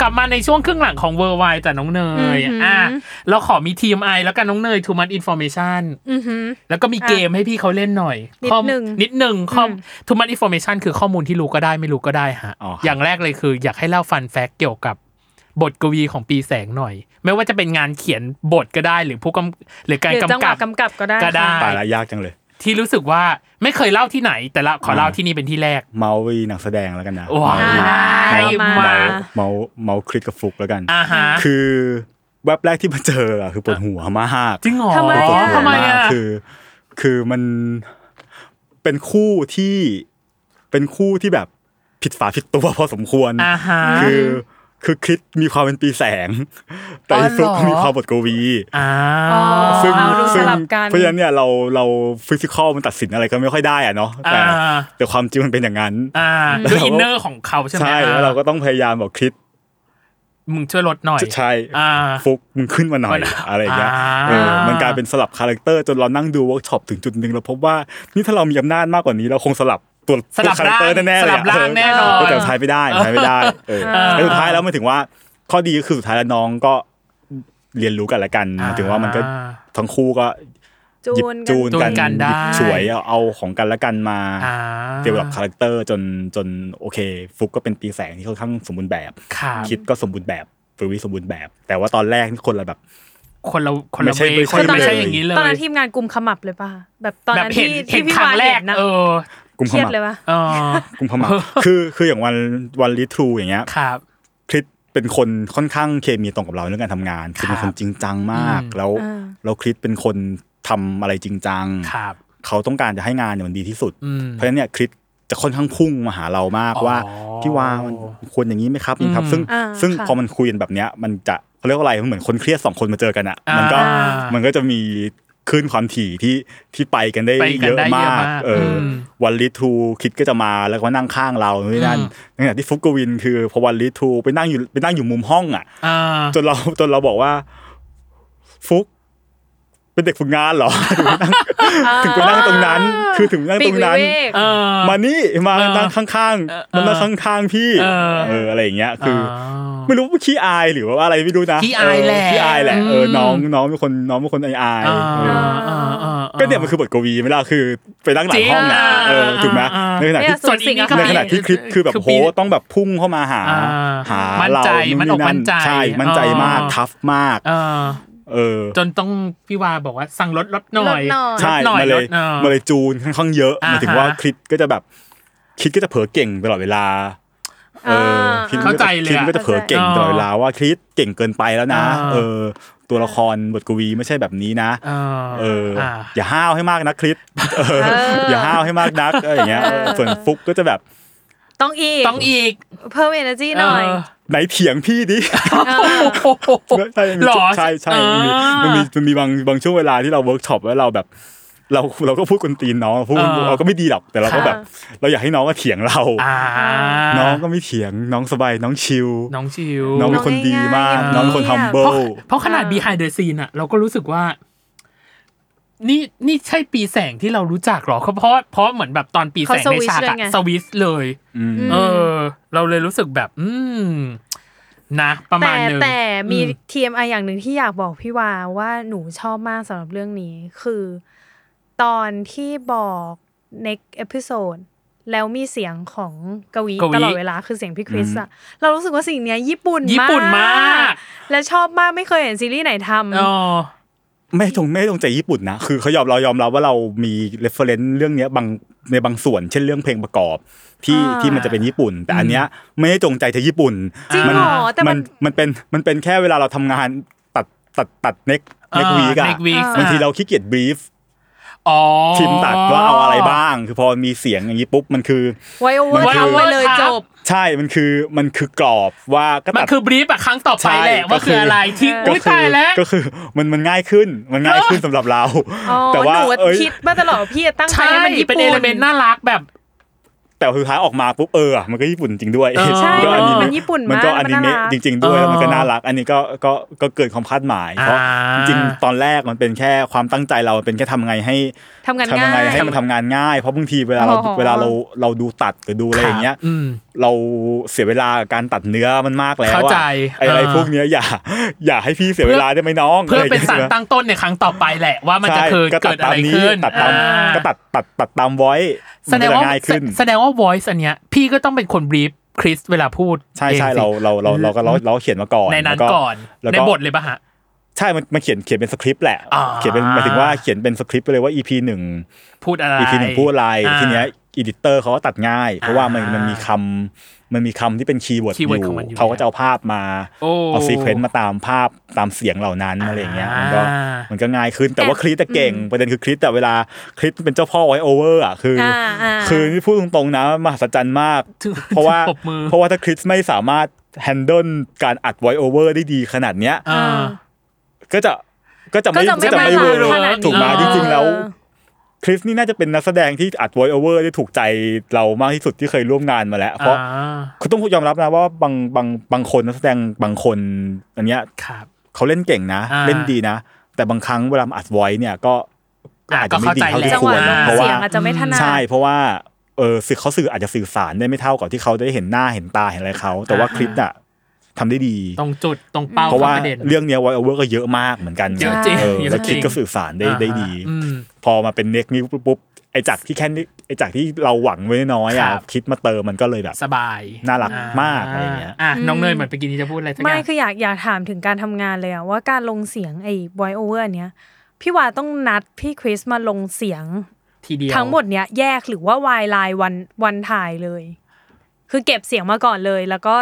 Speaker 1: กลับมาในช่วงครึ่งหลังของเวอร์ไวแต่น้องเนย
Speaker 2: อือหืออ่
Speaker 1: อ่ะเราขอมี TMI แล้วกันน้องเนย too much information
Speaker 2: อือหือ
Speaker 1: แล้วก็มีเกมให้พี่เขาเล่นหน่อย
Speaker 2: นิด
Speaker 1: ข้อม
Speaker 2: หนึ่ง
Speaker 1: นิดหนึ่งข้อม
Speaker 2: อืม
Speaker 1: too much information คือข้อมูลที่รู้ก็ได้ไม่รู้ก็ได้ฮะ
Speaker 4: อ๋อครับ
Speaker 1: อย่างแรกเลยคือ อยากให้เล่าฟันแฟกเกี่ยวกับบทกวีของปีแสงหน่อย ไม่ว่าจะเป็นงานเขียนบทก็ได้หรือผู้กำหรือการ
Speaker 2: หรือจังห
Speaker 1: กำกั
Speaker 2: วะ
Speaker 1: บ
Speaker 2: กำกับก็ได้
Speaker 1: ก็ได้
Speaker 2: ค่ะ
Speaker 4: ตายละยากจังเลย
Speaker 1: ที่รู้สึกว่าไม่เคยเล่าที่ไหน แต่ละขอเล่าที่นี่เป็นที่แรก
Speaker 4: เมาวีนักแสดงแล้วกันนะ
Speaker 1: ว้า
Speaker 2: อ่า
Speaker 1: ให้
Speaker 2: เรามา
Speaker 1: มา
Speaker 4: เมาเมาคริสกับฟลุกแล้วกัน
Speaker 1: อ่าฮะ
Speaker 4: คือแวบแรกที่มาเจออะคือปวดหัวมาก
Speaker 1: จริงเหรอ
Speaker 2: ทำไม
Speaker 4: ปวดหัว
Speaker 2: อะ
Speaker 1: ทำไม
Speaker 4: มาก
Speaker 1: อ่ะ
Speaker 4: คือ คือมันเป็นคู่ที่เป็นคู่ที่แบบผิดฝาผิดตัวพอสมควร
Speaker 1: อ่าฮะ
Speaker 4: คือคือคริสมีความเป็นปีแสง แต่
Speaker 1: อ๋อ
Speaker 4: ฟลุก
Speaker 1: เหรอ
Speaker 4: มีความบทกวี
Speaker 1: อ้า
Speaker 2: อ๋อ
Speaker 1: ว
Speaker 4: ซึ่ง
Speaker 2: เอาดูส
Speaker 4: ซึ่ง
Speaker 2: ลับกัน
Speaker 4: เพราะฉะนั้นเนี่ยเราเราฟิสิกอลมันตัดสินอะไรก็ไม่ค่อยได้อะเนาะแต่
Speaker 1: อ่า
Speaker 4: แต่ความจริงมันเป็นอย่างนั้น
Speaker 1: อ่าด้วยอินเนอร์ของเขาใช่ไหม
Speaker 4: ใช่แล้วเราก็ต้องพยายามบอกคริส
Speaker 1: มึงช่วยลดหน่อย
Speaker 4: ใช่
Speaker 1: อ่า
Speaker 4: ฟุกมึงขึ้นมาหน่อย
Speaker 1: มัน
Speaker 4: อะไรอย่างเงี้ย
Speaker 1: อ่า
Speaker 4: เออมันกลายเป็นสลับคาแรคเตอร์จนเรานั่งดูเวิร์กช็อปถึงจุดหนึ่งเราพบว่านี่ถ้าเรามีอำนาจมากกว่านี้เราคงสลับตัว
Speaker 1: สลับ
Speaker 4: ตัวคาแรค
Speaker 1: ร่าง
Speaker 4: เตอร์แน่ๆ
Speaker 1: ส
Speaker 4: เลย
Speaker 1: ลับ
Speaker 4: อะ
Speaker 1: ร่างแน่นอน
Speaker 4: เออแต่สุดท้ายไม่ได้สุดท้ายไม่ได้เออแต่สุดท้ายแล้วมันถึงว่าข้อดีก็คือสุดท้ายแล้วน้องก็เรียนรู้กันและกันหมายถึงว่ามันก็
Speaker 1: อ่า
Speaker 4: ทั้งคู่ก็
Speaker 2: จู
Speaker 4: หยิบ
Speaker 2: น
Speaker 4: จูน
Speaker 1: จูน
Speaker 4: กัน
Speaker 1: กันได้
Speaker 4: หยิบฉวยเอาเอาของกันและกันมา
Speaker 1: อ่า
Speaker 4: เดเวลลอปคาแรคเตอร์จนจนโอเค ฟุกก็เป็นปีแสงที่ค่อนข้างสมบูรณ์แบบ
Speaker 1: ครับ
Speaker 4: คิดก็สมบูรณ์แบบฟิวิสมบูรณ์แบบ แต่ว่าตอนแรกนี่คนละแบบ
Speaker 1: คนเราคน
Speaker 4: ไม่
Speaker 1: เรา
Speaker 4: ใช่
Speaker 1: ไม่
Speaker 4: ไม่
Speaker 1: คน
Speaker 4: ใช่
Speaker 1: ไม่ใช่
Speaker 4: เลย
Speaker 1: อย่างนี้เลย
Speaker 2: ตอนนั้นทีมงานกลุ่มขมับเลยป่ะแบบตอน
Speaker 1: แบบ
Speaker 2: นั้น
Speaker 1: เห็น
Speaker 2: ที่
Speaker 1: เห็
Speaker 2: ที่
Speaker 1: น
Speaker 2: พี่
Speaker 1: ครั้
Speaker 2: วาง
Speaker 1: แรก
Speaker 2: เห็นนะ
Speaker 1: เออ
Speaker 4: กุม
Speaker 2: เค
Speaker 4: ข
Speaker 2: รียด
Speaker 4: มับ
Speaker 2: เลยป่ะ
Speaker 1: เออ
Speaker 4: กุมขมับคือคืออย่างวันวันลิทรูอย่างเงี้ย
Speaker 1: ครับ
Speaker 4: คริสเป็นคนค่อนข้างเคมีตรงกับเราเรื่องการทำงานคือเป็นคนจริงจังมาก แล้วแล้วคริสเป็นคนทำอะไรจริงจัง
Speaker 1: ครับ
Speaker 4: เขาต้องการจะให้งานเนี่ยมันดีที่สุด เพราะฉะนั้นเนี่ยคริสจะค่อนข้างพุ่งมาหาเรามากว่าพี่วามันควรอย่างนี้ไหมครับนี่ครับซึ่ง
Speaker 2: อ่า
Speaker 4: ซึ่ง
Speaker 2: ค่ะ
Speaker 4: พอมันคุยกันแบบเนี้ยมันจะเขาเรียกว่าอะไรมันเหมือนคนเครียดสองคนมาเจอกันอ่ะมันก็
Speaker 1: อ่ามั
Speaker 4: มันก็จะมีคลื่นความถี่ที่ที่ไปกันได้
Speaker 1: ไปกัน
Speaker 4: เยอะ
Speaker 1: ได้เยอะ
Speaker 4: มา
Speaker 1: มา
Speaker 4: ก
Speaker 1: ก
Speaker 4: เอออ
Speaker 1: ม
Speaker 4: วันลิทูคิดก็จะมาแล้วก็นั่งข้างเรานู่นนนั่นในขณะที่ฟุกกวินคือพอวันลิทูไปนั่งอยู่ไปนั่งอยู่มุมห้องอ่ะ
Speaker 1: ่า
Speaker 4: จนเราจนเราบอกว่า ฟุก เป็นเด็กฝึกงานเหรอ ถึงไป นั่งตรงนั้น คือถึงไปนั่ง
Speaker 2: ปีก
Speaker 4: ตรง
Speaker 2: วิ
Speaker 4: นั้น
Speaker 2: เวก
Speaker 4: มานี่มานั่งข้างๆมานั่งข้างๆพี่
Speaker 1: เออ
Speaker 4: เอออะไรอย่างเงี้ยคืออ ไม่รู้ว่าขี้อายหรือว่าอะไรไม่รู้นะ
Speaker 1: ขี้อายแหละ
Speaker 4: เขี้อายแหละเออ
Speaker 1: ม
Speaker 4: น้องน้องเป็นคนน้องเป็นคนอายอาย
Speaker 1: อ่า
Speaker 4: เออ
Speaker 1: อ่าอ่า
Speaker 4: ก็เนี่ยมันคือบทกวีไม่ล่ะคือไปนั่งหลังห้องนะ
Speaker 1: จริงอ่ะ
Speaker 4: เออถูกไหม
Speaker 1: อ่า
Speaker 4: ในขณะที่
Speaker 2: ส่วนอีก
Speaker 4: ในขณะที่คลิปคือแบบ
Speaker 1: ปี
Speaker 4: โหต้องแบบพุ่งเข้ามาหา
Speaker 1: อ่า
Speaker 4: หา
Speaker 1: มั่น
Speaker 4: เรา
Speaker 1: ใจ
Speaker 4: นู่
Speaker 1: มันออกมั่นใจ
Speaker 4: ใช่มั่นใจมาก
Speaker 1: อ่า
Speaker 4: ทัฟมาก
Speaker 1: เออ
Speaker 4: เออ
Speaker 1: จนต้องพี่วาบอกว่าสั่งลดลดหน่อย
Speaker 2: ลดหน่อย
Speaker 4: ใช่
Speaker 1: ลดหน่อย
Speaker 4: มาเล
Speaker 1: ลด
Speaker 4: ย
Speaker 1: หน่อย
Speaker 4: มาเลยจูนค่อนข้างเยอะห
Speaker 1: อ่าฮะ
Speaker 4: มายถึงว่าคลิปก็จะแบบคิดก็จะเผลอเก่งตลอดเวลา เออคิด
Speaker 1: เข้าใจเลยอะ
Speaker 4: คิดก็จะเผลอเก่งตลอดเวลาว่าคริสเก่งเกินไปแล้วนะ
Speaker 1: อ่า
Speaker 4: เออ ตัวละครบทกวีไม่ใช่แบบนี้นะ
Speaker 1: เออ
Speaker 4: เอออา อย่าห้าวให้มากนะคริสเอออย่าห้าวให้มากนักอะไรอย่างเงี้ยเออส่วนฟุกก็จะแบบ
Speaker 2: ต้องอีก
Speaker 1: ต้องอีก
Speaker 2: เพิ่ม energy หน่อย
Speaker 1: เ
Speaker 4: ไหนเถียงพี่ดิ
Speaker 1: โอ้โห
Speaker 4: ใช่
Speaker 1: หรอ
Speaker 4: ใช่ใช่
Speaker 1: อ่ามั
Speaker 4: มันมีมันมีบางบางช่วงเวลาที่เราเวิร์กช็อปแล้วเราแบบ เราเราก็พูดกวนตีนน้องพูด
Speaker 1: อ่า
Speaker 4: เราก็ไม่ดีหรอกแต่เราก็แบบ เราอยากให้น้องก็เถียงเรา
Speaker 1: อ่า
Speaker 4: น้องก็ไม่เถียงน้องสบายน้องชิล
Speaker 1: น้องชิว
Speaker 4: น้องเป็นคนดีมาก
Speaker 1: น้
Speaker 4: น้อ
Speaker 1: อง ง
Speaker 4: เป็น
Speaker 1: ง่ายๆ
Speaker 4: คน
Speaker 2: เงียบ
Speaker 1: เพราะ
Speaker 4: humble
Speaker 1: เพราะขนาด behind the scene อะเราก็รู้สึกว่า นี่นี่ใช่ปีแสงที่เรารู้จักหรอเพราะเพราะเพราะเหมือนแบบตอนปีแสง
Speaker 2: เขา
Speaker 1: ในฉาก
Speaker 2: ส
Speaker 1: อะ
Speaker 2: วิตช์ด้วยไง
Speaker 1: สวิสเลย เออ เราเลยรู้สึกแบบ อืม นะประมา
Speaker 2: แต่
Speaker 1: ณหนึง
Speaker 2: แต่มี
Speaker 1: อืม
Speaker 2: TMI อย่างหนึ่งที่อยากบอกพี่วาว่าหนูชอบมากสำหรับเรื่องนี้คือ ตอนที่บอก next episode แล้วมีเสียงของกวี
Speaker 1: กวี
Speaker 2: ตลอดเวลาคือเสียงพี่คริสอะเรารู้สึกว่าสิ่งเนี้ยญี่ปุ่น
Speaker 1: ญี่ปุ่นมาก
Speaker 2: และชอบมากไม่เคยเห็นซีรีส์ไหนทำ
Speaker 1: อ๋อ
Speaker 4: ไม่ตรงไม่ตรงใจญี่ปุ่นนะคือเขายอมเรายอมรับว่าเรามี reference เรื่องเนี้ยบางในบางส่วน เช่นเรื่องเพลงประกอบที่
Speaker 2: อ่า
Speaker 4: ที่มันจะเป็นญี่ปุ่น แต่อันเนี้ยไม่ได้จงใจจะญี่ปุ่น
Speaker 2: จริง
Speaker 4: มั
Speaker 2: เหรอแต่มั
Speaker 4: มัน
Speaker 2: น
Speaker 4: มันเป็นมันเป็นแค่เวลาเราทำงานตัดตัดตัดเน็กเน็ก
Speaker 1: อ่า
Speaker 4: วีกอะ
Speaker 1: next week
Speaker 4: บางที
Speaker 1: อ่า
Speaker 4: เราขี้เกียจ brief
Speaker 1: อ๋อ
Speaker 4: ทีมตัดว่าเอาอะไรบ้าง คือพอมีเสียงอย่างนี้ปุ๊บมันคือ
Speaker 2: ไวโอเวอ
Speaker 4: มั
Speaker 2: ร์
Speaker 4: นคือ
Speaker 2: ทำไว้เลยจบ
Speaker 4: ใช่มันคือมันคือกรอบว่าก็
Speaker 1: มัน
Speaker 4: ตัด
Speaker 1: คือบรีฟอะครั้งต่อไป
Speaker 4: ใช่
Speaker 1: แหละว่า
Speaker 4: ก็คื
Speaker 1: คือ ออะไรที่
Speaker 2: เออ
Speaker 1: อุ้ยตายแล้ว
Speaker 4: ก็คือมันมันง่ายขึ้นมันง่ายขึ้นสำหรับเรา
Speaker 2: อ๋อ
Speaker 4: แต่ว่า
Speaker 2: หนู
Speaker 4: เอ้ย
Speaker 2: คิดมาตลอดว่าพี่จะตั้งใจ
Speaker 1: ใช่
Speaker 2: ให้มันญี่
Speaker 1: เป็น
Speaker 2: ปุ่น
Speaker 1: เอลเมนต์น่ารักแบบ
Speaker 4: แต่สุดท้ายออกมาปุ๊บเอออะมันก็ญี่ปุ่นจริงด้วย
Speaker 1: เออใช่
Speaker 4: ก็อ
Speaker 2: มันญี่ปุ่นมาก
Speaker 4: มันก็
Speaker 2: แล้ว
Speaker 4: อ
Speaker 2: มัน
Speaker 4: นิ
Speaker 2: น่ารัก
Speaker 4: เมะจริง ๆ ด้วย
Speaker 1: เออ
Speaker 4: แล้วมันก็น่ารัก อันนี้ก็ก็ก็เกินความคาดหมายเพราะ
Speaker 1: อ่า
Speaker 4: จริงๆตอนแรกมันเป็นแค่ความตั้งใจเรามันเป็นแค่ทำไงให้
Speaker 2: ทำงาน
Speaker 4: ทำ
Speaker 2: ง่า
Speaker 4: ไง
Speaker 2: ย
Speaker 4: ให้มันทำงานง่ายเพราะบางทีเวลาเรา
Speaker 2: อ๋อ
Speaker 4: เวลาเราเราดูตัดหรือดูอะไรอย่างเงี้ย
Speaker 1: อืม
Speaker 4: เราเสียเวลากับการตัดเนื้อมันมากแล้วอะ
Speaker 1: เข้าใจ
Speaker 4: ไอ้อะไร
Speaker 1: เออ
Speaker 4: พวกเนี้ยอย่า อย่าให้พี่เสียเวลาได้ไหมน้อง
Speaker 1: เพื่อ
Speaker 4: อะไร
Speaker 1: เป็น
Speaker 4: ย่ง
Speaker 1: สาร
Speaker 4: งี้ย
Speaker 1: ตั้งต้นในครั้งต่อไปแหละ ว่ามันจะ
Speaker 4: ใช่
Speaker 1: เกิด
Speaker 4: ก็ตั
Speaker 1: เกิด
Speaker 4: ด
Speaker 1: อะ
Speaker 4: ตาม
Speaker 1: ไร
Speaker 4: นี้
Speaker 1: ขึ้น
Speaker 4: ตัดตาม
Speaker 1: อ่า
Speaker 4: ก็ตัดตัดตัดตามไว้
Speaker 1: แสดงว่า
Speaker 4: ง่ายขึ้น
Speaker 1: แสดงว่า voice อันเนี้ยพี่ก็ต้องเป็นคนบรีฟคริสเวลาพูด
Speaker 4: ใช่ใช่
Speaker 1: องสิ
Speaker 4: เราเราเราเราก็เราเราเขียนมาก่อน
Speaker 1: ในนั้น
Speaker 4: แล้ว
Speaker 1: ก่อน
Speaker 4: แล้ว
Speaker 1: ในบทเลยปะฮะ
Speaker 4: ใช่มันมันเขียนเขียนเป็นสคริปต์แหละ
Speaker 1: อ่า
Speaker 4: เขียนเป็นหมายถึงว่าเขียนเป็นสคริปต์ไปเลยว่า EP หนึ่ง
Speaker 1: พูดอะไร
Speaker 4: EP หนึ่งพูดอะไร
Speaker 1: อ่า
Speaker 4: ทีเนี้ยอีดิเตอร์เขาก็ตัดง่าย เพราะว่ามันมันมีคำมันมีคำที่เป็นคีย์เวิร์ดอ
Speaker 1: keyword ขอยู่ งมันอยู่
Speaker 4: เขาก็จะเอาภาพมา
Speaker 1: โอ้
Speaker 4: เอาซีเควนต์มาตามภาพตามเสียงเหล่านั้นอะไรอย่างเงี้ยมันก็
Speaker 1: อ่ามั
Speaker 4: มันก็ง่ายขึ้นแต่ว่าคริสแต่เก่ง ประเด็นคือคริสแต่เวลาคริสเป็นเจ้าพ่อไวโอเวอร์อ่ะคืออา
Speaker 2: อ่า
Speaker 4: คือนี่พูดตรงๆนะมหัศจรรย์มาก
Speaker 1: ถึง
Speaker 4: เพราะว่า
Speaker 1: ปรบมือ
Speaker 4: เพราะว่าถ้าคริสไม่สามารถแฮนเดิลการอัดไวโอเวอร์ได้ดีขนาดเนี้ย
Speaker 1: อ่า
Speaker 4: ก็จะก็จะไม่
Speaker 2: ก็จะไม่
Speaker 4: ก็จะ
Speaker 2: มา
Speaker 4: ไม่เวิร์
Speaker 1: ขนาด
Speaker 4: ก
Speaker 1: นี้
Speaker 4: ถูกไหม
Speaker 2: เออ
Speaker 4: จริงๆแล้ว คริสนี่น่าจะเป็นนักแสดงที่อัดไวโอเวอร์ได้ถูกใจเรามากที่สุดที่เคยร่วมงานมาแล้ว เพราะ
Speaker 1: อ่า
Speaker 4: คือต้องยอมรับนะว่าบางบางบางคนนักแสดงบางคนอันเนี้ย
Speaker 1: ครับ
Speaker 4: เขาเล่นเก่งนะ
Speaker 1: อ่า
Speaker 4: เล่นดีนะ แต่บางครั้งเวลาอัดไวเนี่ยก็ก็
Speaker 1: อ่า
Speaker 4: อาจจะไม่ดี
Speaker 1: ก็เข้าใจ
Speaker 4: เท่าที่
Speaker 1: แล้ว
Speaker 4: ควร
Speaker 2: จังหวะ
Speaker 4: เพราะ
Speaker 2: เสี
Speaker 4: ว่าย
Speaker 2: งอาจจะไม่ถนัด
Speaker 4: ใช่ เพราะว่าเออสื่อเขาสื่ออาจจะสื่อสารได้ไม่เท่ากับที่เขาได้เห็นหน้าเห็นตาเห็นอะไรเขาแต่ว่าคลิปน่ะทำได้ดี
Speaker 1: ตรงจุดตรงเป้า
Speaker 4: เพราะว่า
Speaker 1: ประเด็น
Speaker 4: เรื่องเนี้ยไวโอเวอร์ก็เยอะมากเหมือนกัน
Speaker 1: เยอะจริง
Speaker 4: เออ
Speaker 1: เยอะจริง
Speaker 4: แล้วคิดก็สื่อสารได้
Speaker 1: อ่าฮะ
Speaker 4: ได้ดี
Speaker 1: อืม
Speaker 4: พอมาเป็นเน็กนี้ปุ๊บไอ้จากที่แค่นี้ไอ้จากที่เราหวังไว้น้อยๆอ่ะ
Speaker 1: ครับ
Speaker 4: คิดมาเติมมันก็เลยแบบ
Speaker 1: สบาย
Speaker 4: น่ารัก
Speaker 1: อ่
Speaker 4: มากอะไรอย่างเงี้ย
Speaker 1: อ่ะน้องเนยเหมือนไปกินที่จะพูดอะไรสักอ
Speaker 2: ไม่
Speaker 1: ย่าง
Speaker 2: คืออยากอยากถามถึงการทำงานเลยอะว่าการลงเสียงไอ้ไวโอเวอร์เนี้ยพี่วาต้องนัดพี่คริสมาลงเสียง
Speaker 1: ทีเดียว
Speaker 2: ทั้งหมดเนี้ยแยกหรือว่าวายไลน์วันวันถ่ายเลย คือเก็บเสียงมาก่อนเลย แล้วก็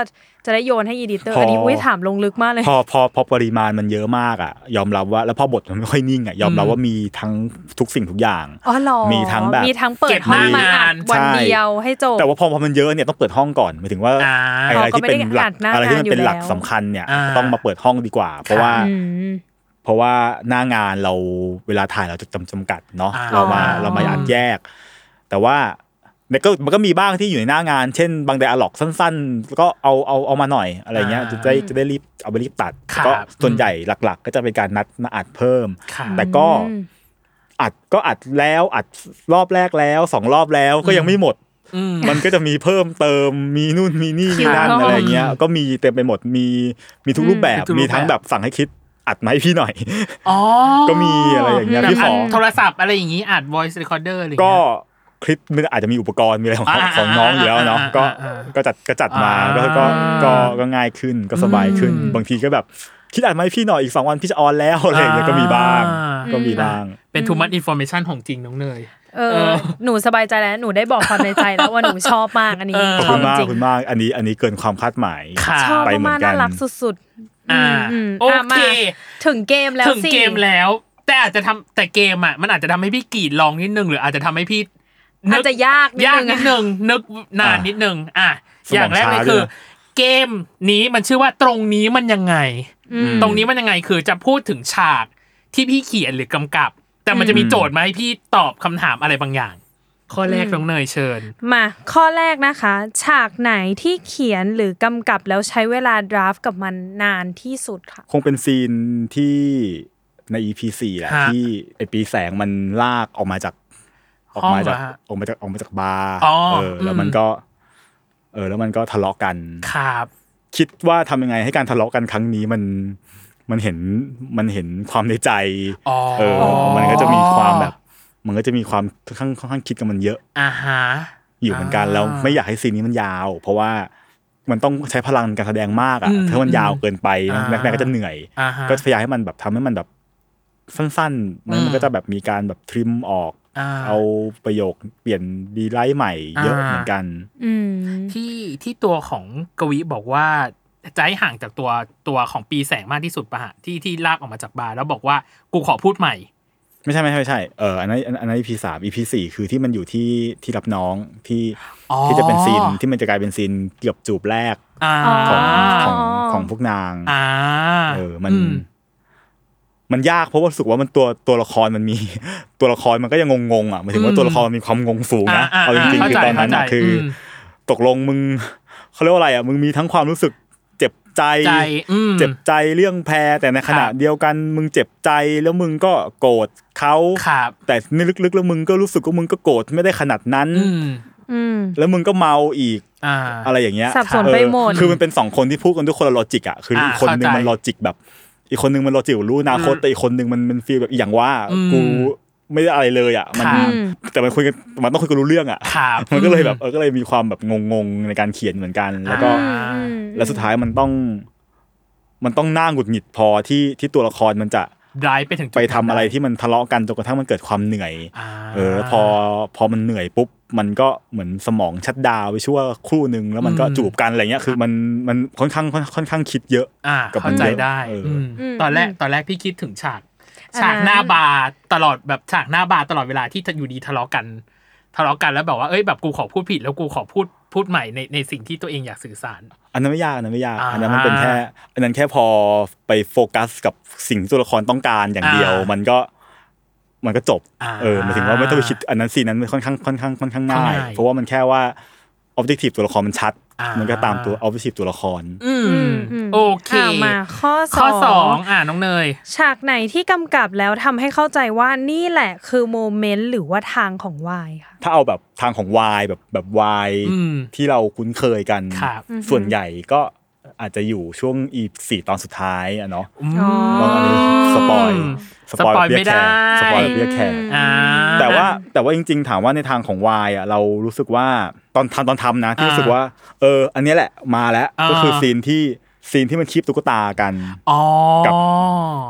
Speaker 2: จะได้โยนให้อีดิเตอร์
Speaker 4: พออั
Speaker 2: อันนี้อุ้ยถามลงลึกมากเลย
Speaker 4: พอพอพอปริมาณมันเยอะมากอ่ะ ยอมรับว่าแล้วพอบทมันไม่ค่อยนิ่งอ่ะยอมรับว่ามีทั้งทุกสิ่งทุกอย่าง
Speaker 2: อ๋อเหรอ
Speaker 4: มีทั้งแบบ
Speaker 2: มีทั้งเปิ
Speaker 1: เก็
Speaker 2: ด
Speaker 1: บ
Speaker 2: ห้องมา
Speaker 1: นา
Speaker 2: อั
Speaker 1: น
Speaker 2: ดวัน
Speaker 4: ใช่
Speaker 2: เดียวให้จบ
Speaker 4: แต่ว่าพอพอมันเยอะเนี่ยต้องเปิดห้องก่อนหมายถึงว่า
Speaker 1: อ่า
Speaker 4: ไอ้อะไรที่เป็นหลั
Speaker 2: เราก็ไม่ได้อัดหน้างาน
Speaker 4: กอะไรที่มันเป็นหลัก
Speaker 2: อยู่แล้ว
Speaker 4: สำคัญเนี่ย
Speaker 1: อ่า
Speaker 4: ต้องมาเปิดห้องดีกว่า เพราะ
Speaker 1: ค่ะ
Speaker 4: ว่า
Speaker 2: อืม
Speaker 4: เพราะว่าหน้างานเราเวลาถ่ายเราจะจำจำกัดเนาะ
Speaker 1: อ่า
Speaker 4: เรามา
Speaker 2: อ๋อ
Speaker 4: เรามาอัดแยก แต่ว่าเนี่ยก็มันก็มีบ้างที่อยู่ในหน้างาน เช่น บางไดอะล็อกสั้นๆ ก็เอาเอาเอามาหน่อยอะไรเงี้ยจะได้จะได้รีบเอาไปรีบตัด
Speaker 1: ครับ
Speaker 4: ก็ส่วนใหญ่หลัก ๆ ก็จะเป็นการนัดมาอัดเพิ่ม
Speaker 1: ครับ
Speaker 4: แต่ก็อัดก็อัดแล้วอัดรอบแรกแล้วสองรอบแล้วก็ยังไม่หมด
Speaker 1: อืม
Speaker 4: มันก็จะมีเพิ่มเติมมีนู่นมีนี่
Speaker 2: คิ
Speaker 4: มี
Speaker 2: ว
Speaker 4: นั่น
Speaker 2: เพิ่ม
Speaker 4: อะไรเงี้ย ก็มีเต็มไปหมดมีมีทุกรูปแบ
Speaker 1: มี
Speaker 4: บ
Speaker 1: ทุกรูปแบบ
Speaker 4: มีทั้งแบบสั่งให้คิดอัดไหมาให้พี่หน่อย
Speaker 1: อ๋อ
Speaker 4: ก็มีอะไรอย่างเงี้ย
Speaker 1: แบบ
Speaker 4: พี่ขอ
Speaker 1: ดโทรศัพท์อะไรอย่างงี้อัด voice recorder หรือ
Speaker 4: ก็
Speaker 1: เงี้ย
Speaker 4: คลิปมันอาจจะมีอุปกรณ์มีอะไรของ
Speaker 1: อ่า
Speaker 4: ของน้องอยู่แล้วเนาะ
Speaker 1: อ่า
Speaker 4: ก็
Speaker 1: อ่า
Speaker 4: ก็จัดก็จัดมา
Speaker 1: อ่า
Speaker 4: ก็ก็ก็ก็ง่ายขึ้นก็สบายขึ้น บางทีก็แบบคิดอัดไหมาให้พี่หน่อยอีกสองวันพี่จะออนแล้วอะไรอย่างเงี้ยก็มีบ้าง
Speaker 1: อ่า
Speaker 4: ก็มีบ้าง
Speaker 1: เป็น too much information ของจริงน้องเนย
Speaker 2: เออ หนูสบายใจแล้วหนูได้บอกความในใจแล้วว่าหนูชอบมากอันนี้
Speaker 1: เออ
Speaker 4: ขอบ
Speaker 2: ชอบจ
Speaker 4: คุณมากข
Speaker 2: ริ
Speaker 4: อบ
Speaker 2: ง
Speaker 4: คุณมากอันนี้อันนี้เกินความคาดหมาย
Speaker 1: ค่ะ
Speaker 2: ชอบ
Speaker 4: ไปเหมือ
Speaker 2: มาก
Speaker 4: น
Speaker 2: ๆ
Speaker 4: กัน
Speaker 2: น่ารักสุดๆ
Speaker 1: อ่าม โอ
Speaker 2: อ่ะมา
Speaker 1: เค
Speaker 2: ถึงเกมแล้ว
Speaker 1: ถึง
Speaker 2: สิ
Speaker 1: เกมแล้ว แต่อาจจะทำแต่เกมอ่ะมันอาจจะทำให้พี่กรีดลองนิดนึง หรืออาจจะทำให้พี่นึ
Speaker 2: อาจจะยากนิด
Speaker 1: ยาก
Speaker 2: นึง
Speaker 1: นิ
Speaker 2: อะ
Speaker 1: ดนึง นึกนาน
Speaker 4: อ่ะ
Speaker 1: นิดนึงอ่ะ
Speaker 4: สมอง
Speaker 1: อย่างแรกเลย
Speaker 4: ช้า
Speaker 1: คื
Speaker 4: ด้
Speaker 1: อ
Speaker 4: วย
Speaker 1: เกมนี้มันชื่อว่าตรงนี้มันยังไง ตรงนี้มันยังไงคือจะพูดถึงฉากที่พี่เขียนหรือกำกับ แต่มันจะมีโจทย์มาให้พี่ตอบคำถามอะไรบางอย่าง ข้อแรกน้องเนยเชิญ
Speaker 2: มาข้อแรกนะคะ ฉากไหนที่เขียนหรือกำกับแล้วใช้เวลาดราฟกับมันนานที่สุดค่ะ
Speaker 4: คงเป็นซีนที่ใน EP สี่แหละ
Speaker 1: ฮะ
Speaker 4: ที่ไอปีแสงมันลากออกมาจากออกมาจาก
Speaker 1: ห้องเหรอฮะ
Speaker 4: ออกมาจากออกมาจากบาร์
Speaker 1: อ๋อ
Speaker 4: เออแล้วมัน
Speaker 1: อืม
Speaker 4: ก็ เออ แล้วมันก็ทะเลาะกัน
Speaker 1: ครับ
Speaker 4: คิดว่าทำยังไงให้การทะเลาะกันครั้งนี้มันมันเห็นมันเห็นความในใจ
Speaker 1: อ๋อ
Speaker 4: เออ มันก็จะมีความแบบ มันก็จะมีความค่อนข้างค่อนข้างคิดกับมันเยอะ
Speaker 1: อ่าฮะ
Speaker 4: อยู่เหมือนกันแล้วไม่อยากให้ซีนนี้มันยาว เพราะว่ามันต้องใช้พลังการแสดงมากอ่ะ
Speaker 1: อืม
Speaker 4: ถ้ามันยาวเกินไป
Speaker 1: อ่า
Speaker 4: นักแสดงก็จะเหนื่อย
Speaker 1: อ่าฮะ
Speaker 4: ก็พยายามให้มันแบบทำให้มันแบบสั้นๆมัน
Speaker 1: อืม
Speaker 4: มันก็จะแบบมีการแบบทริมออก
Speaker 1: อ่า
Speaker 4: เอาประโยคเปลี่ยนดีไลท์ใหม่เยอะ
Speaker 1: อ่า
Speaker 4: เหมือนกัน
Speaker 2: อืม
Speaker 1: ที่ที่ตัวของกวิบอกว่าจะให้ห่างจากตัวตัวของปีแสงมากที่สุดปะฮะที่ที่ลากออกมาจากบาร์แล้วบอกว่ากูขอพูดใหม่
Speaker 4: ไม่ใช่ไม่ใช่ไม่ใช่เอออันนั้นอันนั้น EP สาม EP สี่คือที่มันอยู่ที่ที่รับน้องที่
Speaker 1: อ๋อ
Speaker 4: ที่จะเป็นซีนที่มันจะกลายเป็นซีนเกือบจูบแรก
Speaker 1: อ่า
Speaker 4: ของ
Speaker 2: อ๋อ
Speaker 4: ของของพวกนาง
Speaker 1: อ่า
Speaker 4: เออมัน
Speaker 1: ม
Speaker 4: มันยากเพราะว่ารู้สึกว่ามันตัวตัวละครมันมี ตัวละครมันก็ยังงงๆอ่ะหมายถึงว่า
Speaker 1: อืม
Speaker 4: ตัวละครมันมีความงงสูงนะ
Speaker 1: อ่าๆ
Speaker 4: เอาจริงๆ
Speaker 1: เข้า
Speaker 4: คือ
Speaker 1: ใจ
Speaker 4: ตอนนั้นอ่ะ
Speaker 1: เข้าใจ
Speaker 4: คือ
Speaker 1: ม
Speaker 4: ตกลงมึง เขาเรียกว่าอะไรอ่ะมึงมีทั้งความรู้สึกเจ็บใจ
Speaker 1: ใจอืม
Speaker 4: เจ็บใจเรื่องแพรแต่ในขณะ
Speaker 1: ครับ
Speaker 4: เดียวกันมึงเจ็บใจแล้วมึงก็โกรธเขา
Speaker 1: ครับ
Speaker 4: แต่ในลึกๆแล้วมึงก็รู้สึกว่ามึงก็โกรธไม่ได้ขนาดนั้น
Speaker 1: อืม
Speaker 2: อืม
Speaker 4: แล้วมึงก็เมาอีก
Speaker 1: อ่า
Speaker 4: อะไรอย่างเงี้ย
Speaker 2: สับสน
Speaker 4: เออ
Speaker 2: ไปหมด
Speaker 4: คือมันเป็นสองคนที่พูดกันด้วยคนละลอจิกอ่ะคืออีก
Speaker 1: อ่า
Speaker 4: คนนึง
Speaker 1: เข้าใจ
Speaker 4: มันลอจิกแบบ อีกคนนึงมันลอจิกรู้อนาคตแต่อีกคนนึงมันมันฟีลแบบอย่างว่า
Speaker 1: อืม
Speaker 4: กูไม่ได้อะไรเลยอ่ะมัน
Speaker 1: ค่ะ
Speaker 4: แต่มันคุยกันมันต้องคุยกันรู้เรื่องอ่ะ
Speaker 1: ครับ
Speaker 4: มันก็เลยแบบเออก็เลยมีความแบบงงๆในการเขียนเหมือนกัน แล้วก็
Speaker 1: อ่า
Speaker 2: อืม
Speaker 4: แล้วสุดท้ายมันต้อง มันต้องน่าหงุดหงิดพอที่ที่ตัวละครมันจะ
Speaker 1: ไร้ายไปถึงจุด
Speaker 4: ไปทำอะไร
Speaker 1: นั้นด้
Speaker 4: ที่มันทะเลาะกันจนกระทั่งมันเกิดความเหนื่อย
Speaker 1: า
Speaker 4: เออพอพอมันเหนื่อยปุ๊บ มันก็เหมือนสมองชัดดาวน์ไปชั่วครู่หนึ่งแล้วมันก็จูบกันอะไรเงี้ยคือมันมันค่อนข้างค่อนข้างคิดเยอะ
Speaker 1: อ่า
Speaker 4: กับมั
Speaker 1: เข้าน ใจ
Speaker 4: เยอะ
Speaker 1: ได้
Speaker 4: เอออื
Speaker 1: มตอนแรกตอนแรกพี่คิดถึงฉาก ฉากหน้าบาร์ตลอดแบบฉากหน้าบาร์ตลอดเวลาที่อยู่ดีทะเลาะกัน ทะเลาะกันแล้วแบบว่าเอ้ยแบบกูขอพูดผิดแล้วกูขอพูดพูดใหม่ในในสิ่งที่ตัวเองอยากสื่อสาร
Speaker 4: อันนั้นไม่ยากอันนั้นไม่ยาก
Speaker 1: อ่า
Speaker 4: อันนั้นมันเป็นแค่ อันนั้นแค่พอไปโฟกัสกับสิ่งที่ตัวละครต้องการอย่างเดียว
Speaker 1: อ่ามั
Speaker 4: มันก็ มันก็จบ
Speaker 1: อ่า
Speaker 4: เออหมายถึงว่าไม่ต้องไปคิดอันนั้นซีนนั้นมันค่อนข้างค่อนข้างค่อนข้างง่า
Speaker 1: ง่าย ย
Speaker 4: เพราะว่ามันแค่ว่าออบเจกตีฟตัวละครมันชัด
Speaker 1: อ่ามั
Speaker 4: มันก็ตามตัวออบเจกตีฟตัวละคร
Speaker 1: อืม
Speaker 2: อืม
Speaker 1: โอเค
Speaker 2: อ่ะมาข้อสอง
Speaker 1: ข้อสองอ่าน้องเนย
Speaker 2: ฉากไหนที่กำกับแล้วทำให้เข้าใจว่านี่แหละคือโมเมนต์หรือว่าทางของวายค่ะ
Speaker 4: ถ้าเอาแบบทางของวายแบบแบบวาย
Speaker 1: อืม
Speaker 4: ที่เราคุ้นเคยกัน
Speaker 1: ครับ
Speaker 4: ส่วนใหญ่ก็อาจจะอยู่ช่วงอีสี่ตอนสุดท้ายอะเนาะ
Speaker 1: อืม
Speaker 4: บางอันนี้สปอย
Speaker 1: สปอย
Speaker 4: แบบเรียกแขกส
Speaker 1: ไม่ได้
Speaker 4: ปอยแบบเรียกแขก
Speaker 1: อ่า
Speaker 4: แต่ว่าแต่ว่าจริงๆ ถามว่าในทางของวายอ่ะเรารู้สึกว่าตอนทำตอนทำนะที่
Speaker 1: อ่า
Speaker 4: รู้สึกว่า เออ อันเนี้ยแหละมาแล้ว
Speaker 1: อ่า
Speaker 4: ก็คือซีนที่ซีนที่มันคีบตุ๊กตากัน
Speaker 1: อ๋อ
Speaker 4: กับ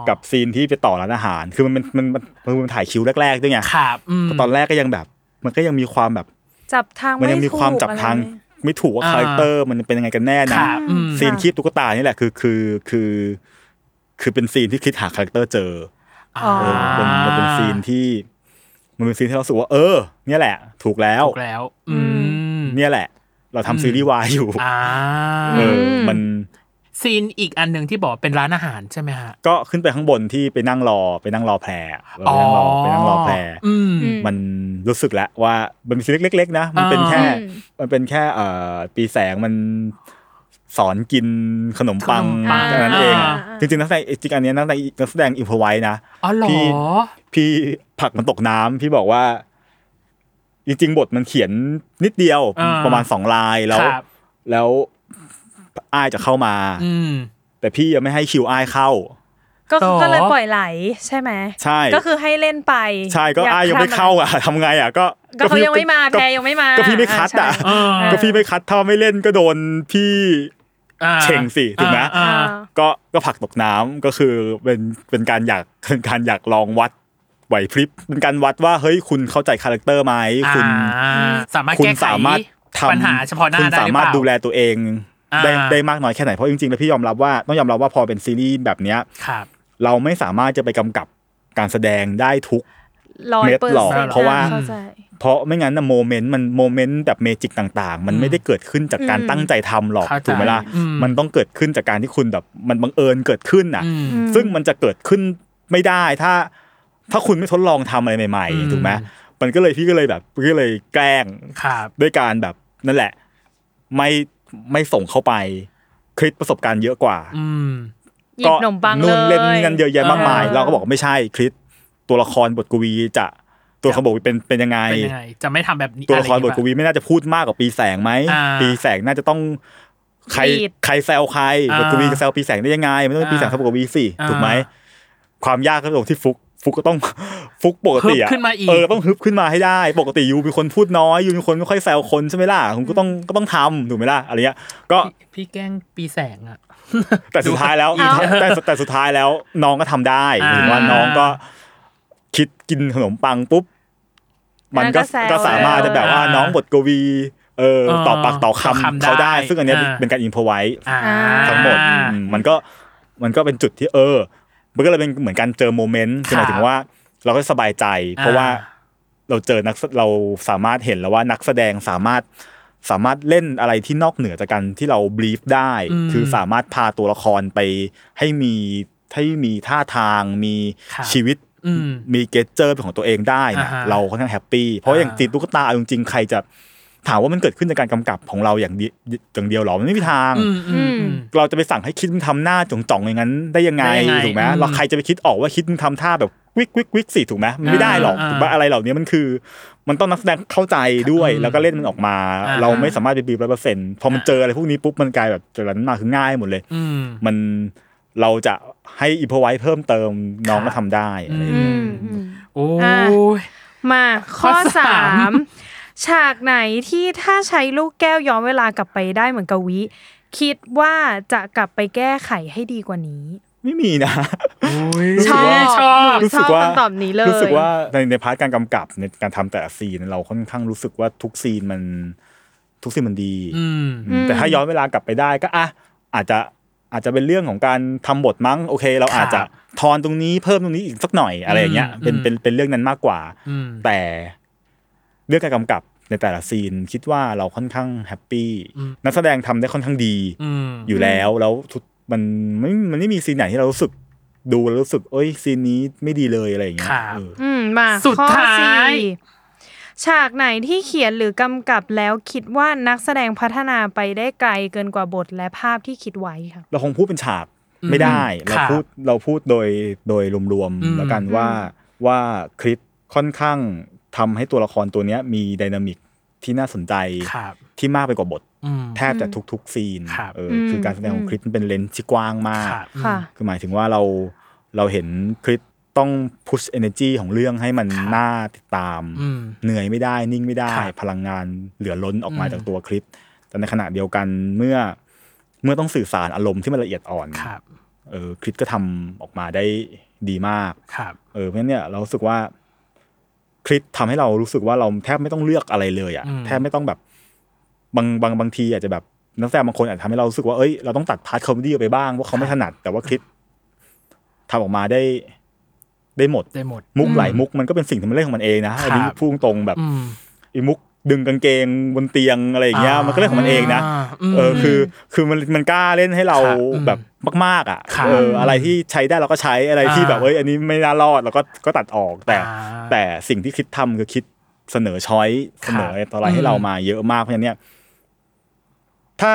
Speaker 4: กับซีนที่ไปต่อร้านอาหาร คือมันเป็นมันมันมันมันถ่ายคิวแรกๆด้วยไง
Speaker 1: ครับอืม
Speaker 4: ตอนแรกก็ยังแบบ มันก็ยังมีความแบบ
Speaker 2: จับทาง
Speaker 4: มัน
Speaker 2: ไม่
Speaker 4: ยังมี
Speaker 2: ถูก
Speaker 4: ความจับทาง
Speaker 2: อะไรไหม
Speaker 4: ไม่ถูกว่า
Speaker 1: อ่า
Speaker 4: คาแรคเตอร์มันเป็นยังไงกันแน่นะ
Speaker 1: ค่ะอืม
Speaker 4: ซีน
Speaker 2: ค่ะ
Speaker 4: คีบตุ๊กตานี่แหละคือคือคือคือเป็นซีนที่คิดหาคาแรคเตอร์เจอ
Speaker 1: อ่า
Speaker 4: เออมันมันเป็นซีนที่มันเป็นซีนที่เรารู้สึกว่า เออ เนี่ยแหละ ถูกแล้ว
Speaker 1: ถูกแล้ว อืม
Speaker 4: เนี่ยแหละ เราทำ
Speaker 1: อืม
Speaker 4: ซีรีส์วายอยู่
Speaker 1: อ่า
Speaker 4: เอออมัน
Speaker 1: ซีนอีกอันหนึ่งที่บอกว่าเป็นร้านอาหารใช่ไหมฮะ
Speaker 4: ก็ขึ้นไปข้างบนที่ไปนั่งรอไปนั่งรอแพรไปนั่งรอไปนั่งรอแพร
Speaker 1: อืม
Speaker 4: มันรู้สึกแล้วว่ามันเป็นซีรีส์เล็ก ๆ นะ มันเป็น
Speaker 1: อ่า
Speaker 4: แค่ มันเป็นแค่เอ่อปีแสงมันสอนกินขนมปัง
Speaker 1: ขนมปัง
Speaker 4: แค่นั้นเอง
Speaker 1: อ่า
Speaker 4: จริงๆนักแสดงจริงๆอันเนี้ยนักแสดงนักแสดงอินพไว้นะ
Speaker 1: อ๋อเหรอ
Speaker 4: พี่พี่ผักมันตกน้ำพี่บอกว่า จริงๆ บทมันเขียนนิดเดียว
Speaker 1: อ่า
Speaker 4: ประมาณสองลายแล้ว
Speaker 1: ครับ
Speaker 4: แล้วอ้ายจะเข้ามา
Speaker 1: อืม
Speaker 4: แต่พี่ยังไม่ให้คิวอ้ายเข้า
Speaker 2: ก็
Speaker 1: ต่
Speaker 2: คือ
Speaker 1: อ
Speaker 2: ก็เลยปล่อยไหลใช่ไหม
Speaker 4: ใช่
Speaker 2: ก็คือให้เล่นไป
Speaker 4: ใช่ก็อ้ายยังไม่เข้าอ่ะ ทำไงอ่ะ ก็
Speaker 2: ก็เขายังไม่มา
Speaker 4: ก็
Speaker 2: แพรยังไม่มา
Speaker 4: ก็พี่ไม่คัดอ่ะ
Speaker 2: ใช่
Speaker 1: เออ
Speaker 4: ก็พี่ไม่คัดถ้าไม่เล่นก็โดนพี่
Speaker 1: อ่า
Speaker 4: เชงสิถูกไหม
Speaker 1: อ่า
Speaker 2: อ่า
Speaker 1: อ่า
Speaker 4: ก็ก็ผลักตกน้ำก็คือเป็นเป็นการอยากเป็นการอยากลองวัดไหวพริบเป็นการวัดว่าเฮ้ยคุณเข้าใจคาแรคเตอร์ไหมคุณ
Speaker 1: อ่าสามารถ
Speaker 4: คุณ
Speaker 1: แก้ไข
Speaker 4: สามารถทำ
Speaker 1: ปัญหาเฉพาะหน้า
Speaker 4: คุณ
Speaker 1: ได้
Speaker 4: สา
Speaker 1: หรือ
Speaker 4: มาร
Speaker 1: เปล่า
Speaker 4: ถดูแลตัวเอง
Speaker 1: อ่า
Speaker 4: ได้ได้มากน้อยแค่ไหนเพราะจริงๆแล้วพี่ยอมรับว่าต้องยอมรับว่าพอเป็นซีรีส์แบบเนี้ย
Speaker 1: ครับ
Speaker 4: เราไม่สามารถจะไปกำกับการแสดงได้ทุก
Speaker 2: ร้อย
Speaker 4: เม็ด
Speaker 2: เปอร์
Speaker 4: หลอก
Speaker 2: เซ็นต์
Speaker 4: เพราะว่า
Speaker 2: เข้ใจ
Speaker 4: เพราะไม่งั้นนะโมเมนต์มันโมเมนต์แบบเมจิกต่างๆ มันไม่ได้เกิดขึ้นจากการ
Speaker 2: อืม
Speaker 4: ตั้งใจทำหรอก
Speaker 1: เข้าใจ
Speaker 4: ถูกไหมล่ะ
Speaker 1: อืม
Speaker 4: มันต้องเกิดขึ้นจากการที่คุณแบบมันบังเอิญเกิดขึ้นน่ะ
Speaker 1: อืม
Speaker 4: ซึ่งมันจะเกิดขึ้นไม่ได้ถ้า ถ้าคุณไม่ทดลองทำอะไรใหม่
Speaker 1: อืม
Speaker 4: ๆถูกไหมมันก็เลยพี่ก็เลยแบบพี่ก็เลยแกล้ง
Speaker 1: ครับ
Speaker 4: ด้วยการแบบนั่นแหละ ไม่ไม่ส่งเข้าไปคลิปประสบการณ์เยอะกว่า
Speaker 1: อืม
Speaker 2: หยิบขนมปังเลย
Speaker 4: นเล่นกันเยอะแยะมากมาย
Speaker 2: เออ
Speaker 4: เราก็บอกไม่ใช่คลิปตัวละครบทกวีจะตัวละครบทกวีเป็นเป็นยังไง
Speaker 1: เป็นยังไง จะไม่ทำแบบนี้
Speaker 4: ตัวละคร
Speaker 1: อบ ไอ
Speaker 4: ท
Speaker 1: ย่าง
Speaker 4: ก
Speaker 1: เงี้ย
Speaker 4: วีไม่น่าจะพูดมากกว่าปีแสงไหม
Speaker 1: อ่า
Speaker 4: ปีแสงน่าจะต้องใคร
Speaker 2: รีด
Speaker 4: ใครแซวใคร
Speaker 1: อ่า
Speaker 4: บทกวีจะแซวปีแสงได้ยังไงมันต้องเป็นปีแสง
Speaker 1: อ่า
Speaker 4: แซวบทกวีสิ
Speaker 1: อ่า
Speaker 4: ถูกไหมความยากก็ตรงที่ฟุกฟุกก็ต้อง ฟุกปกติ
Speaker 1: ฮึ
Speaker 4: อะ
Speaker 1: บขึ้นมาอีก
Speaker 4: เออต้องฮึบขึ้นมาให้ได้ ปกติยูเป็นคนพูดน้อยยูเป็นคนไม่ค่อยแซวคนใช่ไหมล่ะผมก็ต้องก็ต้องทำถูกไหมล่ะอะไรเงี้ยก็
Speaker 1: พี่แกล้งปีแสงอ่ะ
Speaker 4: แต่สุดท้ายแล้วแต่แต่แต่สุดท้ายแล้ว น้องก็ทำได้หมายถึงว่า
Speaker 1: อ่า
Speaker 4: น้องก็คิดกินขนมปังปุ๊บ มันก็
Speaker 2: แล้วก็แซว
Speaker 4: ก็สามารถจะแบบว่า
Speaker 1: อ่า
Speaker 4: น้องบทกวี เออ
Speaker 1: เออ
Speaker 4: ต่อปากต่อ
Speaker 1: ต่อ
Speaker 4: คำ
Speaker 1: คำ
Speaker 4: เขาได้
Speaker 1: ได้
Speaker 4: ซึ่งอันเนี้ย
Speaker 1: อ่า
Speaker 4: เป็นการอินพอไว้
Speaker 1: อ่า
Speaker 4: ทั้งหมดอืมมันก็มันก็เป็นจุดที่เออ มันก็เลยเป็นเหมือนการเจอโมเมนต์คือหมายถึงว่า เราก็สบายใจ เพราะว่าเราเจอนักแสเราสามารถเห็นแล้วว่านักแสดงสามารถสามารถเล่นอะไรที่นอกเหนือจากกันที่เราบลีฟได้ คือสามารถพาตัวละครไปให้มีให้มีท่าทางมี
Speaker 1: ครับ
Speaker 4: ชีวิต
Speaker 1: อืม
Speaker 4: มีเกจเจอร์เป็นของตัวเองได้นะ
Speaker 1: อ่าฮะ
Speaker 4: เราค่อนข้างแฮปปี้เพราะอย่าง
Speaker 1: อ่า
Speaker 4: ตีตุ๊กตาเอาจริงๆใครจะถามว่ามันเกิดขึ้นจากการกำกับของเราอย่างเดียอย่างเดียวหรอมันไม่มีทาง
Speaker 1: อืมอืมอืม
Speaker 4: เราจะไปสั่งให้คิดมึงทำหน้าจ่องๆอย่างนั้น ได้ยังไง
Speaker 1: ได้ยังไง
Speaker 4: ถูกไหม
Speaker 1: อืม
Speaker 4: เราใครจะไปคิดออกว่าคิดมึงทำท่าแบบวิกวิกวิกสิถูกไหมมันไม่
Speaker 1: อ่า
Speaker 4: ได้หรอก
Speaker 1: อ่า
Speaker 4: ถูกปะอะไรเหล่านี้มันคือ มันต้องนักแสดงเข้าใจด้วย
Speaker 1: อืม
Speaker 4: แล้วก็เล่นมันออกมา
Speaker 1: อ่า
Speaker 4: เราไม่สามารถไปบีบร้อยเปอร์เซ็นต์พอมันเจออะไรพวกนี้ปุ๊บมันกลายแบบจากนั้นมาคือง่ายหมดเลย
Speaker 1: อืม
Speaker 4: มันเราจะให้อิพไว้เพิ่มเติมน้องก็ทำได้อะไรอย่างเงี้
Speaker 2: อื
Speaker 4: ย
Speaker 2: มอืม
Speaker 1: โอ้
Speaker 2: อ่ะ
Speaker 1: ย
Speaker 2: มาข้อ
Speaker 1: ข้อส
Speaker 2: สา
Speaker 1: าม ม
Speaker 2: ฉากไหนที่ถ้าใช้ลูกแก้วย้อนเวลากลับไปได้เหมือนกบวิ คิดว่าจะกลับไปแก้ไขให้ดีกว่านี้
Speaker 4: ไม่มีนะ
Speaker 2: ชอบ
Speaker 1: ชอบ
Speaker 2: หนูชอบคำตอบนี้เลย
Speaker 4: รู้สึกว่าในในพาร์ทการกำกับในการทำแต่ละซีนเราค่อนข้างรู้สึกว่าทุกซีนมันทุกซีนมันดี
Speaker 1: อืม
Speaker 4: อืมแต่ถ้าย้อนเวลากลับไปได้ก็อ่ะอาจจะอาจจะเป็นเรื่องของการทำบทมั้งโอเค เราอาจจะทอนตรงนี้เพิ่มตรงนี้อีกสักหน่อยอะไรอย่างเงี้ย
Speaker 1: อืม
Speaker 4: เป็น
Speaker 1: อืม
Speaker 4: เป็นเป็นเรื่องนั้นมากกว่า
Speaker 1: อืม
Speaker 4: แต่เรื่องการกำกับในแต่ละซีนคิดว่าเราค่อนข้างแฮปปี้
Speaker 1: อืม
Speaker 4: นักแสดงทำได้ค่อนข้างดี
Speaker 1: อืม
Speaker 4: อยู่แล้วแล้วทุกมันไม่มันไม่มีซีนไหนที่เรารู้สึก ดูแล้วรู้สึก เอ้ยซีนนี้ไม่ดีเลยอะไรอย่างเงี้ย
Speaker 1: ครับ
Speaker 4: เออ
Speaker 2: อืมมา
Speaker 1: สุด
Speaker 2: ข้อ
Speaker 1: ท้าย
Speaker 2: สี่ฉากไหนที่เขียนหรือกำกับแล้วคิดว่านักแสดงพัฒนาไปได้ไกลเกินกว่าบทและภาพที่คิดไว้ค่ะ
Speaker 4: เราคงพูดเป็นฉากไม่ได้
Speaker 1: อืม
Speaker 4: เรา
Speaker 1: ครับ
Speaker 4: พูดเราพูดโดยโดยรวม
Speaker 1: อืม
Speaker 4: ๆแล้วกันว่าว่าคริสค่อนข้างทำให้ตัวละครตัวเนี้ยมีไดินามิกที่น่าสนใจ
Speaker 1: ครับ
Speaker 4: ที่มากไปกว่าบท
Speaker 1: อืม
Speaker 4: แทบจะทุก ๆ ซีน
Speaker 1: ครับ
Speaker 4: เอออคือการแสดงของคริสมันเป็นเลนส์ที่กว้างมาก
Speaker 1: ครับ
Speaker 2: ค่ะ
Speaker 4: คือหมายถึงว่าเราเราเห็นคริสต้องพุช energy ของเรื่องให้มันน่าติดตาม
Speaker 1: อืม
Speaker 4: เหนื่อยไม่ได้นิ่งไม่ได้
Speaker 1: ครับ
Speaker 4: พลังงานเหลือล้นออกมา
Speaker 1: อืม
Speaker 4: จากตัวคลิป แต่ในขณะเดียวกันเมื่อเมื่อต้องสื่อสารอารมณ์ที่มันละเอียดอ่อน
Speaker 1: ครับ
Speaker 4: เออคลิปก็ทำออกมาได้ดีมาก
Speaker 1: ครับ
Speaker 4: เออเพราะฉะนั้นเนี่ยเรารู้สึกว่าคลิปทำให้เรารู้สึกว่าเราแทบไม่ต้องเลือกอะไรเลย
Speaker 1: อืม
Speaker 4: อะ่ะแทบไม่ต้องแบบบางบางบางทีอาจจะแบบนักแสดงบางคนอาจจะทำให้เรารู้สึกว่าเอ้ยเราต้องตัดพาร์ทคอมเมดี้ออกไปบ้างว่าะเขาไม่ถนัด แต่ว่าคลิปทำออกมาได้ได้หมด
Speaker 1: ได้หมด
Speaker 4: มุกหลายมุกมันก็เป็นสิ่งที่มันเล่นของมันเองนะอันนี้
Speaker 1: ครับ
Speaker 4: พูดตรงๆแบบ
Speaker 1: อืม
Speaker 4: ไอีมุกดึงกางเกงบนเตียงอะไรอย่างเงี้ย
Speaker 1: อ่ามั
Speaker 4: มันก็เรื่องของมันเองนะ
Speaker 1: อืม
Speaker 4: เออคือคือมันมันกล้าเล่นให้เรา
Speaker 1: ครับอืม
Speaker 4: แบบมากๆอ่ะ
Speaker 1: ครับ
Speaker 4: เอออะไรที่ใช้ได้เราก็ใช้อะไรที่
Speaker 1: อ่า
Speaker 4: แบบเอ้ยอันนี้ไม่น่ารอดเราก็ก็ตัดออกแต่
Speaker 1: อ่า
Speaker 4: แต่สิ่งที่คิดทำคือคิดเสนอช้อย
Speaker 1: ครับ
Speaker 4: เสนออะไรให้เรามาเยอะมากเพราะฉะนั้นเนี่ยถ้า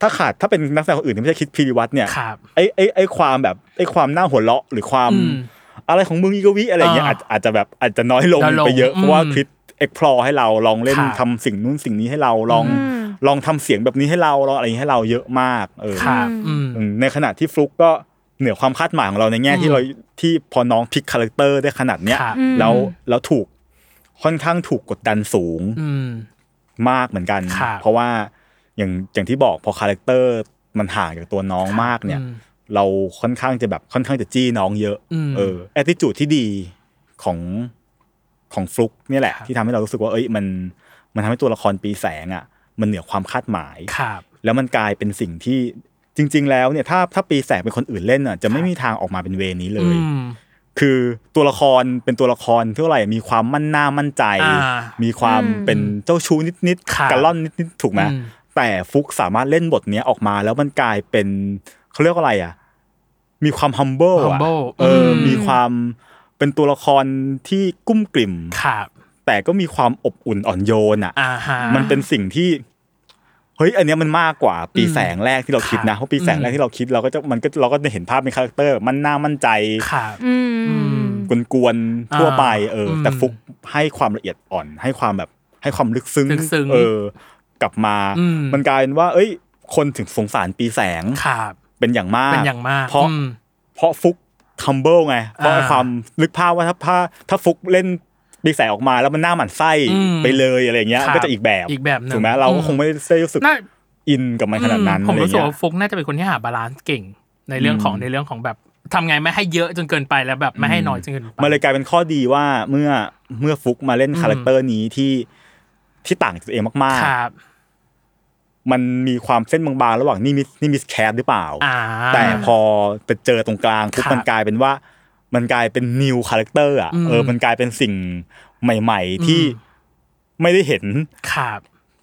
Speaker 4: ถ้าขาดถ้าเป็นนักแสดงคนอื่นที่ไม่ใช่คิดพีริวัตรเนี่ย
Speaker 1: ครับ
Speaker 4: ไอ้ไอ้ไอ้ความแบบไอ้ความหน้าหัวเราะหรือความ
Speaker 1: อืม
Speaker 4: อะไรของมึงอีกวิอะไรอย่างเงี้ย
Speaker 1: อ่า
Speaker 4: อาจอาจจะแบบอาจจะน้อยลง
Speaker 1: น้อยลง
Speaker 4: ไปเยอะเพราะว่า
Speaker 1: อืม
Speaker 4: คิด explore ให้เราลองเล่น
Speaker 1: ครับ
Speaker 4: ทำสิ่งนู้นสิ่งนี้ให้เราลอง
Speaker 2: อืม
Speaker 4: ลองทำเสียงแบบนี้ให้เราลองอะไรให้เราเยอะมาก เออ
Speaker 1: ครับอืม
Speaker 4: อืมในขณะที่ฟลุกก็เหนือความคาดหมายของเราในแง่ที่เราที่พอน้องพลิกคาแรคเตอร์ได้ขนาดเนี้ย
Speaker 1: ครับ
Speaker 4: แล้วแล้วถูกค่อนข้างถูกกดดันสูง
Speaker 1: อืม
Speaker 4: มากเหมือนกัน
Speaker 1: ครับ
Speaker 4: เพราะว่าอย่างอย่างที่บอกพอคาแรคเตอร์มันห่างจากตัวน้องมากเนี่ย
Speaker 1: อืม
Speaker 4: เราค่อนข้างจะแบบค่อนข้างจะจี้น้องเยอะ
Speaker 1: อืม
Speaker 4: เออแอ t ติจูดที่ดีของของฟลุกเนี่ยแหละ ที่ทำให้เรารู้สึกว่าเอ้ยมันมันทำให้ตัวละครปีแสงอ่ะ มันเหนือความคาดหมาย
Speaker 1: ครับ
Speaker 4: แล้วมันกลายเป็นสิ่งที่จริง ๆ แล้วเนี่ยถ้าถ้าปีแสงเป็นคนอื่นเล่นอ่ะจะไม่มีทางออกมาเป็นเวนี้เล
Speaker 1: อื
Speaker 4: ย
Speaker 1: ม
Speaker 4: คือตัวละครเป็นตัวละครเท่าไหร่มีความมั่นหน้ามั่นใจ
Speaker 1: อ่า
Speaker 4: มีความเป็นเจ้าชู้นิด
Speaker 1: ครับ
Speaker 4: ๆกะล่อนนิดๆถูกไหม
Speaker 1: อืม
Speaker 4: แต่ฟุกสามารถเล่นบทเนี้ยออกมาแล้วมันกลายเป็นเขาเรียกว่าอะไรอ่ะ มีความ humble อ่ะ
Speaker 1: humble
Speaker 4: เอออ
Speaker 1: ม
Speaker 4: มีความเป็นตัวละครที่กุ้มกลิ่ม
Speaker 1: ครับ
Speaker 4: แต่ก็มีความอบอุ่นอ่อนโยนอ่ะ
Speaker 1: อ่าฮะ
Speaker 4: มันเป็นสิ่งที่เฮ้ยอันเนี้ยมันมากกว่าปี
Speaker 1: อืม
Speaker 4: แสงแรกที่เราคิดนะ
Speaker 1: ค่ะ
Speaker 4: เพราะปีแสงแร
Speaker 1: อื
Speaker 4: ก
Speaker 1: ม
Speaker 4: ที่เราคิดเราก็จะมันก็เราก็จะเห็นภาพเป็นคาแรคเตอร์ มันหน้ามั่นใจ
Speaker 1: ครับ
Speaker 2: อืมอืม
Speaker 4: กวนๆทั่วไปเอออ
Speaker 1: ม
Speaker 4: แต่ฟุกให้ความละเอียดอ่อน ให้ความแบบให้ความลึกซึ้ง
Speaker 1: ลึกซึ้ง
Speaker 4: เออ กลับมา
Speaker 1: อืม
Speaker 4: มันกลายเป็นว่า เอ้ย คนถึงสงสารปีแสง
Speaker 1: ครับ
Speaker 4: เป็นอย่างมาก
Speaker 1: เป็นอย่างมาก
Speaker 4: เพราะ
Speaker 1: อืม
Speaker 4: เพราะฟุกทัมเบิลไงเพราะ
Speaker 1: อ่า
Speaker 4: ความลึกภาพว่าถ้าถ้าถ้าฟุกเล่นปีแสงออกมาแล้วมันหน้าหมันไส้
Speaker 1: อืม
Speaker 4: ไปเลยอะไรอย่างเงี้ย
Speaker 1: ครับ
Speaker 4: ก็จะอีกแบบ
Speaker 1: อีกแบบหนึ่ง
Speaker 4: ถูกไหมเราก็คงไม่ได้รู้สึก
Speaker 1: น่า
Speaker 4: อินกับมันขนาดนั้น
Speaker 1: อืมผ
Speaker 4: อะ
Speaker 1: ม
Speaker 4: ไร
Speaker 1: รู้สึก
Speaker 4: เงี้ย
Speaker 1: ว่าฟุกน่าจะเป็นคนที่หาบาลานซ์เก่ง ในเรื่องของในเรื่องของแบบทำไงไม่ให้เยอะจนเกินไปแล้วแบบไม่ให้น้อยจนเกินไป
Speaker 4: มันเลยกลายเป็นข้อดีว่าเมื่อเมื่อฟุกมาเล่นคาแรคเตอร์นี้ที่ที่ต่างจากตัวเองมาก
Speaker 1: ครับ
Speaker 4: ๆ มันมีความเส้นบางๆ ระหว่างนี่มิสนี่มิสแคสหรือเปล่า
Speaker 1: อ่า
Speaker 4: แต่พอไปเจอตรงกลางปุ๊บ
Speaker 1: ครับ
Speaker 4: มันกลายเป็นว่ามันกลายเป็นนิวคาแรคเตอร์อ่ะ
Speaker 1: อืม
Speaker 4: เออมันกลายเป็นสิ่งใหม่ ๆ ที่
Speaker 1: อืม
Speaker 4: ไม่ได้เห็น
Speaker 1: ครับ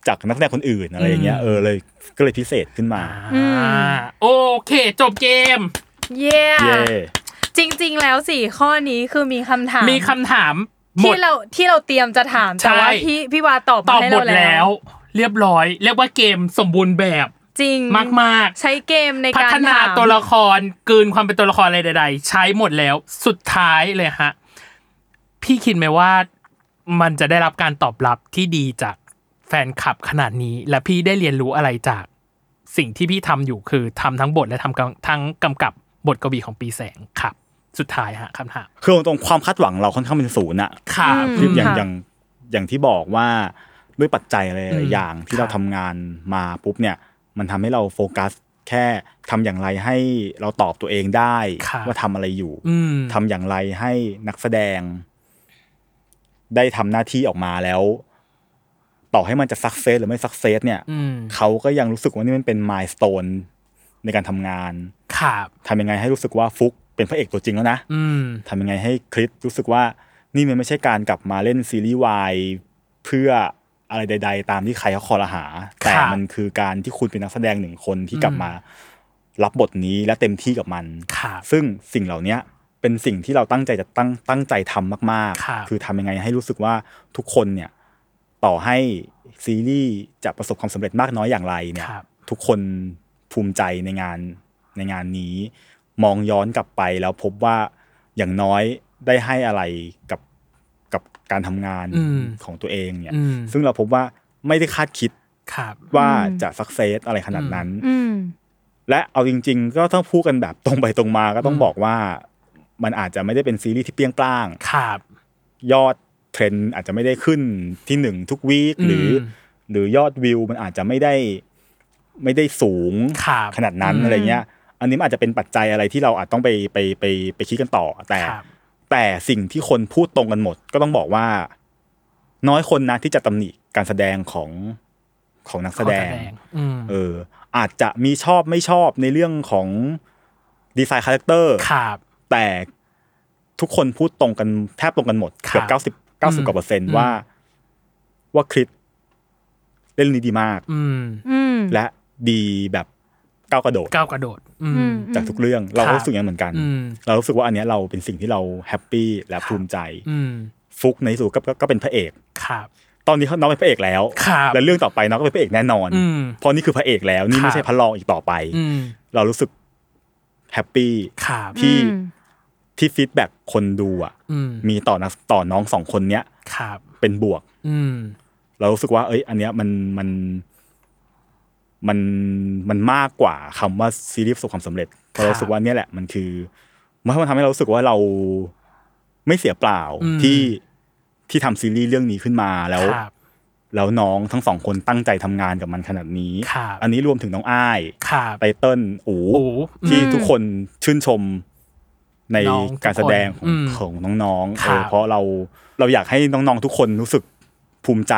Speaker 4: จากนักแสดงคนอื่นอะไรอย่างเงี้ย
Speaker 1: อืม
Speaker 4: เออเลยก็เลยพิเศษขึ้นมา
Speaker 2: อืม
Speaker 1: อ่าโอเค จบเกม
Speaker 2: เย่
Speaker 4: เย่
Speaker 2: จริง ๆ แล้วสี่ข้อนี้คือมีคำถาม
Speaker 1: มีคำถามหม
Speaker 2: ที่
Speaker 1: ด
Speaker 2: เราที่เราเตรียมจะถาม
Speaker 1: ใช่
Speaker 2: แต่ว่าพี่พี่วาตอบ
Speaker 1: ต
Speaker 2: มา
Speaker 1: อบ
Speaker 2: ให้
Speaker 1: หมด
Speaker 2: เรา
Speaker 1: แล้
Speaker 2: แล้ว ว
Speaker 1: เรียบร้อย เรียกว่าเกมสมบูรณ์แบบ
Speaker 2: จริง
Speaker 1: มาก
Speaker 2: ใช้เกมใน
Speaker 1: ๆ พั
Speaker 2: การ
Speaker 1: ฒนา
Speaker 2: ถาม
Speaker 1: ตัวละครกลืนความเป็นตัวละครอะไรใด ๆ ใช้หมดแล้วสุดท้ายเลยฮะ พี่คิดไหมว่ามันจะได้รับการตอบรับที่ดีจากแฟนคลับขนาดนี้ และพี่ได้เรียนรู้อะไรจากสิ่งที่พี่ทำอยู่คือทำทั้งบทและทำกำทั้งกำกับบทกวีของปีแสงครับ สุดท้ายฮะคำถาม
Speaker 4: คือตรงๆความคาดหวังเราค่อนข้างเป็นศูนย์อ่ะ
Speaker 1: ครับ
Speaker 4: คืออย่าง
Speaker 2: ะ
Speaker 4: อย่างอย่างที่บอกว่าด้วยปัจจัยอะไรหลาย
Speaker 1: อืม
Speaker 4: อย่างที่เรา
Speaker 1: ครับ
Speaker 4: ทำงานมาปุ๊บเนี่ย มันทำให้เราโฟกัสแค่ทำอย่างไรให้เราตอบตัวเองได้
Speaker 1: ครับ
Speaker 4: ว่าทำอะไรอยู่
Speaker 1: อืม
Speaker 4: ทำอย่างไรให้นักแสดง ได้ทำหน้าที่ออกมาแล้ว ต่อให้มันจะสักเซสหรือไม่สักเซสเนี่ย
Speaker 1: อืม
Speaker 4: เขาก็ยังรู้สึกว่านี่มันเป็นมายสเตนในการทำงาน
Speaker 1: ครับ
Speaker 4: ทำยังไงให้รู้สึกว่าฟุกเป็นพระเอกตัวจริงแล้วนะ
Speaker 1: อืม
Speaker 4: ทำยังไงให้คริสรู้สึกว่านี่มันไม่ใช่การกลับมาเล่นซีรีส์วายเพื่ออะไรใด ๆ ตามที่ใครเขาคอรหา แต่มันคือการที่คุณเป็นนักแสดงหนึ่งคนที่กลับมา รับบทนี้และเต็มที่กับมัน
Speaker 1: ครับ
Speaker 4: ซึ่งสิ่งเหล่าเนี้ยเป็นสิ่งที่เราตั้งใจจะตั้งตั้งใจทำมาก
Speaker 1: ครับ
Speaker 4: คือทำยังไงให้รู้สึกว่าทุกคนเนี่ยต่อให้ซีรีส์จะประสบความสำเร็จมากน้อยอย่างไรเนี่ย
Speaker 1: ครับ
Speaker 4: ทุกคนภูมิใจในงานในงานนี้ มองย้อนกลับไปแล้วพบว่าอย่างน้อยได้ให้อะไรกับกับการทำงาน
Speaker 1: อืม
Speaker 4: ของตัวเองเนี่ย
Speaker 1: อืม
Speaker 4: ซึ่งเราพบว่าไม่ได้คาดคิด
Speaker 1: ครับ
Speaker 4: ว่า
Speaker 2: อืม
Speaker 4: จะสักเซสอะไรขนาดนั้น
Speaker 2: อืม
Speaker 4: และเอาจริง ๆ ก็ต้องพูดกันแบบตรงไปตรงมาก็ต้อง
Speaker 1: อืม
Speaker 4: บอกว่ามันอาจจะไม่ได้เป็นซีรีส์ที่เปรี้ยงปร้าง
Speaker 1: ครับ
Speaker 4: ยอดเทรนด์อาจจะไม่ได้ขึ้นที่หนึ่งทุกวีคหรืออ
Speaker 1: ม
Speaker 4: หรือยอดวิวมันอาจจะไม่ได้ไม่ได้สูง
Speaker 1: ครับ
Speaker 4: ขนาดนั้นอะไรเงี้ย อันนี้มันอาจจะเป็นปัจจัยอะไรที่เราอาจต้องไปไปไปไปคิดกันต่อ แต่
Speaker 1: ครับ
Speaker 4: แต่สิ่งที่คนพูดตรงกันหมด ก็ต้องบอกว่า น้อยคนนะที่จะตำหนิการแสดงของของนักแสดง
Speaker 1: อืม
Speaker 4: เออ อาจจะมีชอบไม่ชอบในเรื่องของดีไซน์คาแรคเตอร์
Speaker 1: ครับ
Speaker 4: แต่ทุกคนพูดตรงกันแทบตรงกันหมด
Speaker 1: ครับ
Speaker 4: เกือบเก้าสิบเก้าสิบกว่าเปอร์เซ็นต์ว่า ว่าคริสเล่นเรื่องนี้ดีมาก
Speaker 1: อืม
Speaker 2: อืม
Speaker 4: และดีแบบก้าวกระโดด
Speaker 1: ก้าวกระโดด อืม
Speaker 4: จากทุกเรื่องเรา
Speaker 1: ครั
Speaker 4: ก็
Speaker 1: บ
Speaker 4: รู้สึกอย่างนั้นเหมือนกัน
Speaker 1: อืม
Speaker 4: เรารู้สึกว่าอันเนี้ยเราเป็นสิ่งที่เราแฮปปี้และภูมิใจ
Speaker 1: อืม
Speaker 4: ฟุกในที่สุดก็ก็ก็เป็นพระเอก
Speaker 1: ครับ
Speaker 4: ตอนนี้เขาน้องเป็นพระเอกแล้ว
Speaker 1: ครับ
Speaker 4: และเรื่องต่อไปน้องก็เป็นพระเอกแน่นอน
Speaker 1: อืม
Speaker 4: เพราะนี่คือพระเอกแล้ว
Speaker 1: ค
Speaker 4: นี่
Speaker 1: รับ
Speaker 4: ไม่ใช่พระรองอีกต่อไป
Speaker 1: อืม
Speaker 4: เรารู้สึกแฮปปี้
Speaker 1: ครับ
Speaker 4: ที่
Speaker 2: อืม
Speaker 4: ที่ฟีดแบ็กคนดูอ่ะ
Speaker 1: อืม
Speaker 4: มีต่อนักต่อน้องสองคนเนี้ย
Speaker 1: ครับ
Speaker 4: เป็นบวก
Speaker 1: อืม
Speaker 4: เรารู้สึกว่า เอ้ย อันเนี้ยมันมันมันมันมากกว่าคำว่าซีรีส์ประสบความสำเร็จ
Speaker 1: ครับ
Speaker 4: เรารู้สึกว่าเนี่ยแหละ มันคือมันทำให้เรารู้สึกว่าเราไม่เสียเปล่า
Speaker 1: อืม
Speaker 4: ที่ที่ทำซีรีส์เรื่องนี้ขึ้นมาแล้ว
Speaker 1: ครับ
Speaker 4: แล้วน้องทั้งสองคนตั้งใจทำงานกับมันขนาดนี้
Speaker 1: ครับ
Speaker 4: อันนี้รวมถึงน้องอ้าย
Speaker 1: ครับ
Speaker 4: ไตเติ้ลอู
Speaker 1: โอ้
Speaker 4: ที่ทุกคนชื่นชมใน
Speaker 1: น้องทุก
Speaker 4: การแสดงขอ
Speaker 1: คนอื
Speaker 4: ง
Speaker 1: ม
Speaker 4: ของน้องๆ
Speaker 1: ค
Speaker 4: เอ
Speaker 1: รับ
Speaker 4: อเพราะเราเราอยากให้น้องๆทุกคนรู้สึกภูมิใจ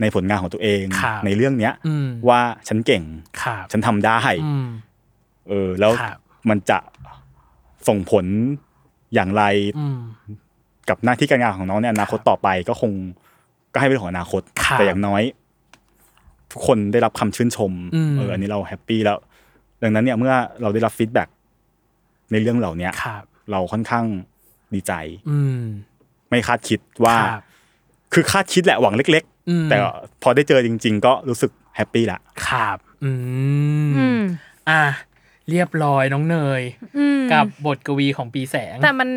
Speaker 4: ในผลงานของตัวเอง
Speaker 1: ครับ
Speaker 4: ในเรื่องเนี้ย
Speaker 1: อื
Speaker 5: Mm.
Speaker 1: ม
Speaker 4: ว่าฉันเก่ง
Speaker 1: ครับ
Speaker 4: ฉันทำได้
Speaker 1: อืม
Speaker 4: เออ แล้ว
Speaker 1: ครับ
Speaker 4: มันจะส่งผลอย่างไร
Speaker 1: อืม
Speaker 4: กับหน้าที่การงานของน้องในอนาคตต่อไปก็คงก็ให้เป็นของอนาคต
Speaker 1: ครับ
Speaker 4: แต่อย่างน้อย ทุกคนได้รับคำชื่นชม
Speaker 1: อืม
Speaker 4: เอออันนี้เราแฮปปี้แล้ว ดังนั้นเนี่ยเมื่อเราได้รับฟีดแบ็กในเรื่องเหล่าเนี้ย
Speaker 1: ครับ
Speaker 4: เราค่อนข้างดีใจ
Speaker 1: อืม
Speaker 4: ไม่คาดคิดว่า
Speaker 1: ครับ
Speaker 4: คือคาดคิดแหละหวังเล็ก
Speaker 1: อืม
Speaker 4: ๆ แต่พอได้เจอจริง ๆ ก็รู้สึกแฮปปี้ละ
Speaker 1: ครับอื
Speaker 2: อื
Speaker 1: ม
Speaker 2: ม
Speaker 1: อ่ะเรียบร้อยน้องเนย
Speaker 2: อืม
Speaker 1: กับบทกวีของปีแสง
Speaker 2: แต่มัน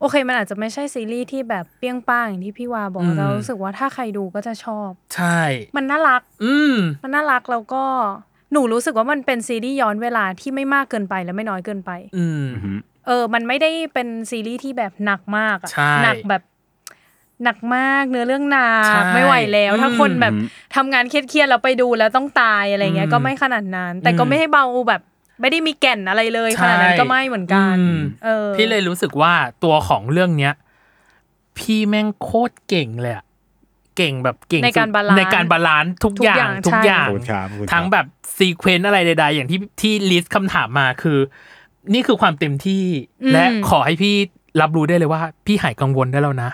Speaker 2: โอเคมันอาจจะไม่ใช่ซีรีส์ที่แบบเปรี้ยงป้างอย่างที่พี่วาบอก
Speaker 1: อืม
Speaker 2: เรารู้สึกว่าถ้าใครดูก็จะชอบ
Speaker 1: ใช่
Speaker 2: มันน่ารัก
Speaker 1: อืม
Speaker 2: มันน่ารักแล้วก็หนูรู้สึกว่ามันเป็นซีรีส์ย้อนเวลาที่ไม่มากเกินไปและไม่น้อยเกินไป
Speaker 1: อืม
Speaker 2: เออ มันไม่ได้เป็นซีรีส์ที่แบบหนักมากอะ
Speaker 1: ใช่
Speaker 2: หนักแบบหนักมากเนื้อเรื่องหนั
Speaker 1: ใช่
Speaker 2: กไม่ไหวแล้ว ถ้า
Speaker 1: อืม
Speaker 2: คนแบบทำงานเครียดๆแล้วไปดูแล้วต้องตายอะไรเงี้
Speaker 1: อื
Speaker 2: ย
Speaker 1: ม
Speaker 2: ก็ไม่ขนาดนั้น แต่ก็
Speaker 1: อืม
Speaker 2: ไม่ให้เบาแบบ ไม่ได้มีแก่นอะไรเลย
Speaker 1: ใช่
Speaker 2: ขนาดนั้นก็ไม่เหมือนกัน
Speaker 1: อืม
Speaker 2: เออ
Speaker 1: พี่เลยรู้สึกว่าตัวของเรื่องเนี้ย พี่แม่งโคตรเก่งเลยอะเก่งแบบเก่ง
Speaker 2: ในการ
Speaker 1: สุด
Speaker 2: บาลานซ์
Speaker 1: ในการบาลานซ์ทุก
Speaker 2: ทุก
Speaker 1: อย่าง
Speaker 2: อย่าง
Speaker 1: ทุก
Speaker 2: ใช่
Speaker 1: อย่าง
Speaker 4: ขอบคุณครับขอบคุณครับ
Speaker 1: ทั้งแบบซีเควนต์อะไรใดๆ อย่างที่ที่ลิสต์คำถามมาคือ นี่คือความเต็มที่
Speaker 2: อืม
Speaker 1: และขอให้พี่รับรู้ได้เลยว่า พี่หายกังวลได้แล้วนะ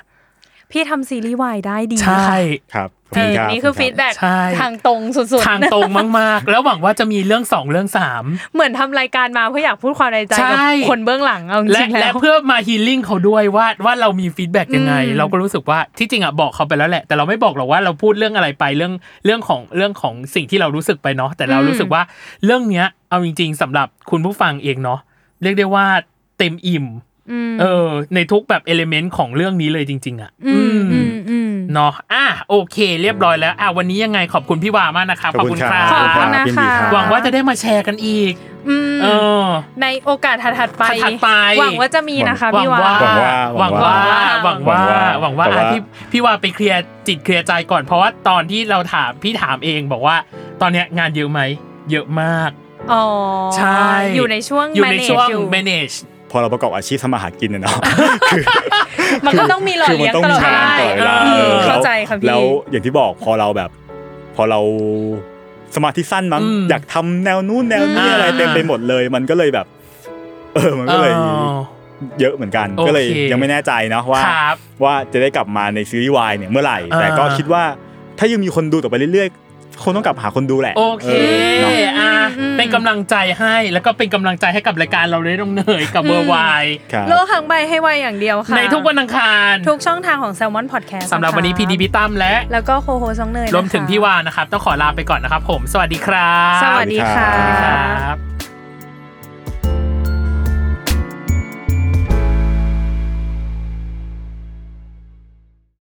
Speaker 2: พี่ทำซีรีส์วายได้ดี
Speaker 1: ใช่
Speaker 2: ค่ะ
Speaker 4: ครับขบ
Speaker 2: เอ
Speaker 4: ณ
Speaker 2: อ
Speaker 4: รับ
Speaker 2: นี่คือฟีดแบ็ก
Speaker 1: ใช่
Speaker 2: ทางตรงสุดๆ
Speaker 1: ทางตรงมากๆ แล้วหวังว่าจะมีเรื่องสองเรื่องสาม
Speaker 2: เหมือนทำรายการมาเพื่ออยากพูดความในใจกับ
Speaker 1: ใช่
Speaker 2: คนเบื้องหลังเอาจ
Speaker 1: และ
Speaker 2: ริงๆ
Speaker 1: และ
Speaker 2: แล้ว
Speaker 1: เพื่อมาฮีลิ่งเขาด้วยว่าว่าเรามีฟีดแบ็กยังไง
Speaker 2: อืม
Speaker 1: เราก็รู้สึกว่าที่จริงอ่ะบอกเขาไปแล้วแหละ แต่เราไม่บอกหรอกว่าเราพูดเรื่องอะไรไปเรื่องเรื่องของเรื่องของสิ่งที่เรารู้สึกไปเนาะแต่เรารู้สึกว่าเรื่องเนี้ยเอาจริง ๆสำหรับคุณผู้ฟังเองเนาะเรียกได้ว่าเต็มอิ่มเออ ในทุกแบบเอลิเมนต์ของเรื่องนี้เลยจริง ๆ อ่ะ
Speaker 2: อืมอืมอืม
Speaker 1: เนาะอ่ะโอเค เรียบร้อยแล้วอ่ะวันนี้ยังไงขอบคุณพี่วามากนะครับขอบคุณครับ
Speaker 2: ขอบคุณ
Speaker 4: รั
Speaker 2: นะ
Speaker 4: ยิดี
Speaker 2: คะ
Speaker 4: รับ
Speaker 1: หวังว่าจะได้มาแชร์กันอีก
Speaker 2: อืม
Speaker 1: เออ
Speaker 2: ในโอกาสถัดๆไป
Speaker 1: ถัดๆไป
Speaker 2: หวังว่าจะมีนะคะ
Speaker 1: หวั
Speaker 2: พี่
Speaker 1: ง
Speaker 2: วา
Speaker 1: ว่าห
Speaker 4: หวั
Speaker 1: วัง
Speaker 4: ง
Speaker 1: ว่า
Speaker 4: ว่า
Speaker 1: หวังว่าห
Speaker 4: หวั
Speaker 1: วัง
Speaker 4: ง
Speaker 1: ว่าอ่ะ
Speaker 4: ว่าหวังว่า
Speaker 1: พี่พี่ว่าไปเคลียร์จิตเคลียร์ใจก่อนเพราะว่าตอนที่เราถามพี่ถามเองบอกว่า ตอนเนี้ยงานเยอะไหมเยอะมาก
Speaker 2: อ๋อ
Speaker 1: ใช่
Speaker 2: อยู่ในช่วง
Speaker 1: อยู่ใน
Speaker 2: manage
Speaker 1: ช่วง
Speaker 2: อยู่
Speaker 1: manage
Speaker 4: พอเราประกอบอาชีพทำมาหากินเนี่ยเนาะ
Speaker 2: มันก็ต้องมีหล่อ
Speaker 4: คือมั
Speaker 2: เลี้ยง
Speaker 4: ต้อง
Speaker 2: ตลอด
Speaker 4: มี
Speaker 2: เว
Speaker 1: ใช่
Speaker 2: ลา
Speaker 4: การต่อเวลา
Speaker 1: อ
Speaker 2: เออ
Speaker 4: แล้ว
Speaker 2: เข้าใจค่ะพี่
Speaker 4: แล้วอย่างที่บอกพอเราแบบ พอเราสมาธิสั้นมั้ง
Speaker 1: อืม
Speaker 4: อยากทำแนวนู้นแนวนี้
Speaker 1: อ่า
Speaker 4: อะไรเต็มไปหมดเลย มันก็เลยแบบ เออมันก็เลย
Speaker 1: อ๋อ
Speaker 4: เยอะเหมือนกัน
Speaker 1: โอเค
Speaker 4: ก็เลยยังไม่แน่ใจเนาะว่า
Speaker 1: ครับ
Speaker 4: ว่าจะได้กลับมาในซีรีส์วายเนี่ยเมื่อไหร่ แต่ก็คิดว่าถ้ายังมีคนดูต่อไปเรื่อยๆ คนต้องกลับหาคนดูแหละ
Speaker 1: โอเค
Speaker 4: เนาะ
Speaker 1: อ่ะเป็นกำลังใจให้แล้วก็เป็นกำลังใจให้กับรายการเราด้วยน้องเนยกับเบอร์วาย
Speaker 4: ครับ
Speaker 2: โลกทั้งใบให้ไวอย่างเดียวค่ะ
Speaker 1: ในทุกวันอังคาร
Speaker 2: ทุกช่องทางของ Salmon Podcast
Speaker 1: สำหรับวันนี้พีดีพีตั้มและ
Speaker 2: แล้วก็โคโฮซองเนยนะคะ
Speaker 1: รวมถึงพี่วานะครับ ต้องขอลาไปก่อนนะครับผม สวัสดีครับ
Speaker 2: สวัสดีค่ะ
Speaker 1: สวัสดีครับ